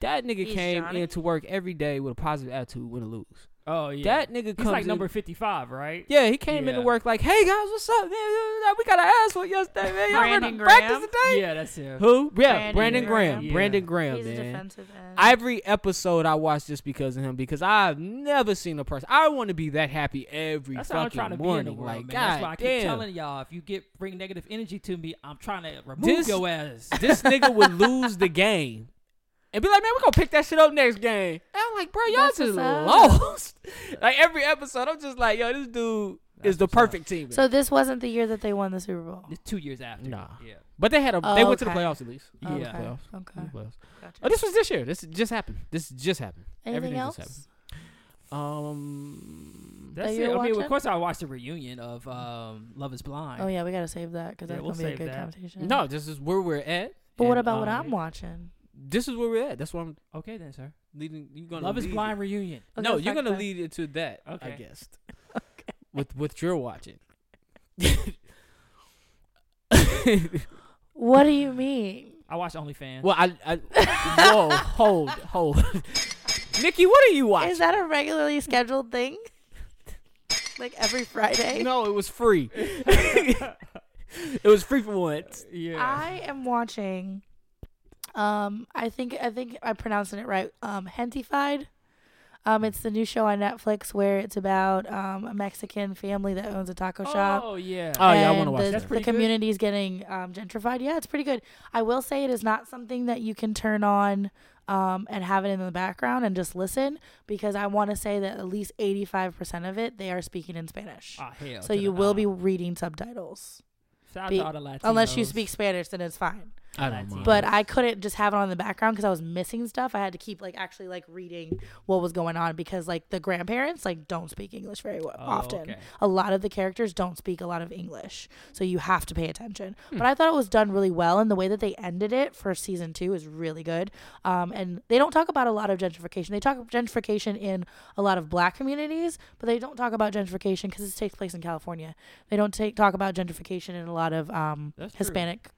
Speaker 6: That nigga
Speaker 3: He's
Speaker 6: came
Speaker 3: Johnny?
Speaker 6: into work every day with a positive attitude, win or lose.
Speaker 7: Oh yeah,
Speaker 6: That nigga
Speaker 7: he's
Speaker 6: comes
Speaker 7: like
Speaker 6: in-
Speaker 7: number fifty-five, right?
Speaker 6: Yeah, he came into
Speaker 7: Yeah.
Speaker 6: work like, "Hey guys, what's up, man? We got an asshole yesterday, man. Y'all ready
Speaker 2: Brandon
Speaker 6: to
Speaker 2: Graham?
Speaker 6: practice today?"
Speaker 7: yeah, that's him.
Speaker 6: Who? Yeah,
Speaker 2: Brandon
Speaker 6: Brandon Graham.
Speaker 7: Graham.
Speaker 6: Brandon
Speaker 7: Yeah.
Speaker 6: Graham,
Speaker 3: He's a
Speaker 6: man.
Speaker 3: defensive end.
Speaker 6: Every episode I watch just because of him because I've never seen a person. I want to be that happy every
Speaker 7: That's how I'm
Speaker 6: fucking
Speaker 7: trying to be in
Speaker 6: morning.
Speaker 7: the world, man.
Speaker 6: like, God
Speaker 7: That's why I keep
Speaker 6: damn.
Speaker 7: telling y'all if you get bring negative energy to me, I'm trying to remove
Speaker 6: This-
Speaker 7: your ass.
Speaker 6: this nigga would lose the game and be like, man, we're gonna pick that shit up next game. And I'm like, bro, y'all
Speaker 3: That's
Speaker 6: just
Speaker 3: what's up.
Speaker 6: lost. like every episode, I'm just like, yo, this dude is the perfect team.
Speaker 3: So this wasn't the year that they won the Super Bowl.
Speaker 7: It's two years after.
Speaker 6: Nah.
Speaker 7: Yeah.
Speaker 6: but they had a they went to the
Speaker 3: Okay.
Speaker 6: playoffs at least.
Speaker 7: Yeah.
Speaker 3: Oh, Okay.
Speaker 6: Playoffs.
Speaker 3: Okay.
Speaker 6: Playoffs.
Speaker 3: Gotcha.
Speaker 6: Oh, this was this year. This just happened. This just happened.
Speaker 3: Anything
Speaker 6: everything
Speaker 3: else?
Speaker 6: just Um,
Speaker 7: That's
Speaker 3: you
Speaker 7: it.
Speaker 3: were
Speaker 7: I mean,
Speaker 3: watching?
Speaker 7: of course, I watched the reunion of um, Love Is Blind.
Speaker 3: Oh yeah, we gotta save that because
Speaker 7: Yeah,
Speaker 3: that's
Speaker 7: we'll
Speaker 3: gonna be a
Speaker 7: save
Speaker 3: good
Speaker 7: that.
Speaker 3: conversation.
Speaker 6: no, this is where we're at.
Speaker 3: But what
Speaker 6: and,
Speaker 3: about what
Speaker 6: um,
Speaker 3: I'm watching?
Speaker 6: This is where we're at. That's why I'm
Speaker 7: Okay then, sir.
Speaker 6: leading. You're gonna
Speaker 7: Love Is
Speaker 6: lead-
Speaker 7: Blind reunion.
Speaker 3: Okay,
Speaker 6: no, you're
Speaker 3: fuck
Speaker 6: gonna
Speaker 3: that.
Speaker 6: lead it to that. I
Speaker 7: Okay.
Speaker 6: guess. With with your watching.
Speaker 3: What do you mean?
Speaker 7: I watched OnlyFans.
Speaker 6: well, I, I whoa hold hold. Nikki, what are you watching?
Speaker 3: Is that a regularly scheduled thing? like every Friday?
Speaker 6: no, it was free. it was free for once.
Speaker 7: yeah.
Speaker 3: I am watching. Um, I think I think I'm pronouncing it right. Um, Hentified. Um, it's the new show on Netflix where it's about um a Mexican family that owns a taco shop.
Speaker 7: Oh yeah.
Speaker 6: Oh yeah, I want to
Speaker 3: and the,
Speaker 6: watch
Speaker 7: That's
Speaker 6: that.
Speaker 3: The
Speaker 7: pretty good.
Speaker 3: community is getting um, gentrified. Yeah, it's pretty good. I will say it is not something that you can turn on um, and have it in the background and just listen because I want to say that at least 85% of it, they are speaking in Spanish.
Speaker 7: Ah, hell to
Speaker 3: so
Speaker 7: the
Speaker 3: you
Speaker 7: nah.
Speaker 3: will be reading subtitles.
Speaker 7: Shout out
Speaker 3: be-
Speaker 7: to all the Latinos.
Speaker 3: Unless you speak Spanish, then it's fine.
Speaker 6: I don't mind.
Speaker 3: But I couldn't just have it on the background because I was missing stuff. I had to keep like actually like reading what was going on because like the grandparents like don't speak English very well,
Speaker 7: Oh,
Speaker 3: often.
Speaker 7: okay.
Speaker 3: A lot of the characters don't speak a lot of English, so you have to pay attention.
Speaker 7: Hmm.
Speaker 3: But I thought it was done really well, and the way that they ended it for season two is really good. Um, and they don't talk about a lot of gentrification. They talk gentrification in a lot of Black communities, but they don't talk about gentrification because this takes place in California. They don't take talk about gentrification in a lot of um,
Speaker 7: That's true.
Speaker 3: Hispanic.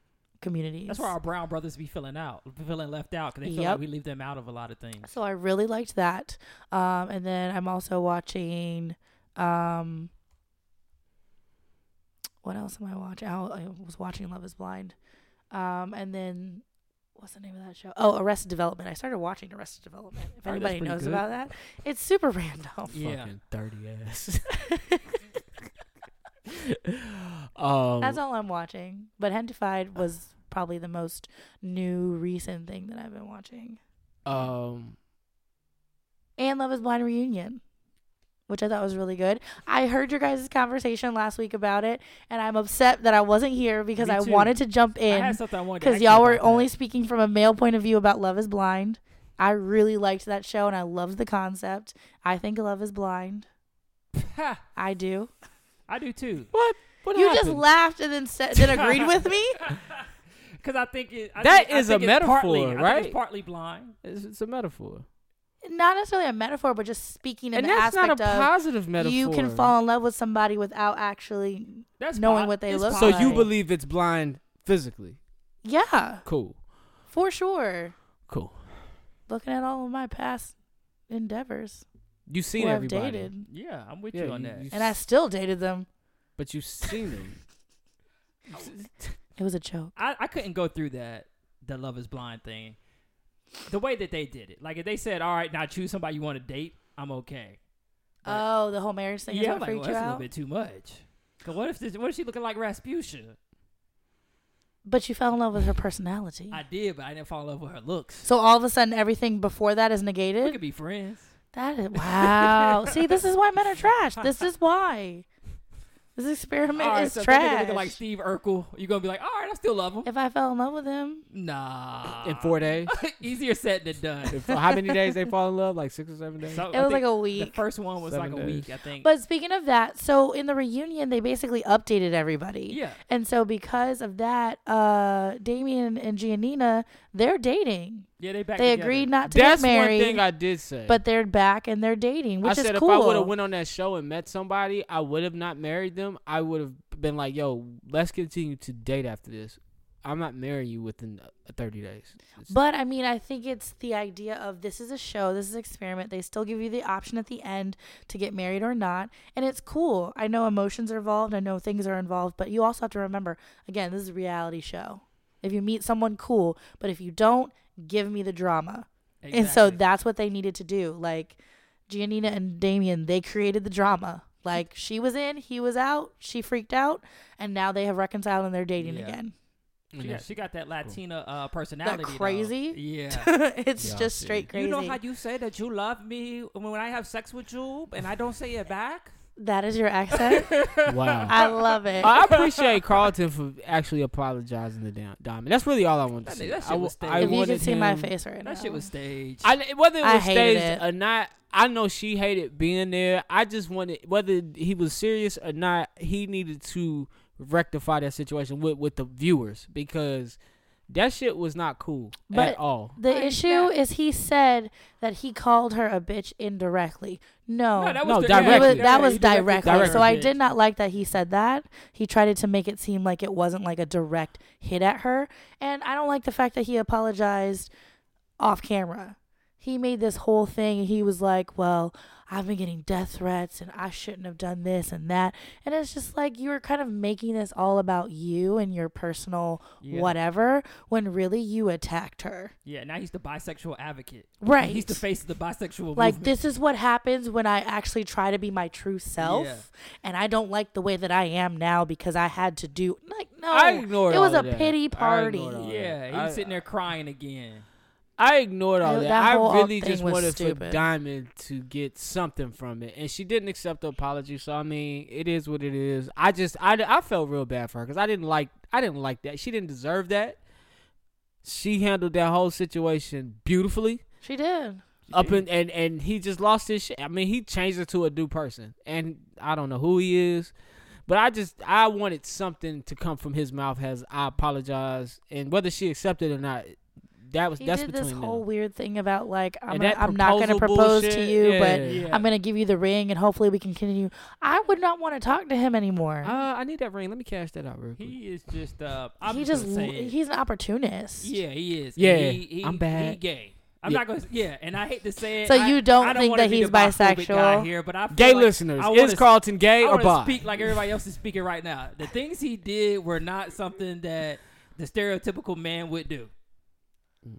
Speaker 3: Communities.
Speaker 7: That's where our brown brothers be feeling out, feeling left out, because they feel
Speaker 3: Yep.
Speaker 7: like we leave them out of a lot of things.
Speaker 3: So I really liked that. Um, and then I'm also watching. Um, what else am I watching? Oh, I was watching Love Is Blind. Um, and then what's the name of that show? Oh, Arrested Development. I started watching Arrested Development. If
Speaker 7: Heard Oh, that's
Speaker 3: anybody
Speaker 7: pretty
Speaker 3: knows
Speaker 7: good.
Speaker 3: about that, it's super random.
Speaker 7: Yeah.
Speaker 6: Fucking dirty ass.
Speaker 7: Oh.
Speaker 6: um,
Speaker 3: That's all I'm watching. But Hentified
Speaker 7: Uh.
Speaker 3: was probably the most new recent thing that I've been watching.
Speaker 6: um,
Speaker 3: and Love is Blind reunion, which I thought was really good. I heard your guys' conversation last week about it, and I'm upset that I wasn't here because
Speaker 7: Me
Speaker 3: I
Speaker 7: too.
Speaker 3: wanted to jump
Speaker 7: I had
Speaker 3: in
Speaker 7: something I wanted to
Speaker 3: because
Speaker 7: ask you
Speaker 3: y'all were
Speaker 7: about
Speaker 3: only
Speaker 7: that.
Speaker 3: speaking from a male point of view about Love is Blind. I really liked that show and I loved the concept. I think Love is Blind.
Speaker 7: Ha,
Speaker 3: I do.
Speaker 7: I do too,
Speaker 6: what? What
Speaker 3: you
Speaker 6: happened?
Speaker 3: just laughed and then said, then agreed with me.
Speaker 7: because I think it, I
Speaker 6: That
Speaker 7: think- I
Speaker 6: is a
Speaker 7: think it's partly-
Speaker 6: metaphor,
Speaker 7: I think
Speaker 6: right?
Speaker 7: it's partly blind.
Speaker 6: It's, it's a metaphor,
Speaker 3: Not necessarily a metaphor, but just speaking in
Speaker 6: and
Speaker 3: the
Speaker 6: that's not
Speaker 3: aspect
Speaker 6: a
Speaker 3: of
Speaker 6: positive metaphor.
Speaker 3: you can fall in love with somebody without actually.
Speaker 7: That's
Speaker 3: Knowing
Speaker 7: po-
Speaker 3: what they
Speaker 7: it's
Speaker 3: look
Speaker 6: So
Speaker 7: possible.
Speaker 3: like.
Speaker 6: you believe it's blind physically?
Speaker 3: Yeah,
Speaker 6: Cool,
Speaker 3: for sure.
Speaker 6: cool.
Speaker 3: looking at all of my past endeavors
Speaker 6: You've seen
Speaker 3: who I've
Speaker 6: everybody,
Speaker 3: dated,
Speaker 7: Yeah, I'm with
Speaker 6: Yeah,
Speaker 7: you on
Speaker 6: you-
Speaker 7: that.
Speaker 6: you-
Speaker 3: and I still dated them.
Speaker 6: but you've seen them.
Speaker 3: It was a joke.
Speaker 7: I, I couldn't go through that the love is blind thing. The way that they did it, like if they said, "All right, now choose somebody you want to date," I'm okay. But-
Speaker 3: Oh, the whole marriage thing is
Speaker 7: yeah,
Speaker 3: what
Speaker 7: I'm like, well, that's
Speaker 3: freaked you
Speaker 7: a little
Speaker 3: out.
Speaker 7: bit too much. 'Cause what if this, what if she looking like Rasputia?
Speaker 3: But you fell in love with her personality.
Speaker 7: I did, but I didn't fall in love with her looks.
Speaker 3: so all of a sudden, everything before that is
Speaker 7: We
Speaker 3: negated.
Speaker 7: could be friends.
Speaker 3: That is wow. See, this is why men are trash. This is why. This experiment
Speaker 7: All right,
Speaker 3: is
Speaker 7: so if that nigga
Speaker 3: trash.
Speaker 7: looking like Steve Urkel. You're gonna be like, all right, I still love him.
Speaker 3: If I fell in love with him,
Speaker 7: Nah.
Speaker 6: in four days.
Speaker 7: Easier said than done.
Speaker 6: In four- how many days they fall in love? Like six or seven days.
Speaker 7: So,
Speaker 3: it
Speaker 7: Oh, I
Speaker 3: was like
Speaker 7: think The
Speaker 3: a week.
Speaker 7: first one was like
Speaker 6: Seven
Speaker 7: a week,
Speaker 6: days.
Speaker 7: I think.
Speaker 3: But speaking of that, so in the reunion, they basically updated everybody.
Speaker 7: yeah.
Speaker 3: And so because of that, uh, Damien and Giannina, they're dating.
Speaker 7: Yeah, they back
Speaker 3: they
Speaker 7: together.
Speaker 3: agreed not to
Speaker 6: That's
Speaker 3: get married,
Speaker 6: one thing I did say.
Speaker 3: but they're back and they're dating, which
Speaker 6: I
Speaker 3: is
Speaker 6: said
Speaker 3: cool.
Speaker 6: if I would have went on that show and met somebody, I would have not married them. I would have been like, "Yo, let's continue to date after this. I'm not marrying you within uh, 30 days."
Speaker 3: But I mean, I think it's the idea of this is a show, this is an experiment. They still give you the option at the end to get married or not. And it's cool. I know emotions are involved, I know things are involved, but you also have to remember again, this is a reality show. If you meet someone, cool. But if you don't, give me the drama. And so
Speaker 7: Exactly.
Speaker 3: that's what they needed to do. Like Giannina and Damien, they created the drama. Like she was in, he was out, she freaked out, and now they have reconciled and they're dating
Speaker 7: Yeah.
Speaker 3: again.
Speaker 6: And
Speaker 7: She
Speaker 6: that-
Speaker 7: got, she got that Latina uh,
Speaker 3: That
Speaker 7: personality. though.
Speaker 3: crazy?
Speaker 7: Yeah.
Speaker 3: it's
Speaker 6: Yeah, I
Speaker 3: just
Speaker 6: see.
Speaker 3: straight crazy.
Speaker 7: You know how you say that you love me when I have sex with you and I don't say it back?
Speaker 3: That is your accent.
Speaker 6: wow.
Speaker 3: I love it.
Speaker 6: I appreciate Carlton for actually apologizing to Dam- Diamond. That's really all I wanted to
Speaker 7: That-
Speaker 6: say.
Speaker 7: that shit
Speaker 6: I, wa-
Speaker 7: was staged.
Speaker 6: I
Speaker 3: if you
Speaker 6: wanted
Speaker 3: can see my
Speaker 6: him-
Speaker 3: face right now,
Speaker 7: That shit was staged.
Speaker 6: I, whether it
Speaker 3: I
Speaker 6: was
Speaker 3: hated
Speaker 6: staged
Speaker 3: it.
Speaker 6: or not, I know she hated being there. I just wanted whether he was serious or not, he needed to rectify that situation with with the viewers because that shit was not cool
Speaker 3: But-
Speaker 6: at all.
Speaker 3: The issue is he said that he called her a bitch indirectly. No,
Speaker 7: no, that
Speaker 6: No,
Speaker 7: was
Speaker 3: It
Speaker 6: directly.
Speaker 3: was- that was
Speaker 7: He
Speaker 3: directly.
Speaker 6: directly.
Speaker 3: So I
Speaker 6: Directly.
Speaker 3: did not like that he said that. He tried to make it seem like it wasn't like a direct hit at her, and I don't like the fact that he apologized off camera. He made this whole thing. and He was like, "Well, I've been getting death threats, and I shouldn't have done this and that." And it's just like you were kind of making this all about you and your personal
Speaker 7: Yeah.
Speaker 3: whatever, when really you attacked her.
Speaker 7: Yeah, now he's the bisexual advocate.
Speaker 3: Right.
Speaker 7: He's the face of the bisexual
Speaker 3: Like
Speaker 7: movement.
Speaker 3: this is what happens when I actually try to be my true self,
Speaker 7: Yeah.
Speaker 3: and I don't like the way that I am now because I had to do like no.
Speaker 6: I ignored
Speaker 3: it was a
Speaker 6: all of that. I
Speaker 3: pity
Speaker 6: ignored
Speaker 3: party.
Speaker 6: all of that.
Speaker 7: Yeah, he's
Speaker 6: I-
Speaker 7: sitting there crying again.
Speaker 6: I ignored all
Speaker 3: I-
Speaker 6: that.
Speaker 3: that whole
Speaker 6: I really
Speaker 3: thing
Speaker 6: just
Speaker 3: was
Speaker 6: wanted for
Speaker 3: stupid.
Speaker 6: Diamond to get something from it, and she didn't accept the apology. So I mean, it is what it is. I just I, I felt real bad for her because I didn't like I didn't like that. She didn't deserve that. She handled that whole situation beautifully.
Speaker 3: She did.
Speaker 6: Up and, and and he just lost his shit. I mean, he changed her to a new person, and I don't know who he is. But I just I wanted something to come from his mouth as I apologize, and whether she accepted or not, that was
Speaker 3: He
Speaker 6: that's
Speaker 3: did
Speaker 6: between
Speaker 3: this
Speaker 6: them.
Speaker 3: whole weird thing about like I'm,
Speaker 6: And
Speaker 3: gonna,
Speaker 6: that
Speaker 3: I'm not going to
Speaker 6: proposal
Speaker 3: propose to
Speaker 6: bullshit,
Speaker 3: you,
Speaker 6: yeah.
Speaker 3: but
Speaker 7: Yeah.
Speaker 3: I'm going to give you the ring, and hopefully we can continue. I would not want to talk to him anymore.
Speaker 6: Uh, I need that ring. Let me cash that out real quick.
Speaker 7: He is just uh I'm
Speaker 3: he
Speaker 7: just
Speaker 3: just
Speaker 7: gonna say it.
Speaker 3: he's an opportunist.
Speaker 7: Yeah, he is.
Speaker 6: Yeah,
Speaker 7: And he, he,
Speaker 6: I'm bad.
Speaker 7: He gay. I'm
Speaker 6: Yeah.
Speaker 7: not gonna. Yeah, and I hate to say it.
Speaker 3: So
Speaker 7: I-
Speaker 3: you don't
Speaker 7: I
Speaker 3: think
Speaker 7: wanna
Speaker 3: that
Speaker 7: be the
Speaker 3: he's
Speaker 7: bophobic guy
Speaker 3: bisexual?
Speaker 7: here, but I feel
Speaker 6: Gay
Speaker 7: like
Speaker 6: listeners,
Speaker 7: I
Speaker 6: is
Speaker 7: wanna-
Speaker 6: Carlton gay
Speaker 7: I
Speaker 6: or
Speaker 7: wanna
Speaker 6: bi?
Speaker 7: speak like everybody else is speaking right now. The things he did were not something that the stereotypical man would do.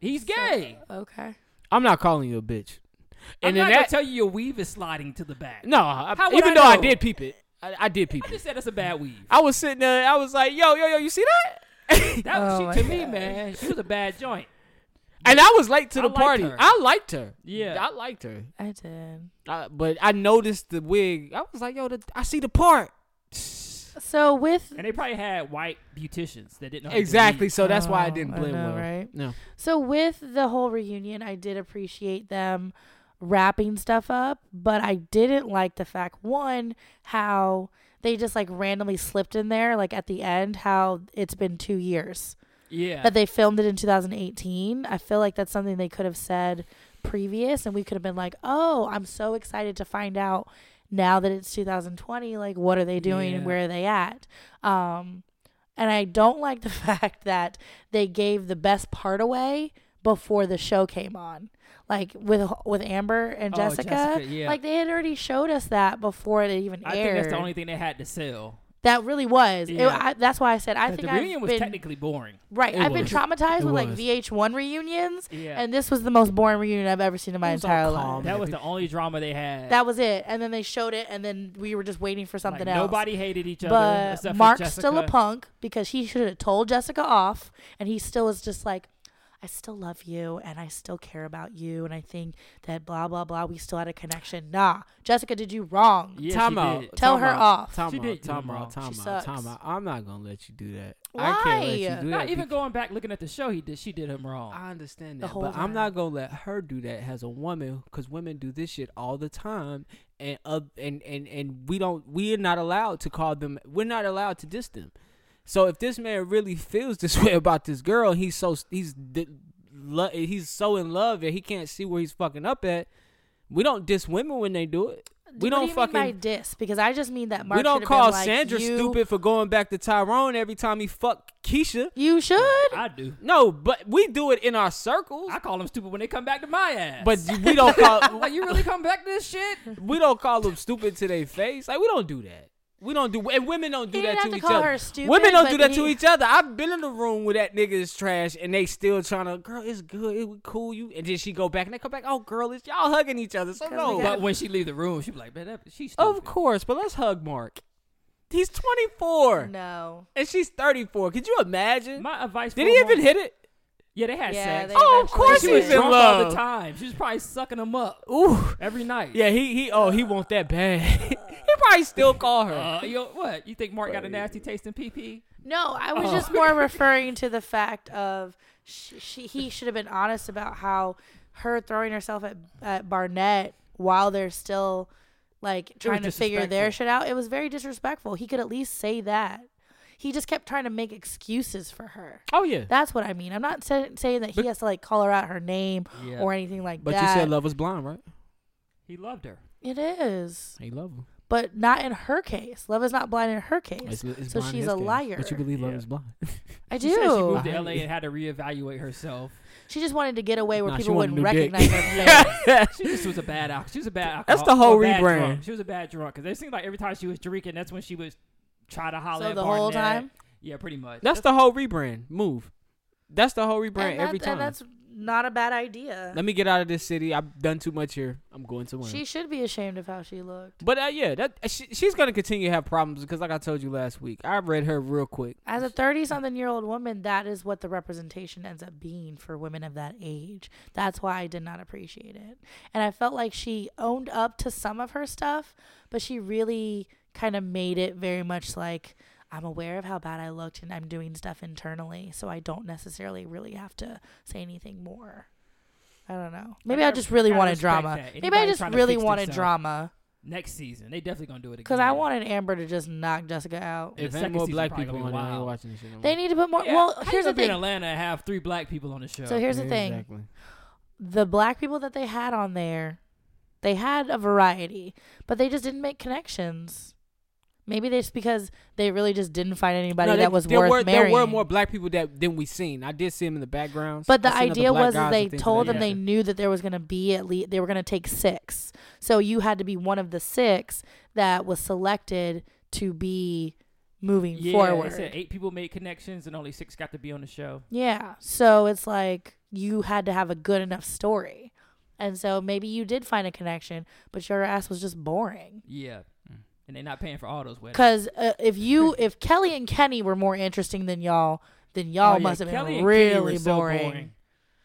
Speaker 7: He's gay.
Speaker 3: Okay.
Speaker 6: I'm not calling you a bitch.
Speaker 7: I'm
Speaker 6: And
Speaker 7: not
Speaker 6: then
Speaker 7: gonna
Speaker 6: that,
Speaker 7: tell you your weave is sliding to the back.
Speaker 6: no, I,
Speaker 7: How would
Speaker 6: even
Speaker 7: I
Speaker 6: though I
Speaker 7: know?
Speaker 6: did peep it, I, I did peep
Speaker 7: I
Speaker 6: it.
Speaker 7: just said it's a bad weave.
Speaker 6: I was sitting there, I was like, yo, yo, yo, you see that?
Speaker 7: That
Speaker 3: Oh
Speaker 7: she, to
Speaker 3: my
Speaker 7: me,
Speaker 3: gosh.
Speaker 7: man, she was a bad joint.
Speaker 6: and I was late to
Speaker 7: I
Speaker 6: the
Speaker 7: liked
Speaker 6: party.
Speaker 7: her.
Speaker 6: I liked her.
Speaker 7: Yeah.
Speaker 6: I liked her.
Speaker 3: I did.
Speaker 6: Uh, but I noticed the wig. I was like, yo, the, I see the part.
Speaker 3: So with
Speaker 7: And they probably had white beauticians that didn't know how to
Speaker 6: Exactly.
Speaker 7: weave.
Speaker 6: So that's why I
Speaker 3: Oh,
Speaker 6: didn't
Speaker 3: I
Speaker 6: blend
Speaker 3: know,
Speaker 6: well.
Speaker 3: right?
Speaker 6: No.
Speaker 3: So with the whole reunion, I did appreciate them wrapping stuff up, but I didn't like the fact one how they just like randomly slipped in there like at the end how it's been 2 years
Speaker 7: Yeah.
Speaker 3: that they filmed it in 2018. I feel like that's something they could have said previous and we could have been like, "Oh, I'm so excited to find out now that it's 2020, like what are they doing and
Speaker 7: Yeah.
Speaker 3: where are they at?" Um and I don't like the fact that they gave the best part away before the show came on. Like with with Amber and
Speaker 7: Oh,
Speaker 3: Jessica,
Speaker 7: Jessica, yeah.
Speaker 3: like they had already showed us that before it even
Speaker 7: I
Speaker 3: aired.
Speaker 7: think that's the only thing they had to sell.
Speaker 3: that really was. It-
Speaker 7: Yeah.
Speaker 3: I- that's why I said I
Speaker 7: But
Speaker 3: think
Speaker 7: the
Speaker 3: I've
Speaker 7: reunion was
Speaker 3: been-
Speaker 7: technically boring.
Speaker 3: Right.
Speaker 6: It
Speaker 3: I've
Speaker 6: was.
Speaker 3: been traumatized
Speaker 6: It
Speaker 3: with like
Speaker 6: was.
Speaker 3: VH1 reunions,
Speaker 7: Yeah.
Speaker 3: and this was the most boring reunion I've ever seen in my
Speaker 6: It was all
Speaker 3: entire
Speaker 6: calm.
Speaker 3: life.
Speaker 7: That was the only drama they had.
Speaker 3: That was it. And then they showed it, and then we were just waiting for
Speaker 7: Like,
Speaker 3: something else.
Speaker 7: Nobody hated each other.
Speaker 3: But
Speaker 7: except for
Speaker 3: Mark's still a
Speaker 7: Jessica.
Speaker 3: punk because he should have told Jessica off, and he still is just like, I still love you and I still care about you and I think that blah blah blah we still had a connection. Nah, Jessica did you wrong.
Speaker 7: Yeah,
Speaker 6: time
Speaker 7: she
Speaker 6: out.
Speaker 7: did.
Speaker 3: Tell
Speaker 6: time
Speaker 3: her
Speaker 6: out,
Speaker 3: off.
Speaker 6: Time
Speaker 7: She
Speaker 6: out.
Speaker 7: did do
Speaker 6: Time
Speaker 7: them
Speaker 6: out.
Speaker 7: wrong.
Speaker 6: Time
Speaker 3: She
Speaker 6: out. Time
Speaker 3: sucks.
Speaker 6: out. I'm not gonna let you do that. I can't let
Speaker 3: Why?
Speaker 6: you do that.
Speaker 7: Not even
Speaker 6: because-
Speaker 7: going back looking at the show he did. She did him wrong.
Speaker 6: I understand
Speaker 3: Oh. The
Speaker 6: that,
Speaker 3: whole
Speaker 6: but I'm
Speaker 3: time.
Speaker 6: not gonna let her do that as a woman, because women do this shit all the time, and uh, and and and we don't, we are not allowed to call them, we're not allowed to diss them. So if this man really feels this way about this girl, he's so he's d- lo- he's so in love and he can't see where he's fucking up at. We don't diss women when they do it.
Speaker 3: what
Speaker 6: We don't
Speaker 3: do you
Speaker 6: fucking
Speaker 3: mean by diss because I just mean that Mark
Speaker 6: we don't
Speaker 3: should've been
Speaker 6: call
Speaker 3: like,
Speaker 6: Sandra
Speaker 3: you,
Speaker 6: stupid for going back to Tyrone every time he fuck Keisha.
Speaker 3: You should.
Speaker 7: I do.
Speaker 6: No, but we do it in our circles.
Speaker 7: I call them stupid when they come back to my ass.
Speaker 6: But we don't call
Speaker 7: like you really come back to this shit?
Speaker 6: we don't call them stupid to their face. Like we don't do that. We don't do and women don't do
Speaker 3: He
Speaker 6: that
Speaker 3: didn't
Speaker 6: to
Speaker 3: have to
Speaker 6: each
Speaker 3: call
Speaker 6: other.
Speaker 3: her stupid,
Speaker 6: women don't do
Speaker 3: but
Speaker 6: that to
Speaker 3: he-
Speaker 6: each other. I've been in the room where that nigga is trash and they still trying to girl, it's good, it was cool you and then she go back and they come back, oh girl, it's y'all hugging each other. So
Speaker 3: Because
Speaker 6: no.
Speaker 3: we
Speaker 6: But
Speaker 7: But when she leave the room, she be like, man, that, she's stupid.
Speaker 6: of course, but let's hug Mark. He's twenty four.
Speaker 3: No.
Speaker 6: and she's 34. Could you imagine?
Speaker 7: My advice.
Speaker 6: Did
Speaker 7: for
Speaker 6: he
Speaker 7: Mark-
Speaker 6: even hit it?
Speaker 7: Yeah, they had
Speaker 3: Yeah,
Speaker 7: sex.
Speaker 3: they
Speaker 6: Oh, of
Speaker 3: eventually
Speaker 6: course
Speaker 7: she
Speaker 6: he
Speaker 3: did.
Speaker 7: was
Speaker 6: was in
Speaker 7: drunk all
Speaker 6: love.
Speaker 7: the time. She was probably sucking him up
Speaker 6: Ooh.
Speaker 7: every night.
Speaker 6: Yeah, he he oh, he want that bad. he probably still call her.
Speaker 7: Uh, yo, what? You think Mark got a nasty taste in PP?
Speaker 3: No, I was
Speaker 7: Oh.
Speaker 3: just more referring to the fact of she, she he should have been honest about how her throwing herself at, at Barnett while they're still like trying to figure their
Speaker 7: disrespectful.
Speaker 3: shit out. It was very disrespectful. He could at least say that. He just kept trying to make excuses for her.
Speaker 6: Oh yeah.
Speaker 3: That's what I mean. I'm not sa- saying that he has to like call her out her name
Speaker 7: Yeah.
Speaker 3: or anything like
Speaker 6: But
Speaker 3: that.
Speaker 6: you said love was blind, right?
Speaker 7: He loved her.
Speaker 3: It is,
Speaker 6: He love him.
Speaker 3: but not in her case. Love is not blind in her case. so
Speaker 6: blind in
Speaker 3: she's
Speaker 6: his
Speaker 3: a
Speaker 6: case.
Speaker 3: liar.
Speaker 6: But you believe love
Speaker 7: Yeah.
Speaker 6: is blind.
Speaker 3: I do.
Speaker 7: She said she moved
Speaker 6: I-
Speaker 7: to LA and had to reevaluate herself.
Speaker 3: She just wanted to get away where
Speaker 6: Nah, she
Speaker 3: people
Speaker 6: wanted
Speaker 3: wouldn't
Speaker 6: a new dick.
Speaker 3: recognize her face.
Speaker 7: She just was a bad alcohol. She was a bad alcohol.
Speaker 6: That's the whole
Speaker 7: a bad
Speaker 6: rebrand.
Speaker 7: drunk. She was a bad drunk because it seemed like every time she was drinking, that's when she was try to holler
Speaker 3: So
Speaker 7: at
Speaker 3: the whole
Speaker 7: Barnett.
Speaker 3: time?
Speaker 7: Yeah, pretty much.
Speaker 6: That's the whole rebrand move. That's the whole rebrand
Speaker 3: and
Speaker 6: every
Speaker 3: that- and
Speaker 6: time.
Speaker 3: that's not a bad idea.
Speaker 6: Let me get out of this city. I've done too much here. I'm going somewhere.
Speaker 3: She
Speaker 6: else.
Speaker 3: should be ashamed of how she looked.
Speaker 6: But uh, yeah, that she, she's gonna continue to have problems because, like I told you last week, I read her real quick.
Speaker 3: As a 30 something year old woman, that is what the representation ends up being for women of that age. That's why I did not appreciate it. And I felt like she owned up to some of her stuff, but she really kind of made it very much like, I'm aware of how bad I looked and I'm doing stuff internally, so I don't necessarily really have to say anything more. I don't know. Maybe I,
Speaker 7: gotta-
Speaker 3: just really
Speaker 7: gotta
Speaker 3: wanted
Speaker 7: respect
Speaker 3: drama.
Speaker 7: that.
Speaker 3: Maybe I
Speaker 7: Anybody
Speaker 3: just
Speaker 7: trying to
Speaker 3: really
Speaker 7: fix
Speaker 3: wanted
Speaker 7: themselves.
Speaker 3: drama.
Speaker 7: next season. They definitely gonna do it again.
Speaker 3: Because I wanted Amber to just knock Jessica out.
Speaker 7: The
Speaker 6: If any
Speaker 7: second
Speaker 6: more
Speaker 7: season
Speaker 6: black
Speaker 7: probably
Speaker 6: people
Speaker 7: gonna
Speaker 6: on
Speaker 7: be
Speaker 6: it, I ain't
Speaker 7: wild.
Speaker 6: watching this shit. no
Speaker 3: They
Speaker 6: more.
Speaker 3: need to put more.
Speaker 7: Yeah,
Speaker 3: Well,
Speaker 7: how you
Speaker 3: here's
Speaker 7: gonna
Speaker 3: the
Speaker 7: be in
Speaker 3: thing.
Speaker 7: Atlanta and have three black people on the show.
Speaker 3: So here's the
Speaker 6: Yeah,
Speaker 3: thing.
Speaker 6: Exactly.
Speaker 3: The black people that they had on there, they had a variety, but they just didn't make connections. Maybe that's because they really just didn't find anybody
Speaker 6: No,
Speaker 3: that
Speaker 6: there-
Speaker 3: was
Speaker 6: there
Speaker 3: worth
Speaker 6: were,
Speaker 3: marrying.
Speaker 6: There were more black people that than we seen. I did see him in the background.
Speaker 3: but the
Speaker 6: I seen other
Speaker 3: idea
Speaker 6: black
Speaker 3: was is
Speaker 6: guys
Speaker 3: they
Speaker 6: and things of
Speaker 3: told
Speaker 6: that
Speaker 3: them they
Speaker 6: nature.
Speaker 3: knew that there was going to be at least they were going to take six. So you had to be one of the six that was selected to be moving
Speaker 7: yeah,
Speaker 3: forward.
Speaker 7: They said eight people made connections and only six got to be on the show.
Speaker 3: Yeah. So it's like you had to have a good enough story. And so maybe you did find a connection, but your ass was just boring.
Speaker 7: Yeah, and they're not paying for all those weddings.
Speaker 3: Cuz uh, if you if Kelly and Kenny were more interesting than y'all, then y'all
Speaker 7: Oh, yeah,
Speaker 3: must have
Speaker 7: Kelly
Speaker 3: been
Speaker 7: and Kitty were
Speaker 3: really
Speaker 7: so
Speaker 3: boring.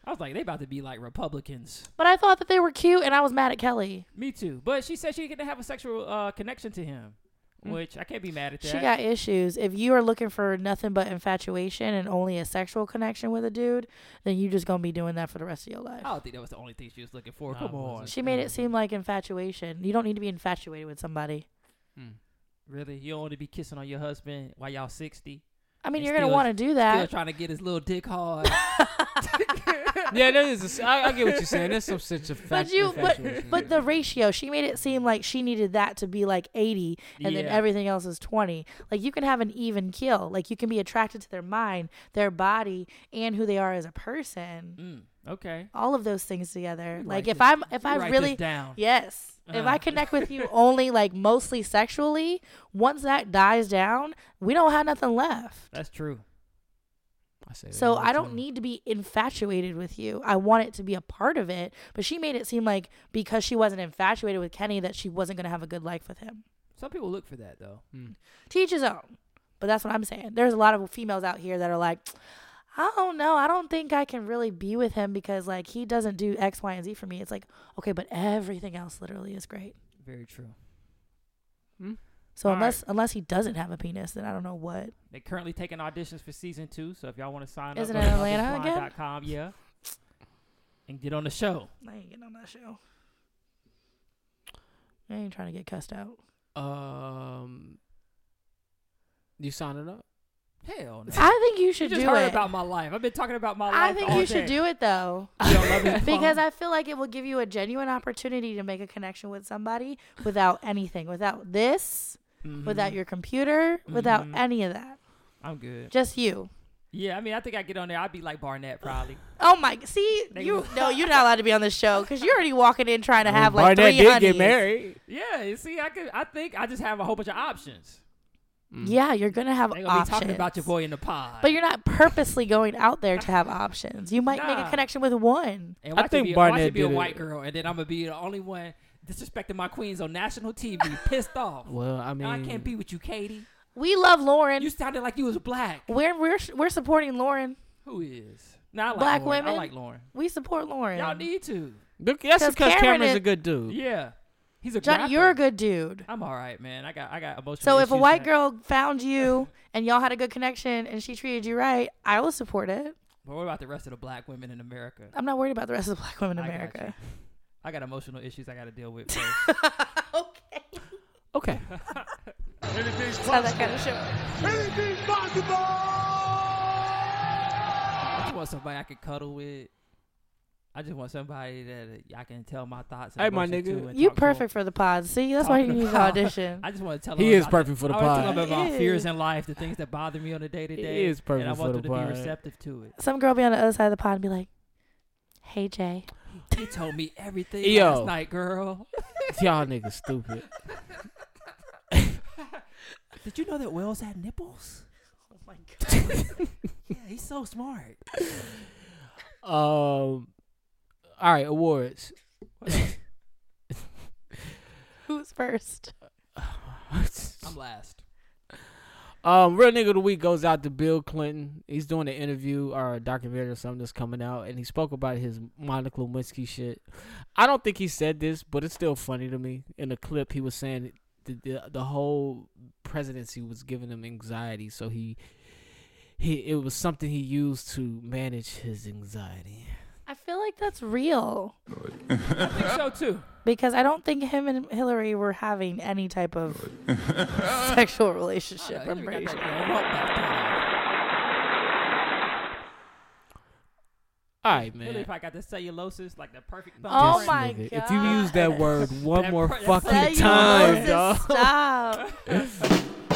Speaker 7: I was like, they about to be like Republicans.
Speaker 3: But I thought that they were cute and I was mad at Kelly.
Speaker 7: Me too. But she said she didn't have a sexual uh, connection to him, which I can't be mad at that.
Speaker 3: Mm. She got issues. If you are looking for nothing but infatuation and only a sexual connection with a dude, then you just going to be doing that for the rest of your life.
Speaker 7: I don't think that was the only thing she was looking for.
Speaker 6: Nah,
Speaker 7: Come
Speaker 6: it
Speaker 7: on.
Speaker 6: wasn't.
Speaker 3: She made it seem like infatuation. You don't need to be infatuated with somebody.
Speaker 7: Really? You don't want to be kissing on your husband while y'all 60?
Speaker 3: I mean,
Speaker 7: And
Speaker 3: you're going to
Speaker 7: still-
Speaker 3: want to do
Speaker 7: Still
Speaker 3: that.
Speaker 7: trying to get his little dick hard.
Speaker 6: Yeah, there is. A, I, I get what you're saying. There's some such a fact.
Speaker 3: but you
Speaker 6: infatuation.
Speaker 3: but but the ratio she made it seem like she needed that to be like 80 and then
Speaker 7: Yeah.
Speaker 3: everything else is 20 like you can have an even kill like you can be attracted to their mind their body and who they are as a person
Speaker 7: Mm, okay.
Speaker 3: all of those things together
Speaker 7: You
Speaker 3: like
Speaker 7: write
Speaker 3: if
Speaker 7: this-
Speaker 3: i'm if
Speaker 7: you
Speaker 3: i
Speaker 7: write
Speaker 3: really
Speaker 7: this down.
Speaker 3: yes if i
Speaker 7: Uh.
Speaker 3: connect with you only like mostly sexually once that dies down we don't have nothing left
Speaker 7: That's true.
Speaker 6: I say that
Speaker 3: so
Speaker 6: all the
Speaker 3: I don't
Speaker 6: time.
Speaker 3: need to be infatuated with you. I want it to be a part of it. But she made it seem like because she wasn't infatuated with Kenny that she wasn't going to have a good life with him.
Speaker 7: Some people look for that, though.
Speaker 6: Hmm.
Speaker 3: Teach his own. But that's what I'm saying. There's a lot of females out here that are like, I don't know. I don't think I can really be with him because like he doesn't do X, Y, and Z for me. It's like okay, but everything else literally is great.
Speaker 7: Very true.
Speaker 3: So
Speaker 7: All right.
Speaker 3: unless unless he doesn't have a penis, then I don't know what.
Speaker 7: They're currently taking auditions for season two, so if y'all want to sign
Speaker 3: Is it
Speaker 7: up,
Speaker 3: in
Speaker 7: go to
Speaker 3: Atlanta again?
Speaker 7: lovethisblind.com, Yeah, and get on the show.
Speaker 3: I ain't getting on that show. I ain't trying to get cussed out.
Speaker 6: Um, you signing up?
Speaker 7: Hell no.
Speaker 3: I think you
Speaker 7: You
Speaker 3: should
Speaker 7: just
Speaker 3: do
Speaker 7: heard
Speaker 3: it.
Speaker 7: about my life. I've been talking about my life.
Speaker 3: I think
Speaker 7: all
Speaker 3: you
Speaker 7: day.
Speaker 3: should do it though.
Speaker 7: You don't love his
Speaker 3: because
Speaker 7: phone?
Speaker 3: I feel like it will give you a genuine opportunity to make a connection with somebody without anything, without this,
Speaker 7: Mm-hmm.
Speaker 3: without your computer, without
Speaker 7: Mhm.
Speaker 3: any of that.
Speaker 7: I'm good.
Speaker 3: Just you.
Speaker 7: Yeah, I mean, I think I get on there. I'd be like Barnett probably.
Speaker 3: Oh my! See,
Speaker 7: Nigga.
Speaker 3: you no, you're not allowed to be on this show because you're already walking in trying to have
Speaker 6: Well,
Speaker 3: like
Speaker 6: Barnett
Speaker 3: three
Speaker 6: did get
Speaker 3: honeys.
Speaker 6: married.
Speaker 7: yeah, you see, I could. I think I just have a whole bunch of options.
Speaker 3: Yeah, you're gonna have
Speaker 7: They're gonna
Speaker 3: options.
Speaker 7: be talking about your boy in the pod.
Speaker 3: but you're not purposely going out there to have options. You might make
Speaker 7: Nah.
Speaker 3: a connection with one.
Speaker 7: and
Speaker 6: I
Speaker 7: watch I
Speaker 6: think
Speaker 7: be,
Speaker 6: Barnett
Speaker 7: watch it be a
Speaker 6: did it.
Speaker 7: white girl, and then I'm gonna be the only one disrespecting my queens on national TV, pissed off.
Speaker 6: Well, I mean,
Speaker 7: Now I can't be with you, Katie.
Speaker 3: We love Lauren.
Speaker 7: You sounded like you was black.
Speaker 3: we're we're we're supporting Lauren.
Speaker 7: Who is? Nah, I like
Speaker 3: Black
Speaker 7: Lauren. I
Speaker 3: women?
Speaker 7: like Lauren.
Speaker 3: We support Lauren.
Speaker 7: Y'all need to.
Speaker 6: Look, That's
Speaker 3: 'Cause
Speaker 6: because
Speaker 3: Cameron
Speaker 6: Cameron's
Speaker 3: is-
Speaker 6: a good dude.
Speaker 7: Yeah, he's a.
Speaker 3: Johnny,
Speaker 7: rapper.
Speaker 3: you're a good dude.
Speaker 7: I'm all right, man. I got I got emotional.
Speaker 3: So if a
Speaker 7: issues
Speaker 3: white
Speaker 7: that-
Speaker 3: girl found you and y'all had a good connection and she treated you right, I will support it.
Speaker 7: but what about the rest of the black women in America?
Speaker 3: I'm not worried about the rest of the black women Oh, in
Speaker 7: I got
Speaker 3: America.
Speaker 7: I got emotional issues I got to deal with. first.
Speaker 3: okay.
Speaker 6: Okay.
Speaker 3: So that kind of show.
Speaker 7: I just want somebody I can cuddle with. I just want somebody that I can tell my thoughts. And
Speaker 6: Hey, my
Speaker 7: emotions
Speaker 6: nigga.
Speaker 7: to and
Speaker 3: You
Speaker 7: talk to 'em.
Speaker 3: perfect for the pod. See, that's why you
Speaker 7: Talking
Speaker 3: need to
Speaker 7: about-
Speaker 3: audition.
Speaker 7: I just want to tell
Speaker 6: He
Speaker 7: them
Speaker 6: is
Speaker 7: about
Speaker 6: perfect for the
Speaker 7: I want to tell
Speaker 6: pod.
Speaker 7: them about
Speaker 3: Yeah.
Speaker 7: my fears in life, the things that bother me on a day to
Speaker 6: He
Speaker 7: day.
Speaker 6: is perfect
Speaker 7: and I
Speaker 6: for
Speaker 7: want
Speaker 6: the
Speaker 7: them to be
Speaker 6: pod.
Speaker 7: receptive to it.
Speaker 3: Some girl be on the other side of the pod and be like, "Hey Jay,
Speaker 7: He told me everything
Speaker 6: Yo.
Speaker 7: last night, girl.
Speaker 6: Y'all niggas stupid.
Speaker 7: Did you know that Wells had nipples? Oh my god. yeah, he's so smart.
Speaker 6: Um. All right, awards.
Speaker 3: who's first?
Speaker 7: I'm last.
Speaker 6: Um, Real Nigga of the Week goes out to Bill Clinton. He's doing an interview or a documentary or something that's coming out, and he spoke about his Monica Lewinsky shit. I don't think he said this, but it's still funny to me. In the clip, he was saying the the, the whole presidency was giving him anxiety, so he he it was something he used to manage his anxiety.
Speaker 3: I feel like that's real
Speaker 7: I think so too.
Speaker 3: because I don't think him and Hillary were having any type of sexual relationship. I'm pretty sure.
Speaker 6: All right, man.
Speaker 7: Really, probably got the cellulosis, like the perfect.
Speaker 3: Oh
Speaker 7: thumbprint.
Speaker 6: This
Speaker 3: my
Speaker 6: nigga. If you use
Speaker 3: God.
Speaker 6: that word one
Speaker 7: That
Speaker 6: more
Speaker 7: pr- that
Speaker 6: fucking
Speaker 7: phrase.
Speaker 6: time,
Speaker 3: Cellulosis,
Speaker 6: dog.
Speaker 3: Stop.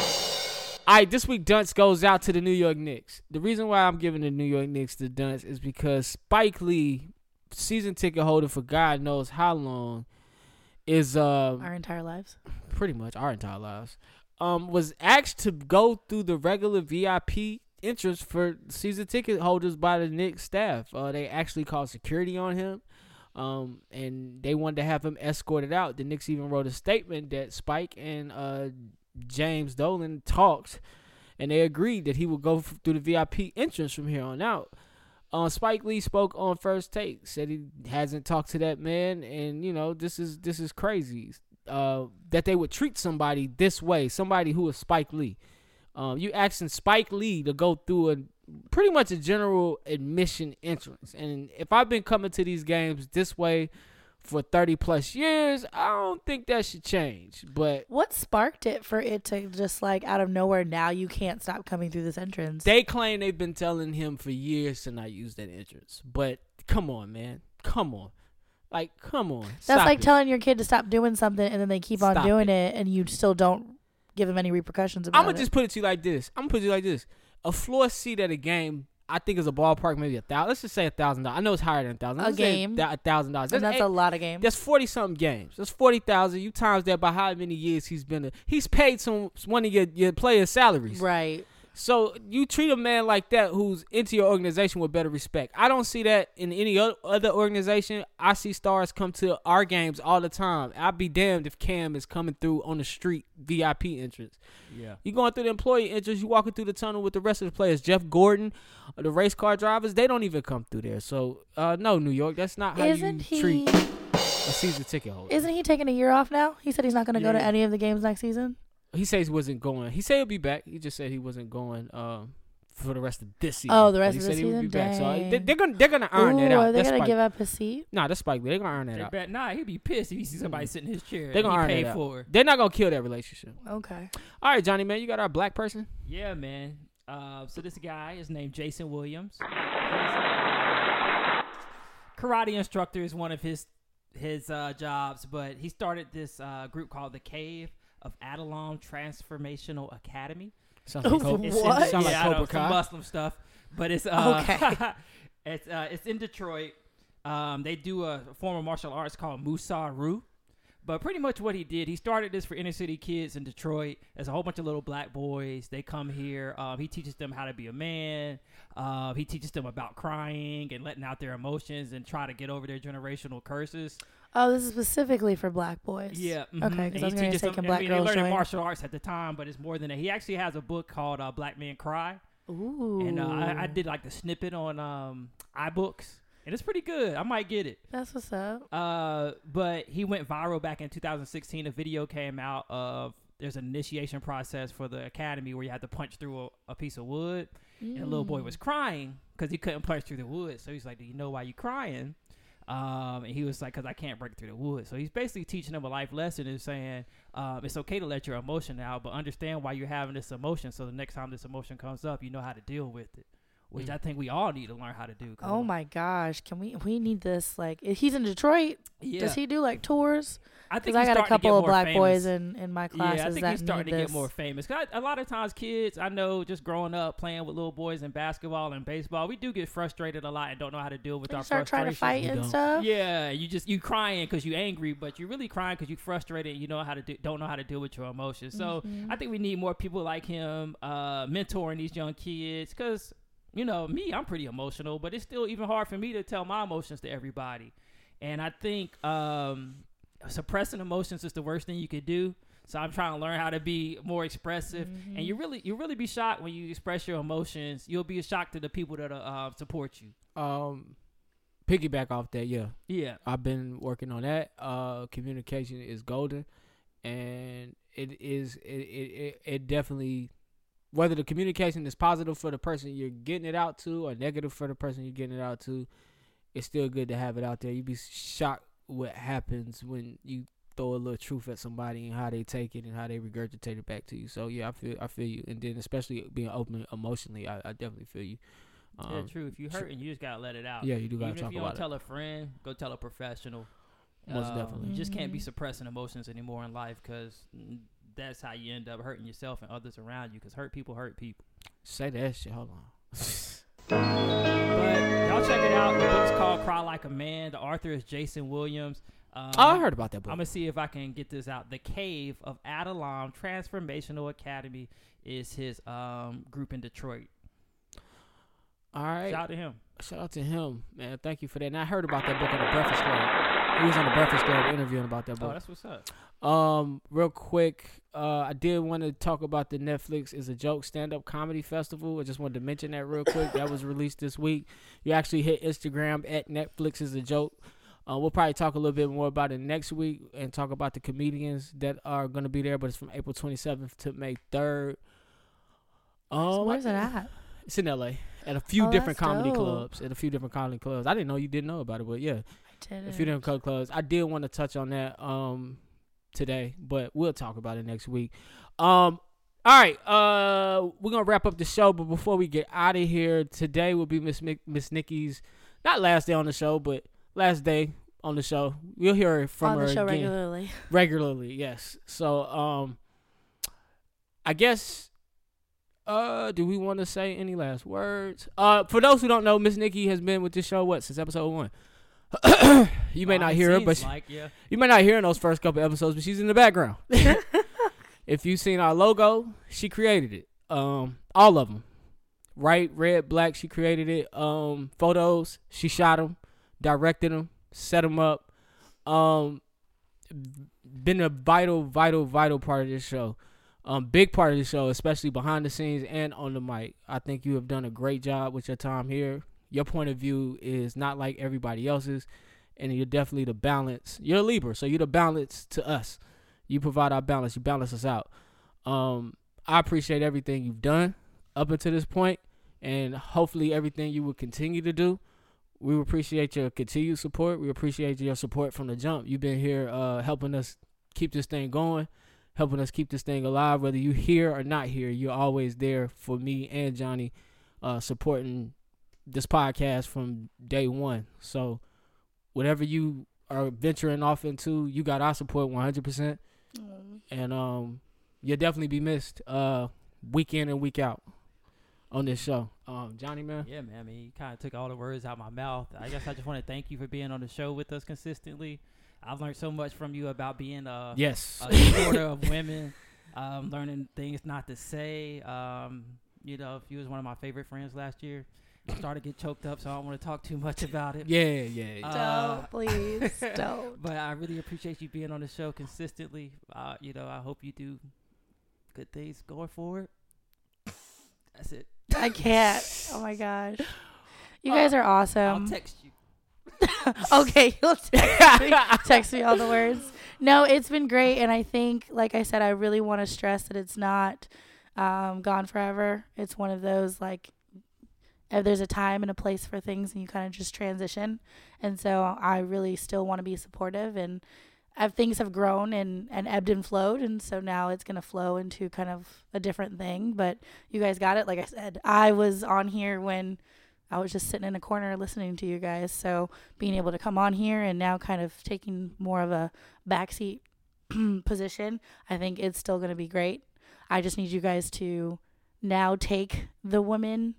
Speaker 6: All right, this week Dunce goes out to the New York Knicks. The reason why I'm giving the New York Knicks the Dunce is because Spike Lee, season ticket holder for God knows how long, is um
Speaker 3: Our entire lives.
Speaker 6: pretty much our entire lives, um, was asked to go through the regular VIP entrance for season ticket holders by the Knicks staff. Uh, they actually called security on him, um, and they wanted to have him escorted out. The Knicks even wrote a statement that Spike and uh, James Dolan talked, and they agreed that he would go f- through the VIP entrance from here on out. Uh, Spike Lee spoke on first take, said he hasn't talked to that man, and you know this is this is crazy uh, that they would treat somebody this way, somebody who is Spike Lee. Um, you asking Spike Lee to go through a pretty much a general admission entrance, and if I've been coming to these games this way for thirty plus years, I don't think that should change. But
Speaker 3: What sparked it for it to just like out of nowhere now you can't stop coming through this entrance?
Speaker 6: They claim they've been telling him for years to not use that entrance. But come on, man. Come on. Like, come on.
Speaker 3: That's
Speaker 6: Stop
Speaker 3: like
Speaker 6: it.
Speaker 3: telling your kid to stop doing something and then they keep on
Speaker 6: Stop
Speaker 3: doing
Speaker 6: it.
Speaker 3: it. and you still don't give them any repercussions about
Speaker 6: I'm
Speaker 3: it.
Speaker 6: gonna just put it to you like this. I'm gonna put it to you like this. A floor seat at a game, I think is a ballpark maybe a thousand. Let's just say a thousand dollars. I know it's higher than a thousand.
Speaker 3: A
Speaker 6: Let's say
Speaker 3: game.
Speaker 6: thou- a thousand dollars.
Speaker 3: and that's
Speaker 6: eight-
Speaker 3: a lot of games.
Speaker 6: That's forty something games. That's forty thousand. You times that by how many years he's been. A, he's paid some one of your, your players' salaries.
Speaker 3: Right.
Speaker 6: So you treat a man like that who's into your organization with better respect. I don't see that in any o- other organization. I see stars come to our games all the time. I'd be damned if Cam is coming through on the street VIP entrance.
Speaker 7: Yeah.
Speaker 6: You going through the employee entrance, you walking through the tunnel with the rest of the players. Jeff Gordon, uh, the race car drivers, they don't even come through there. So uh, no, New York, that's not how
Speaker 3: Isn't
Speaker 6: you
Speaker 3: he?
Speaker 6: treat a season ticket holder.
Speaker 3: Isn't he taking a year off now? He said he's not going to go to
Speaker 6: Yeah.
Speaker 3: any of the games next season.
Speaker 6: He says he wasn't going. He said he'll be back. He just said he wasn't going um, for the rest of this season.
Speaker 3: Oh, the
Speaker 6: But
Speaker 3: rest
Speaker 6: he
Speaker 3: of
Speaker 6: said
Speaker 3: the
Speaker 6: he would be
Speaker 3: season?
Speaker 6: back. So uh, they,
Speaker 3: Dang.
Speaker 6: they're gonna they're gonna iron that
Speaker 3: Ooh,
Speaker 6: out.
Speaker 3: are they
Speaker 6: That's
Speaker 3: going to
Speaker 6: Spike.
Speaker 3: give up his seat?
Speaker 6: Nah, that's Spike Lee. They're gonna iron that
Speaker 7: They
Speaker 6: out.
Speaker 7: bet, nah, he'd be pissed if he see somebody sitting in his chair.
Speaker 6: They're Mm. gonna
Speaker 7: he
Speaker 6: iron
Speaker 7: paid
Speaker 6: that out.
Speaker 7: for.
Speaker 6: They're not gonna kill that relationship.
Speaker 3: Okay.
Speaker 6: All right, Johnny man, you got our black person.
Speaker 7: Yeah, man. Uh, so this guy is named Jason Williams. He's, uh, karate instructor is one of his his uh, jobs, but he started this uh, group called the Cave of Adelon Transformational Academy.
Speaker 6: Sounds like Cobra,
Speaker 7: It's
Speaker 3: What?
Speaker 7: In,
Speaker 6: Sound like
Speaker 7: yeah, I know,
Speaker 6: Cobra
Speaker 7: some
Speaker 6: Kai.
Speaker 7: Muslim stuff, but it's uh,
Speaker 3: Okay.
Speaker 7: it's uh, it's in Detroit. Um, they do a form of martial arts called Musaru. But pretty much what he did, he started this for inner city kids in Detroit. There's a whole bunch of little black boys. They come here. Um, he teaches them how to be a man. Uh, he teaches them about crying and letting out their emotions and try to get over their generational curses.
Speaker 3: Oh, this is specifically for black boys.
Speaker 7: Yeah. mhm.
Speaker 3: Okay, because
Speaker 7: And
Speaker 3: I was
Speaker 7: he
Speaker 3: going to
Speaker 7: teaches
Speaker 3: say,
Speaker 7: them-
Speaker 3: can black
Speaker 7: I mean,
Speaker 3: girls
Speaker 7: He learned
Speaker 3: join?
Speaker 7: martial arts at the time, but it's more than that. He actually has a book called uh, Black Men Cry.
Speaker 3: Ooh.
Speaker 7: And uh, I, I did like the snippet on um, iBooks, and it's pretty good. I might get it.
Speaker 3: That's what's up.
Speaker 7: Uh, but he went viral back in 2016. A video came out of there's an initiation process for the academy where you had to punch through a, a piece of wood, and the little boy
Speaker 3: Mm.
Speaker 7: was crying because he couldn't punch through the wood. So he's like, "Do you know why you crying?" Um, and he was like, "Cause I can't break through the wood." So he's basically teaching him a life lesson and saying, um, "It's okay to let your emotion out, but understand why you're having this emotion. So the next time this emotion comes up, you know how to deal with it." Which I think we all need to learn how to do.
Speaker 3: Oh my gosh! Can we? We need this. Like, if he's in Detroit.
Speaker 7: Yeah.
Speaker 3: Does he do like tours?
Speaker 7: I
Speaker 3: Because
Speaker 7: think
Speaker 3: I
Speaker 7: he's
Speaker 3: got a
Speaker 7: starting to get
Speaker 3: couple of
Speaker 7: more
Speaker 3: black
Speaker 7: famous.
Speaker 3: boys in in my classes
Speaker 7: yeah, I think
Speaker 3: that
Speaker 7: he's starting
Speaker 3: need
Speaker 7: to
Speaker 3: this.
Speaker 7: get more famous. 'Cause I- A lot of times, kids, I know, just growing up playing with little boys in basketball and baseball, we do get frustrated a lot and don't know how to deal with
Speaker 3: They
Speaker 7: our
Speaker 3: start trying to
Speaker 7: frustrations.
Speaker 3: fight
Speaker 6: We
Speaker 3: and
Speaker 6: don't.
Speaker 3: stuff.
Speaker 7: Yeah, you just you crying because you angry, but you really crying because you frustrated. And you know how to do, don't know how to deal with your emotions. So
Speaker 3: Mm-hmm.
Speaker 7: I think we need more people like him uh, mentoring these young kids because you know me, I'm pretty emotional, but it's still even hard for me to tell my emotions to everybody. And I think um, suppressing emotions is the worst thing you could do. So I'm trying to learn how to be more expressive,
Speaker 6: Mm-hmm.
Speaker 7: and you really you really be shocked when you express your emotions. You'll be shocked to the people that uh, support you.
Speaker 6: Um, piggyback off that, yeah.
Speaker 7: Yeah,
Speaker 6: I've been working on that. Uh, communication is golden, and it is it it, it, it definitely whether the communication is positive for the person you're getting it out to or negative for the person you're getting it out to, it's still good to have it out there. You'd be shocked what happens when you throw a little truth at somebody and how they take it and how they regurgitate it back to you. So yeah, I feel I feel you, and then especially being open emotionally, I, I definitely feel you.
Speaker 7: yeah,
Speaker 6: Um,
Speaker 7: true. If you
Speaker 6: tr-
Speaker 7: hurt and you just gotta let it out.
Speaker 6: yeah, you do
Speaker 7: Even
Speaker 6: gotta
Speaker 7: if
Speaker 6: talk
Speaker 7: you
Speaker 6: about
Speaker 7: don't
Speaker 6: it.
Speaker 7: tell a friend, go tell a professional.
Speaker 6: Most
Speaker 7: Um,
Speaker 6: definitely.
Speaker 7: You just can't be
Speaker 6: Mm-hmm.
Speaker 3: Mhm.
Speaker 7: suppressing emotions anymore in life because that's how you end up hurting yourself and others around you. Because hurt people hurt people.
Speaker 6: Say that shit. Hold on.
Speaker 7: But y'all check it out. The book's called "Cry Like a Man." The author is Jason Williams. Um,
Speaker 6: oh, I heard about that book.
Speaker 7: I'm gonna see if I can get this out. The Cave of Adelon Transformational Academy is his um, group in Detroit.
Speaker 6: All right.
Speaker 7: Shout out to him.
Speaker 6: Shout out to him, man. Thank you for that. And I heard about that book on the Breakfast Club. He was on the Breakfast Club interviewing about that
Speaker 7: Oh,
Speaker 6: book.
Speaker 7: that's what's up.
Speaker 6: Um, real quick, uh, I did want to talk about the Netflix is a joke stand up comedy festival. I just wanted to mention that real quick. that was released this week. You actually hit Instagram at Netflix is a joke. Uh, we'll probably talk a little bit more about it next week and talk about the comedians that are going to be there. But it's from April 27th to May 3rd.
Speaker 3: So
Speaker 6: Um, I
Speaker 3: where's Mm-hmm. it
Speaker 6: think-
Speaker 3: at?
Speaker 6: It's in LA at a few
Speaker 3: Oh,
Speaker 6: different
Speaker 3: that's
Speaker 6: comedy
Speaker 3: dope.
Speaker 6: clubs. At a few different comedy clubs. I didn't know you didn't know about it, but yeah,
Speaker 3: Did
Speaker 6: a few
Speaker 3: it-
Speaker 6: different co- clubs. I did want to touch on that um today, but we'll talk about it next week. Um all right, uh we're going to wrap up the show, but before we get out of here, today will be Miss Mick- Miss Nikki's not last day on the show, but last day on the show. You'll hear her from
Speaker 3: on
Speaker 6: her
Speaker 3: the show
Speaker 6: again
Speaker 3: regularly.
Speaker 6: regularly yes so um i guess uh do we want to say any last words uh for those who don't know miss nikki has been with this show what since episode one you may not
Speaker 7: Behind
Speaker 6: hear her
Speaker 7: scenes,
Speaker 6: but she-
Speaker 7: Uh, like, yeah.
Speaker 6: you may not hear in those first couple episodes but she's in the background if you've seen our logo she created it Um, all of them. Right, red, black. She created it. Um, photos. She shot them, directed them, set them up. Um, been a vital, vital, vital part of this show. Um, big part of the show, especially behind the scenes and on the mic. I think you have done a great job with your time here. Your point of view is not like everybody else's, and you're definitely the balance. You're a Libra, so you're the balance to us. You provide our balance. You balance us out. Um, I appreciate everything you've done up until this point, and hopefully everything you will continue to do. We appreciate your continued support. We appreciate your support from the jump. You've been here uh, helping us keep this thing going, helping us keep this thing alive. Whether you here or not here, you're always there for me and Johnny, uh, supporting this podcast from day one. So, whatever you are venturing off into, you got our support 100%. And um, you'll definitely be missed uh, week in and week out on this show. Um, Johnny, man.
Speaker 7: Yeah, man. I mean, you kind of took all the words out of my mouth. I guess I just want to thank you for being on the show with us consistently. I've learned so much from you about being a,
Speaker 6: Yes.
Speaker 7: a supporter of women, um, learning things not to say. Um, you know, if you was one of my favorite friends last year, I started to get choked up, so I don't want to talk too much about it.
Speaker 6: yeah, yeah. yeah.
Speaker 7: Uh,
Speaker 3: don't please don't.
Speaker 7: But I really appreciate you being on the show consistently. Uh, you know, I hope you do good things going forward. That's it.
Speaker 3: I can't. Oh my gosh. You guys are awesome.
Speaker 7: Uh, I'll text you.
Speaker 3: okay, you'll text me, text me all the words. No, it's been great, and I think, like I said, I really want to stress that it's not um, gone forever. It's one of those like if there's a time and a place for things, and you kind of just transition. And so I really still want to be supportive, and i things have grown and and ebbed and flowed, and so now it's gonna flow into kind of a different thing. But you guys got it. Like I said, I was on here when. I was just sitting in a corner listening to you guys. So being able to come on here and now kind of taking more of a backseat position, I think it's still going to be great. I just need you guys to now take the women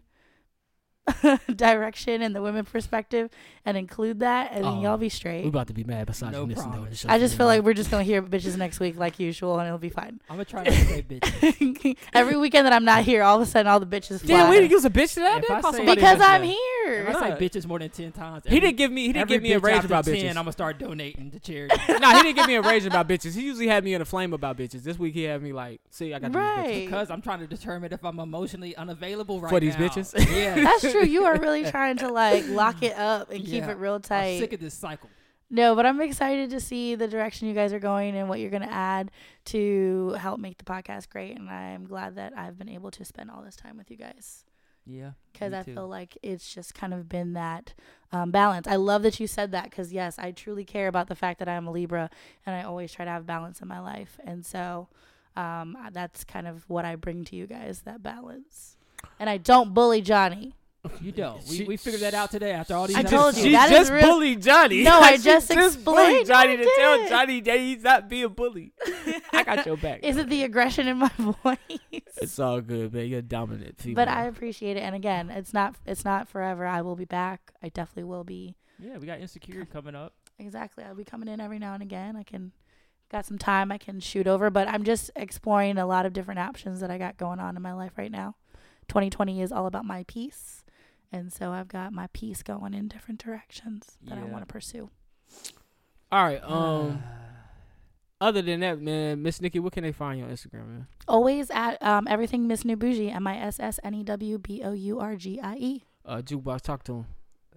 Speaker 3: direction and the women perspective and include that, and then
Speaker 6: Oh,
Speaker 3: y'all be
Speaker 6: We
Speaker 3: straight.
Speaker 6: about to be mad besides
Speaker 7: No
Speaker 6: you missing
Speaker 7: promise.
Speaker 6: on the show.
Speaker 3: I just feel like we're just going to hear bitches next week like usual, and it'll be fine.
Speaker 7: I'm gonna try not to say bitch.
Speaker 3: Every weekend that I'm not here, all of a sudden all the bitches fly.
Speaker 6: Damn, we didn't give us a bitch to that.
Speaker 7: If
Speaker 6: That
Speaker 7: I
Speaker 6: cost
Speaker 7: say-
Speaker 6: somebody
Speaker 3: because
Speaker 6: to say.
Speaker 3: I'm
Speaker 7: If
Speaker 3: here.
Speaker 7: I
Speaker 6: Nah.
Speaker 7: say bitches more than ten times.
Speaker 6: He didn't give me. He didn't give me a rage about
Speaker 7: I'm
Speaker 6: bitches.
Speaker 7: gonna start donating to charity.
Speaker 6: nah, he didn't give me a rage about bitches. He usually had me in a flame about bitches. This week he had me like, see, I got these bitches.
Speaker 3: Right.
Speaker 7: because I'm trying to determine if I'm emotionally unavailable right
Speaker 6: For these
Speaker 7: now.
Speaker 6: bitches?
Speaker 7: Yeah.
Speaker 3: That's true. You are really trying to like lock it up and keep
Speaker 7: Yeah.
Speaker 3: it real
Speaker 7: I'm sick
Speaker 3: tight.
Speaker 7: of this cycle.
Speaker 3: No, but I'm excited to see the direction you guys are going and what you're going to add to help make the podcast great. And I'm glad that I've been able to spend all this time with you guys
Speaker 7: Yeah.
Speaker 3: because
Speaker 7: me
Speaker 3: I
Speaker 7: too.
Speaker 3: feel like it's just kind of been that um, balance. I love that you said that because yes, I truly care about the fact that I'm a Libra and I always try to have balance in my life, and so um, I- that's kind of what I bring to you guys that balance. And I don't bully Johnny.
Speaker 7: You don't. We,
Speaker 6: She-
Speaker 7: we figured that out today after all these.
Speaker 3: I
Speaker 6: She
Speaker 3: told
Speaker 6: just-
Speaker 3: you,
Speaker 6: She
Speaker 3: that is
Speaker 6: just
Speaker 3: real-
Speaker 6: bullied Johnny.
Speaker 3: No, I
Speaker 6: She
Speaker 3: just
Speaker 6: bullied
Speaker 3: explained
Speaker 6: Johnny
Speaker 3: what I
Speaker 6: to tell
Speaker 3: did.
Speaker 6: Johnny that he's not being bullied. I got your back.
Speaker 3: Is it the aggression in my voice?
Speaker 6: It's all good, man. You're a dominant female.
Speaker 3: but I appreciate it. And again, it's not it's not forever. I will be back. I definitely will be.
Speaker 7: Yeah, we got insecure coming up.
Speaker 3: Exactly. I'll be coming in every now and again. I can got some time I can shoot over, but I'm just exploring a lot of different options that I got going on in my life right now. 2020 is all about my peace. And so I've got my peace going in different directions that I
Speaker 7: Yeah.
Speaker 3: want to pursue.
Speaker 6: All right. Um. Other than that, man, Miss Nikki, what can they find you on Instagram, man?
Speaker 3: Always at um, everything Miss Nubuji, M I S S N E W B O U R G I E.
Speaker 6: Uh, jukebox, talk to him.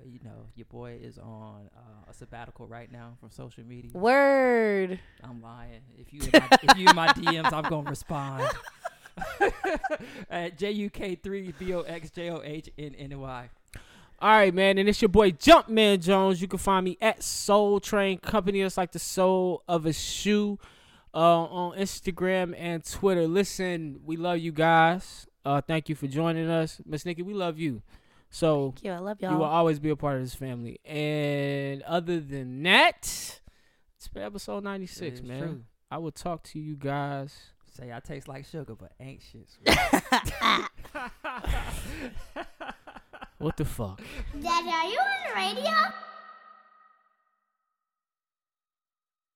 Speaker 7: You know, your boy is on uh, a sabbatical right now from social media.
Speaker 3: Word.
Speaker 7: I'm lying. If you in my, if you in my DMs, I'm gonna respond. At J U K three B O X J O H N N Y.
Speaker 6: All right, man, and it's your boy Jumpman Jones. You can find me at Soul Train Company. It's like the soul of a shoe uh, on Instagram and Twitter. Listen, we love you guys. Uh, thank you for joining us, Miss Nikki. We love you. So
Speaker 3: Thank you. I love
Speaker 6: you
Speaker 3: y'all.
Speaker 6: will always be a part of this family. And other than that, it's been episode ninety six,
Speaker 7: It is
Speaker 6: man.
Speaker 7: true.
Speaker 6: I will talk to you guys.
Speaker 7: Say I taste like sugar, but anxious.
Speaker 6: What the fuck?
Speaker 2: Daddy, are you on the radio?